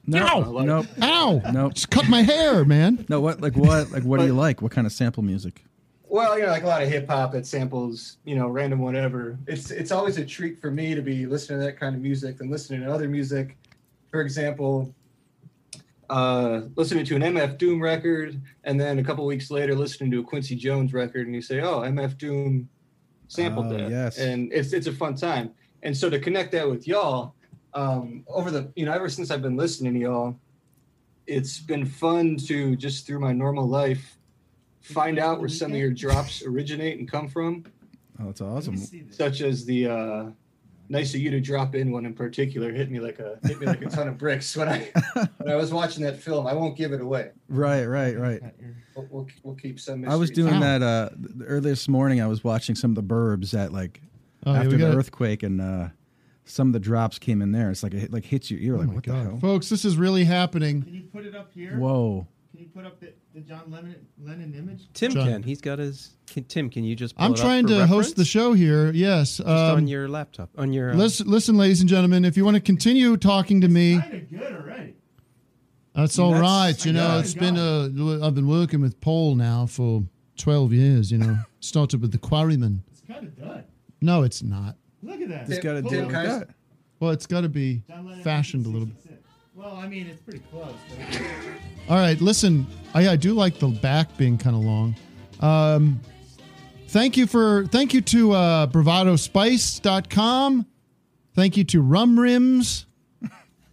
S1: No,
S23: A lot of-
S2: Nope.
S1: Ow!
S2: Nope.
S1: Just cut my hair, man.
S2: No, what like what like what do you like? What kind of sample music?
S23: Well, you know, like a lot of hip hop that samples, you know, random whatever. It's it's always a treat for me to be listening to that kind of music than listening to other music. For example, uh, listening to an MF Doom record, and then a couple weeks later, listening to a Quincy Jones record, and you say, "Oh, MF Doom sampled
S2: Oh,
S23: that,"
S2: yes.
S23: and it's it's a fun time. And so to connect that with y'all, um, over the you know, ever since I've been listening to y'all, it's been fun to just through my normal life find out where some of your drops originate and come from,
S2: Oh, that's awesome.
S23: such as the uh, nice of you to drop in one in particular hit me like a hit me like a ton of bricks when I when I was watching that film. I won't give it away.
S2: Right, right, right.
S23: We'll, we'll, we'll keep some.
S2: I was
S23: mysteries.
S2: doing that uh th- earlier this morning. I was watching some of the burbs at like
S1: Oh, yeah,
S2: after
S1: we
S2: the
S1: got-
S2: earthquake, and uh some of the drops came in there. It's like it hit- like hits your ear, like what the hell?
S1: Oh Folks, this is really happening.
S8: you put it up here?
S2: Whoa!
S8: Can you put up the, the John Lennon, Lennon image?
S5: Tim
S1: John.
S5: can. He's got his. Can, Tim, can you just? Pull
S1: I'm
S5: it up
S1: trying
S5: for
S1: to
S5: reference?
S1: host the show here. Yes. um,
S5: Just on your laptop, on your. uh,
S1: listen, listen, ladies and gentlemen, if you want to continue talking to me, that's all right.
S5: That's-
S1: You know, it's been uh, I've been working with Paul now for 12 years. You know, started with the Quarrymen.
S8: It's kind of done.
S1: No, it's not.
S8: Look at that.
S2: Just gotta
S8: Pull
S2: do
S8: it
S2: it
S8: up.
S2: like that.
S1: Well, it's got to be
S8: John Lennon
S1: fashioned a little bit.
S8: 1966. Well, I mean, it's pretty close.
S1: All right, listen, I, I do like the back being kind of long. Um, thank you for thank you to uh, bravadospice.com. Thank you to Rum Rims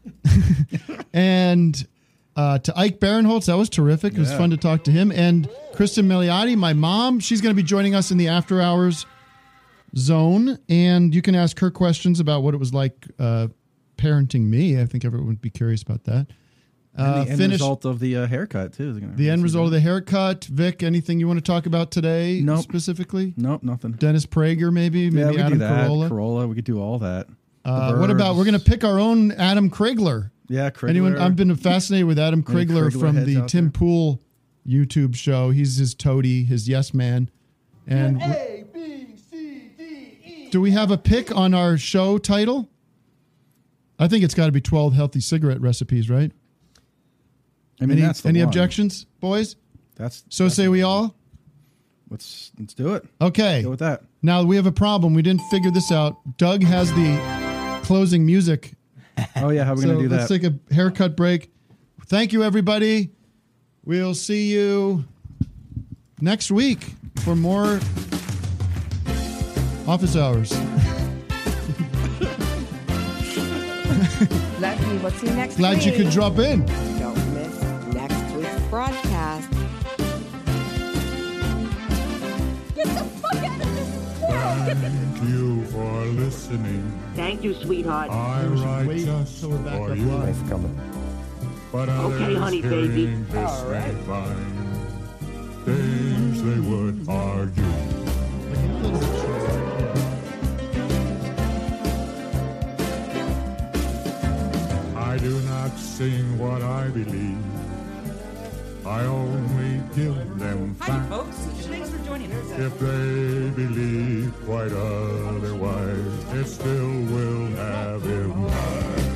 S1: and uh, to Ike Barinholtz. That was terrific. It was
S8: Yeah.
S1: fun to talk to him. And Kristen Milioti, my mom, she's going to be joining us in the after hours zone. And you can ask her questions about what it was like uh, parenting me. I think everyone would be curious about that.
S2: and
S1: Uh,
S2: the end
S1: finish
S2: result of the uh, haircut too. They're gonna
S1: the end
S2: see
S1: result of
S2: that.
S1: the haircut. Vic, anything you want to talk about today
S2: Nope.
S1: specifically?
S2: Nope, nothing.
S1: Dennis Prager, maybe? Maybe
S2: yeah, we
S1: Adam
S2: do that.
S1: Carolla?
S2: we could do all that.
S1: Uh,
S2: The
S1: what about
S2: Burbs.
S1: we're going to pick our own Adam Krigler?
S2: Yeah, Krigler.
S1: Anyone? I've been fascinated with Adam
S2: Any
S1: Krigler,
S2: Krigler
S1: from
S2: heads
S1: the
S2: out
S1: Tim Pool YouTube show. He's his toady, his yes man. And
S8: A, B, C, D, E.
S1: do we have a pick on our show title? I think it's got to be twelve healthy cigarette recipes, right?
S2: I mean,
S1: any,
S2: that's the
S1: any
S2: one.
S1: objections, boys?
S2: That's
S1: so. Say we all.
S2: Let's let's do it.
S1: Okay.
S2: Go with that.
S1: Now we have a problem. We didn't figure this out. Doug has the closing music.
S2: Oh yeah, how are we
S1: so
S2: gonna do
S1: let's
S2: that?
S1: take a haircut break. Thank you, everybody. We'll see you next week for more office hours.
S11: Lucky, we'll see you next
S1: Glad you
S11: week.
S1: could drop in.
S11: Don't miss next week's broadcast.
S8: Get the fuck out of this world! Get the
S16: You are listening.
S11: Thank you, sweetheart.
S16: I write just for you. But others
S11: Okay, honey,
S16: hearing
S11: baby.
S16: this
S11: All
S16: may find things they would argue. I do not sing what I believe. I only give them
S19: Hi,
S16: facts
S19: folks. Thanks for joining us.
S16: if they believe quite otherwise. It still will have impact.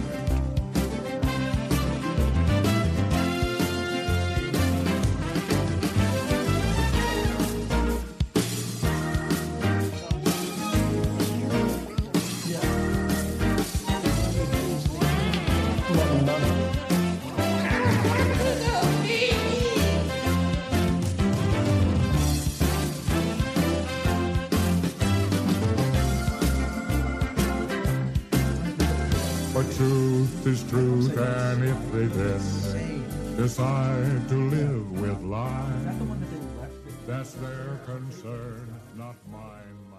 S16: But truth is truth, and if they then decide to live with lies, that's their concern, not mine.